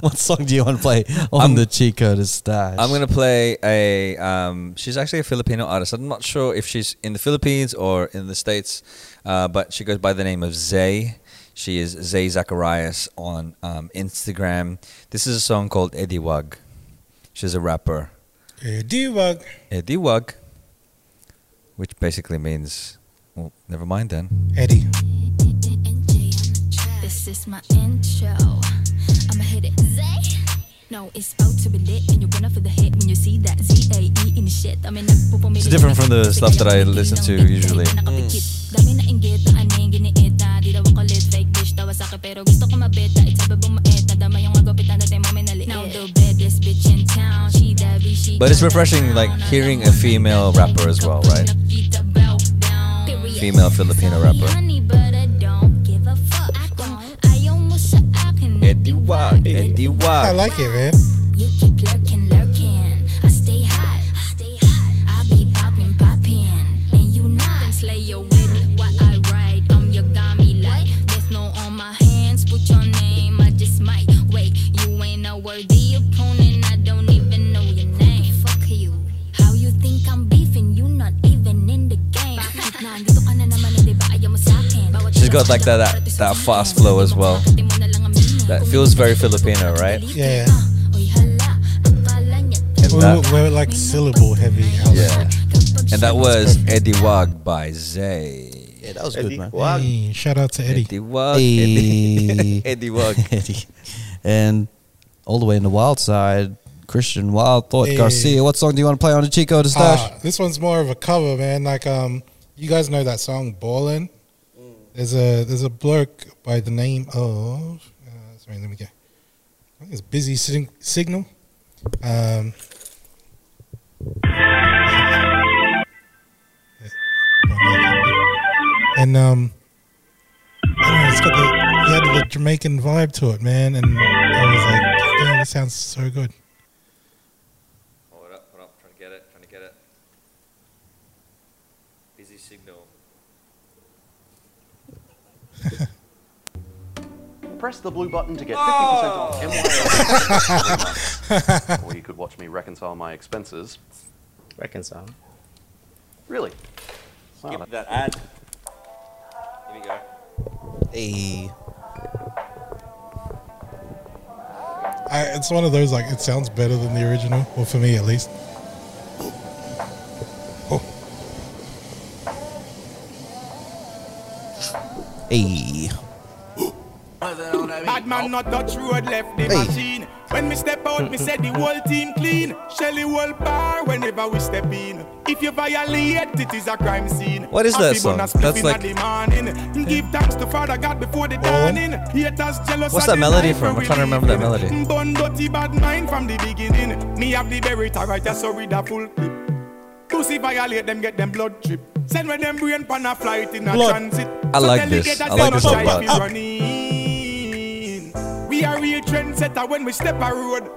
S1: what song do you want to play on the cheat code stash?
S2: I'm gonna play a. Um, she's actually a Filipino artist. I'm not sure if she's in the Philippines or in the states, uh, but she goes by the name of Zay. She is Zay Zacharias on um, Instagram. This is a song called Ediwag. She's a rapper,
S3: Yeah, debug.
S2: Ediwag, which basically means. Well, never mind then.
S3: Eddie.
S8: This is my intro. I'ma hit it. Zay. No, it's about to be lit, and you're gonna feel the hit when you see that Z A E in the shit. I mean, it's
S2: different from the stuff that I listen to usually.
S9: Mm.
S2: But it's refreshing, like hearing a female rapper as well, right? Female Filipino rapper. Ediwag, Ediwag.
S3: I like it, man.
S8: You keep lurking, lurking. I stay hot, stay hot. I be popping, popping, and you not. Then slay your with what I write. I'm your gummy like. There's no on my hands. Put your name, I just might. Wait, you ain't a worthy opponent. I don't even know your name. Fuck you. How you think I'm beefing? You not even in the game. Bakit nandito ka na naman, hindi ba ayaw mo sa akin? Bawat
S2: She's got like that that, that fast flow as well. That feels very Filipino, right?
S3: Yeah.
S2: And
S3: We
S2: that,
S3: we're like syllable heavy.
S2: yeah. And that was Ediwag by Zay.
S1: Yeah, that was good, man.
S4: Wow.
S3: Hey, shout out to Eddie.
S2: Ediwag,
S1: Hey. [LAUGHS]
S2: [LAUGHS] Edi- Ediwag.
S1: Eddie. And all the way in the wild side, Christian Wild Thought
S3: Hey.
S1: Garcia. What song do you want to play on the Chico to stash?
S3: Ah, this one's more of a cover, man. Like um, you guys know that song "Ballin." There's a there's a bloke by the name of uh, sorry, let me go. I think it's Busy Sig- Signal. Um, and um, I don't know, it's got the, he had the Jamaican vibe to it, man. And I was like, damn, this sounds so good.
S2: Hold up, hold up, trying to get it, trying to get it. Busy signal.
S10: Press the blue button to get 50% off NYL. or you could watch me reconcile my expenses.
S4: Reconcile.
S10: Really? Wow, that-
S2: That ad. Here we go.
S1: Hey.
S3: I, it's one of those like it sounds better than the original, well for me at least.
S1: Hey.
S9: Bad man not touch road left the machine. When me step out, me said the whole team clean. Shelly whole bar whenever we step in. If you violate, it is a crime scene.
S2: What is that
S9: Happy
S2: song?
S9: bonus split
S2: That's
S9: inna
S2: like-
S9: the morning. Give thanks to Father God before the dawning. Haters jealous
S2: What's that
S9: of the
S2: melody
S9: life
S2: from?
S9: we
S2: I'm trying to remember that
S9: live in.
S2: melody.
S9: Bun dirty bad mind from the beginning. Me have the berry tarata, so read a full clip. Pussy violate them, get them blood drip. Send when them brain pan a flight in a
S3: Blood.
S9: transit.
S2: I like
S9: tell
S2: this.
S9: the gators
S2: I like
S9: them
S2: this
S9: no
S2: a
S9: try
S2: lot.
S9: if you running. We are real trendsetter when we step a road.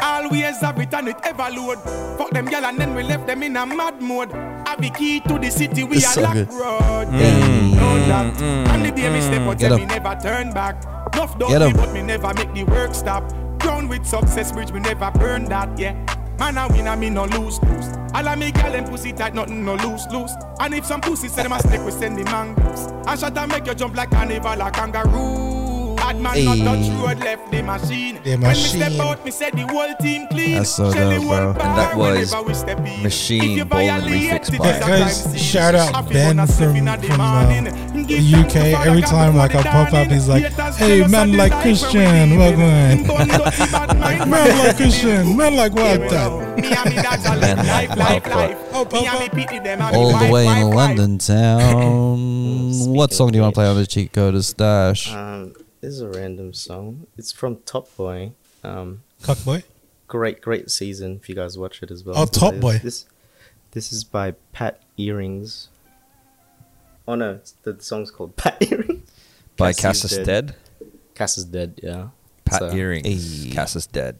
S9: Always have it and it ever load. Fuck them gal and then we left them in a mad mode. Have the key to the city, we
S1: It's
S9: are
S1: so
S9: locked
S1: good.
S9: road.
S1: Mm,
S9: Know that. and the day we step out,
S1: Get
S9: say
S1: up.
S9: me never turn back. Enough
S1: Get
S9: don't me,
S1: up.
S9: but me never make the work stop. Crown with success, bridge me never burn that, yeah. Man, I win, I mean no lose, lose. All I make gal and pussy tight, nothing no lose, lose. And if some pussy say them a stick, we send the man goose. I shot and make you jump like carnival, like kangaroo. Bad man
S1: Hey.
S9: not touch road, left the machine.
S1: The
S9: When me
S1: machine.
S9: step out, me said the whole team clean.
S1: That's so
S9: Shelly
S1: dope,
S9: wall
S1: bro.
S9: bar
S2: And that was
S9: whenever we step in.
S2: Machine
S9: If you
S2: Ball and
S9: violate
S2: Refix
S9: it, it's
S2: by-
S9: a
S3: That
S9: crime
S3: guy's
S9: scene.
S3: shout out
S9: Happy
S3: Ben
S9: wanna step
S3: from
S9: in at the
S3: from
S9: morning.
S3: uh,
S9: Give thanks
S3: UK.
S9: to Father
S3: Every
S9: God
S3: time
S9: for
S3: like
S9: the
S3: I pop up,
S9: darling.
S3: he's like,
S9: Haters
S3: "Hey,
S9: jealous of
S3: man,
S9: the
S3: like
S9: life where we
S3: Christian,
S9: living.
S3: what man?
S9: Born dirty, bad
S3: [LAUGHS]
S9: mind,
S3: Man
S9: man.
S3: like Christian, man like what that?
S9: Me and me dads are
S2: Man,
S9: live life,
S2: like
S9: life,
S2: what?
S9: life. Me and me pity them and me
S1: All the
S9: wife,
S1: way
S9: wife,
S1: in
S9: wife.
S1: London town. what
S4: Speaking
S1: song do you want
S4: of
S1: to play on the
S4: which-
S1: cheat code to stash?
S4: Um, this is a random song. It's from Top Boy. Um,
S3: Cockboy.
S4: great, great season. If you guys watch it as well.
S3: Oh, Top Boy.
S4: This, this is by Pat Earrings. Oh no, it's- the song's called [LAUGHS] Pat Earrings.
S2: by
S4: Cass
S2: Cass
S4: is
S2: is
S4: dead.
S2: Dead.
S4: Cass is dead. Yeah.
S2: Pat
S4: So,
S2: Earrings.
S1: Hey.
S2: Cass is Dead.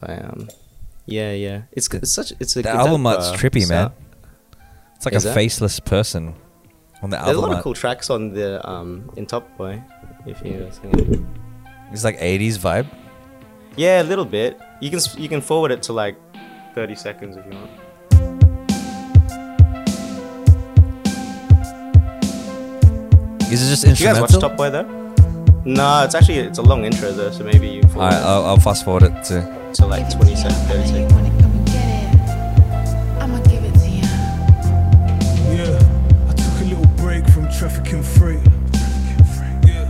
S4: By, um, yeah, yeah. It's it's such it's a
S2: The
S4: good
S2: album
S4: uh,
S2: art's trippy, man.
S4: sound.
S2: It's like
S4: Is
S2: a
S4: it?
S2: faceless person on the album.
S4: There's a
S2: Uh,
S4: lot of
S2: art.
S4: cool tracks on the um in Top Boy. If you guys think.
S2: It's like 80s vibe.
S4: Yeah, a little bit. You can s- you can forward it to like 30 seconds if you want.
S2: Is it just
S4: Do you guys
S2: instrumental?
S4: watch Top Boy though? No, it's actually it's a long intro though, so maybe you
S2: All right,
S4: forward
S2: I'll, I'll fast forward it to.
S4: it to like 20 seconds, 30 seconds.
S9: Yeah, I took a little break from trafficking freight. Yeah,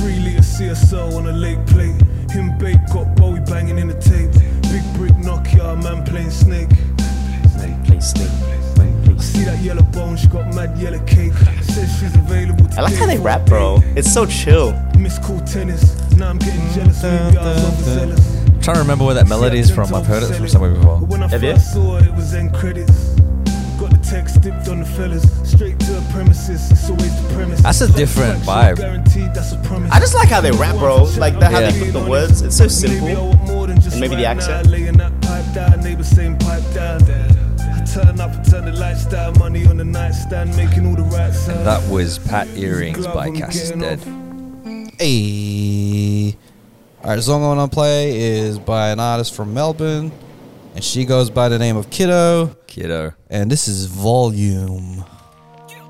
S9: freely a CSO on a lake plate. Him bait got Bowie banging in the tape. Big brick Nokia, man playing snake. See that yellow bone, she got mad yellow cake. Says she's available today.
S4: I like how they
S9: for a
S4: rap, bro.
S9: date.
S4: It's so chill.
S9: Miss cool tennis. Now I'm getting jealous. Maybe I was overzealous.
S2: I'm trying to remember where that melody is from. I've heard it from somewhere before.
S4: Have you?
S9: Saw it, it was end credits. Got the text dipped on the fellas. Straight to the premises. It's always the premises.
S2: That's a different vibe.
S9: Guaranteed that's a promise.
S4: I just like how they rap, bro. Like that, how
S2: Yeah.
S4: they put the words. It's so
S9: Maybe I
S4: simple.
S9: want more than just
S4: And maybe the
S9: right
S4: accent.
S9: now, laying that pipe down, neighbor saying pipe down. I turn up, I turn the lights down, money on the nightstand, making all the right sounds.
S2: That was Pat Earrings by Cass is Dead.
S1: Hey. All right, song I want to play is by an artist from Melbourne, and she goes by the name of Kiddo,
S2: Kiddo.
S1: and this is Volume.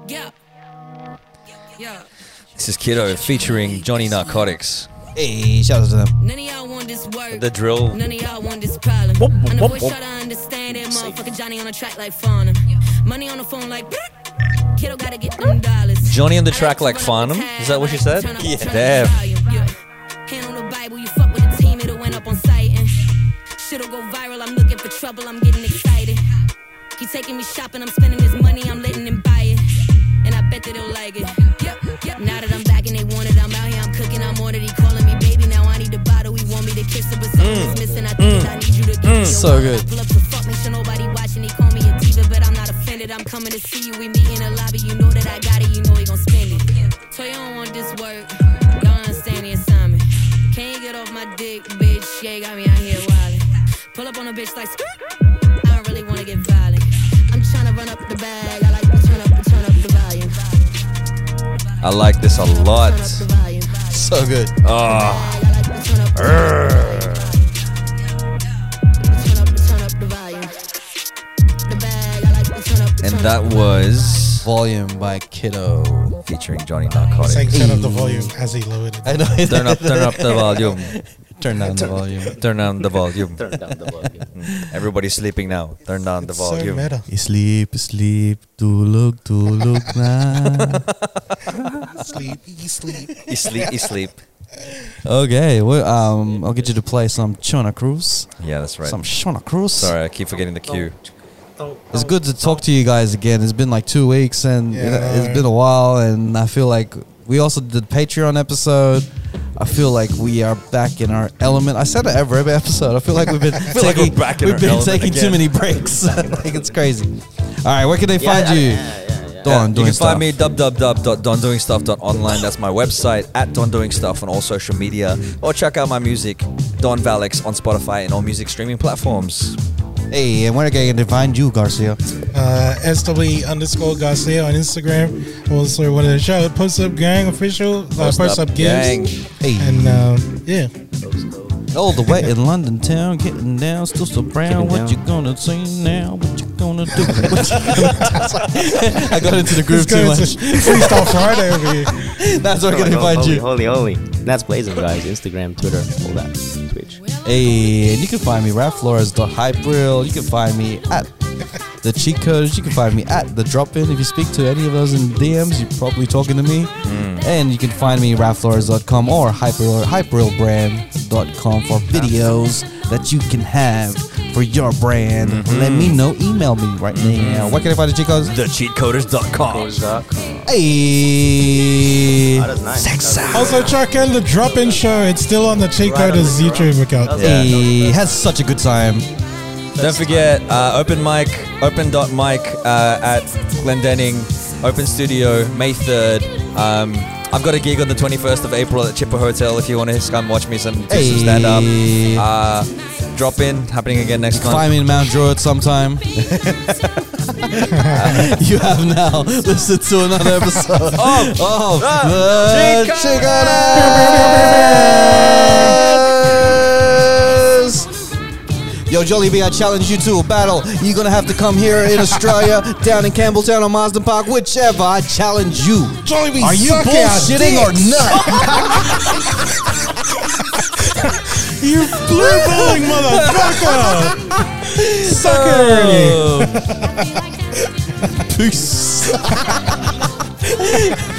S7: Yeah. Yeah.
S2: This is Kiddo featuring Johnny Narcotics.
S1: Hey, shout out to them.
S8: None of y'all want this work.
S2: The drill.
S8: None of y'all want this problem.
S2: Whoop, whoop,
S8: and I
S2: whoop,
S8: wish
S2: whoop.
S8: y'all to understand that motherfucker Johnny on a track like Farnham. Money on the phone like. Kiddo gotta get them dollars.
S2: Johnny on the track like Farnham? Is that what she said? Yeah. Damn.
S8: Hand on the Bible, you fuck with the team, it'll end up on sight. And shit'll go viral, I'm looking for trouble, I'm getting excited. He taking me shopping, I'm spending his money, I'm letting him buy it. And I bet that he'll like it. Now that I'm back and they want it, I'm out here, I'm cooking, I'm ordered. He calling me baby, now I need a bottle. He want me to kiss her, but something's
S2: Mm,
S8: missing. I think that I need you to give me
S1: So
S8: your wallet.
S1: good.
S8: I pull up to fuck, make sure nobody watching. He call me a diva, but I'm not offended. I'm coming to see you. We meet in the lobby. You know that I got it. You know he gon' spend it. So you don't want this work. Y'all understand the assignment. Can't get off my dick, bitch. Yeah, got me out here wildin'. Pull up on a bitch like skirt. I don't really wanna get violent. I'm tryna run up the bag. I like to turn up, turn up the volume.
S2: I like this a lot.
S8: Turn up the volume.
S1: So good.
S2: Oh,
S8: I like to turn up the volume. Turn up, turn up the volume. The bag. I like to turn up.
S2: and
S8: turn up
S2: that was
S1: Volume by Kiddo.
S2: featuring Johnny Narcotics.
S3: Saying turn up the volume as he lowered it.
S1: I know.
S2: Turn
S1: [LAUGHS]
S2: up, turn up the volume.
S1: Turn down the volume.
S2: Turn down the volume.
S4: Turn down the volume.
S2: Everybody's sleeping now. Turn down the
S3: It's so
S2: volume.
S3: meta.
S1: Sleep, sleep, to look, to look now.
S3: Sleepy sleep.
S2: you sleep, you sleep.
S1: okay, well, um, I'll get you to play some Chona Cruz.
S2: Yeah, that's right.
S1: Some Chona Cruz.
S2: Sorry, I keep forgetting the cue.
S1: It's good to talk to you guys again. It's been like two weeks and you know,
S3: Yeah.
S1: it's been a while, and I feel like we also did Patreon episode. I feel like we are back in our element. I said it every episode. I feel like we've been taking,
S2: feel like we're back in
S1: we've
S2: our
S1: been
S2: element
S1: taking too
S2: again.
S1: many breaks. [LAUGHS] like it's crazy. All right, where can they
S4: Yeah,
S1: find
S4: I-
S1: you?
S4: yeah, yeah, yeah.
S1: Don,
S2: you
S1: doing
S2: can
S1: stuff.
S2: find me at www.dondoingstuff.online. That's my website, at Don Doing Stuff on all social media. Or check out my music, Don Valix, on Spotify and all music streaming platforms.
S1: Hey, and where can they find you, Garcia?
S3: uh, SW underscore Garcia on Instagram. Also, what a show. Post up gang official. Post, uh, post up,
S2: gang.
S3: gigs.
S1: Hey,
S3: And um, yeah,
S1: [LAUGHS] all the way in London town, getting down, still so brown. What you gonna sing now? What you gonna [LAUGHS] do? What you gonna do? I got into the groove too much.
S3: [LAUGHS] Freestyle Friday over here.
S1: [LAUGHS] That's where I'm gonna
S4: holy,
S1: find you.
S4: Holy, holy. That's Blazing guys. Instagram, Twitter, all that. Twitch.
S1: Hey, and you can find me Rap Flores the Hype Reel. You can find me at the Cheat Codes. You can find me at the Drop In. If you speak to any of those in DMs, you're probably talking to me. And you can find me rapflores.com or hyper hyperrealbrand.com for videos that you can have for your brand. Let me know. Email me right now. Where can I find the Cheat Codes?
S2: TheCheatCoders.com.
S1: Hey,
S4: That is Oh, nice.
S1: Sex out.
S3: Also, check out the drop in show. It's still on the Cheat
S4: Right on
S3: Coders
S4: the
S3: YouTube account.
S4: That's
S2: Yeah.
S1: Hey, had such a good time.
S2: Don't forget, uh, open mic, open dot mic uh, at Glendenning, open studio, May 3rd. Um, I've got a gig on the 21st of April at Chipper Hotel if you want to come watch me some, do some stand up.
S1: Hey.
S2: Uh, drop in, happening again next month.
S1: Find me in Mount Druitt [LAUGHS] sometime. you have now listened to another episode
S2: Oh,
S1: of
S2: the
S1: the Chicanas. Yo, Jolly B, I challenge you to a battle. You're gonna have to come here in Australia, down in Campbelltown or Marsden Park, whichever. I challenge you.
S3: Jollibee,
S1: Are you
S3: suck our
S1: bullshitting or
S3: dicks.
S1: not?
S3: You blue balling motherfucker!
S2: Oh.
S3: Sucker!
S1: Peace.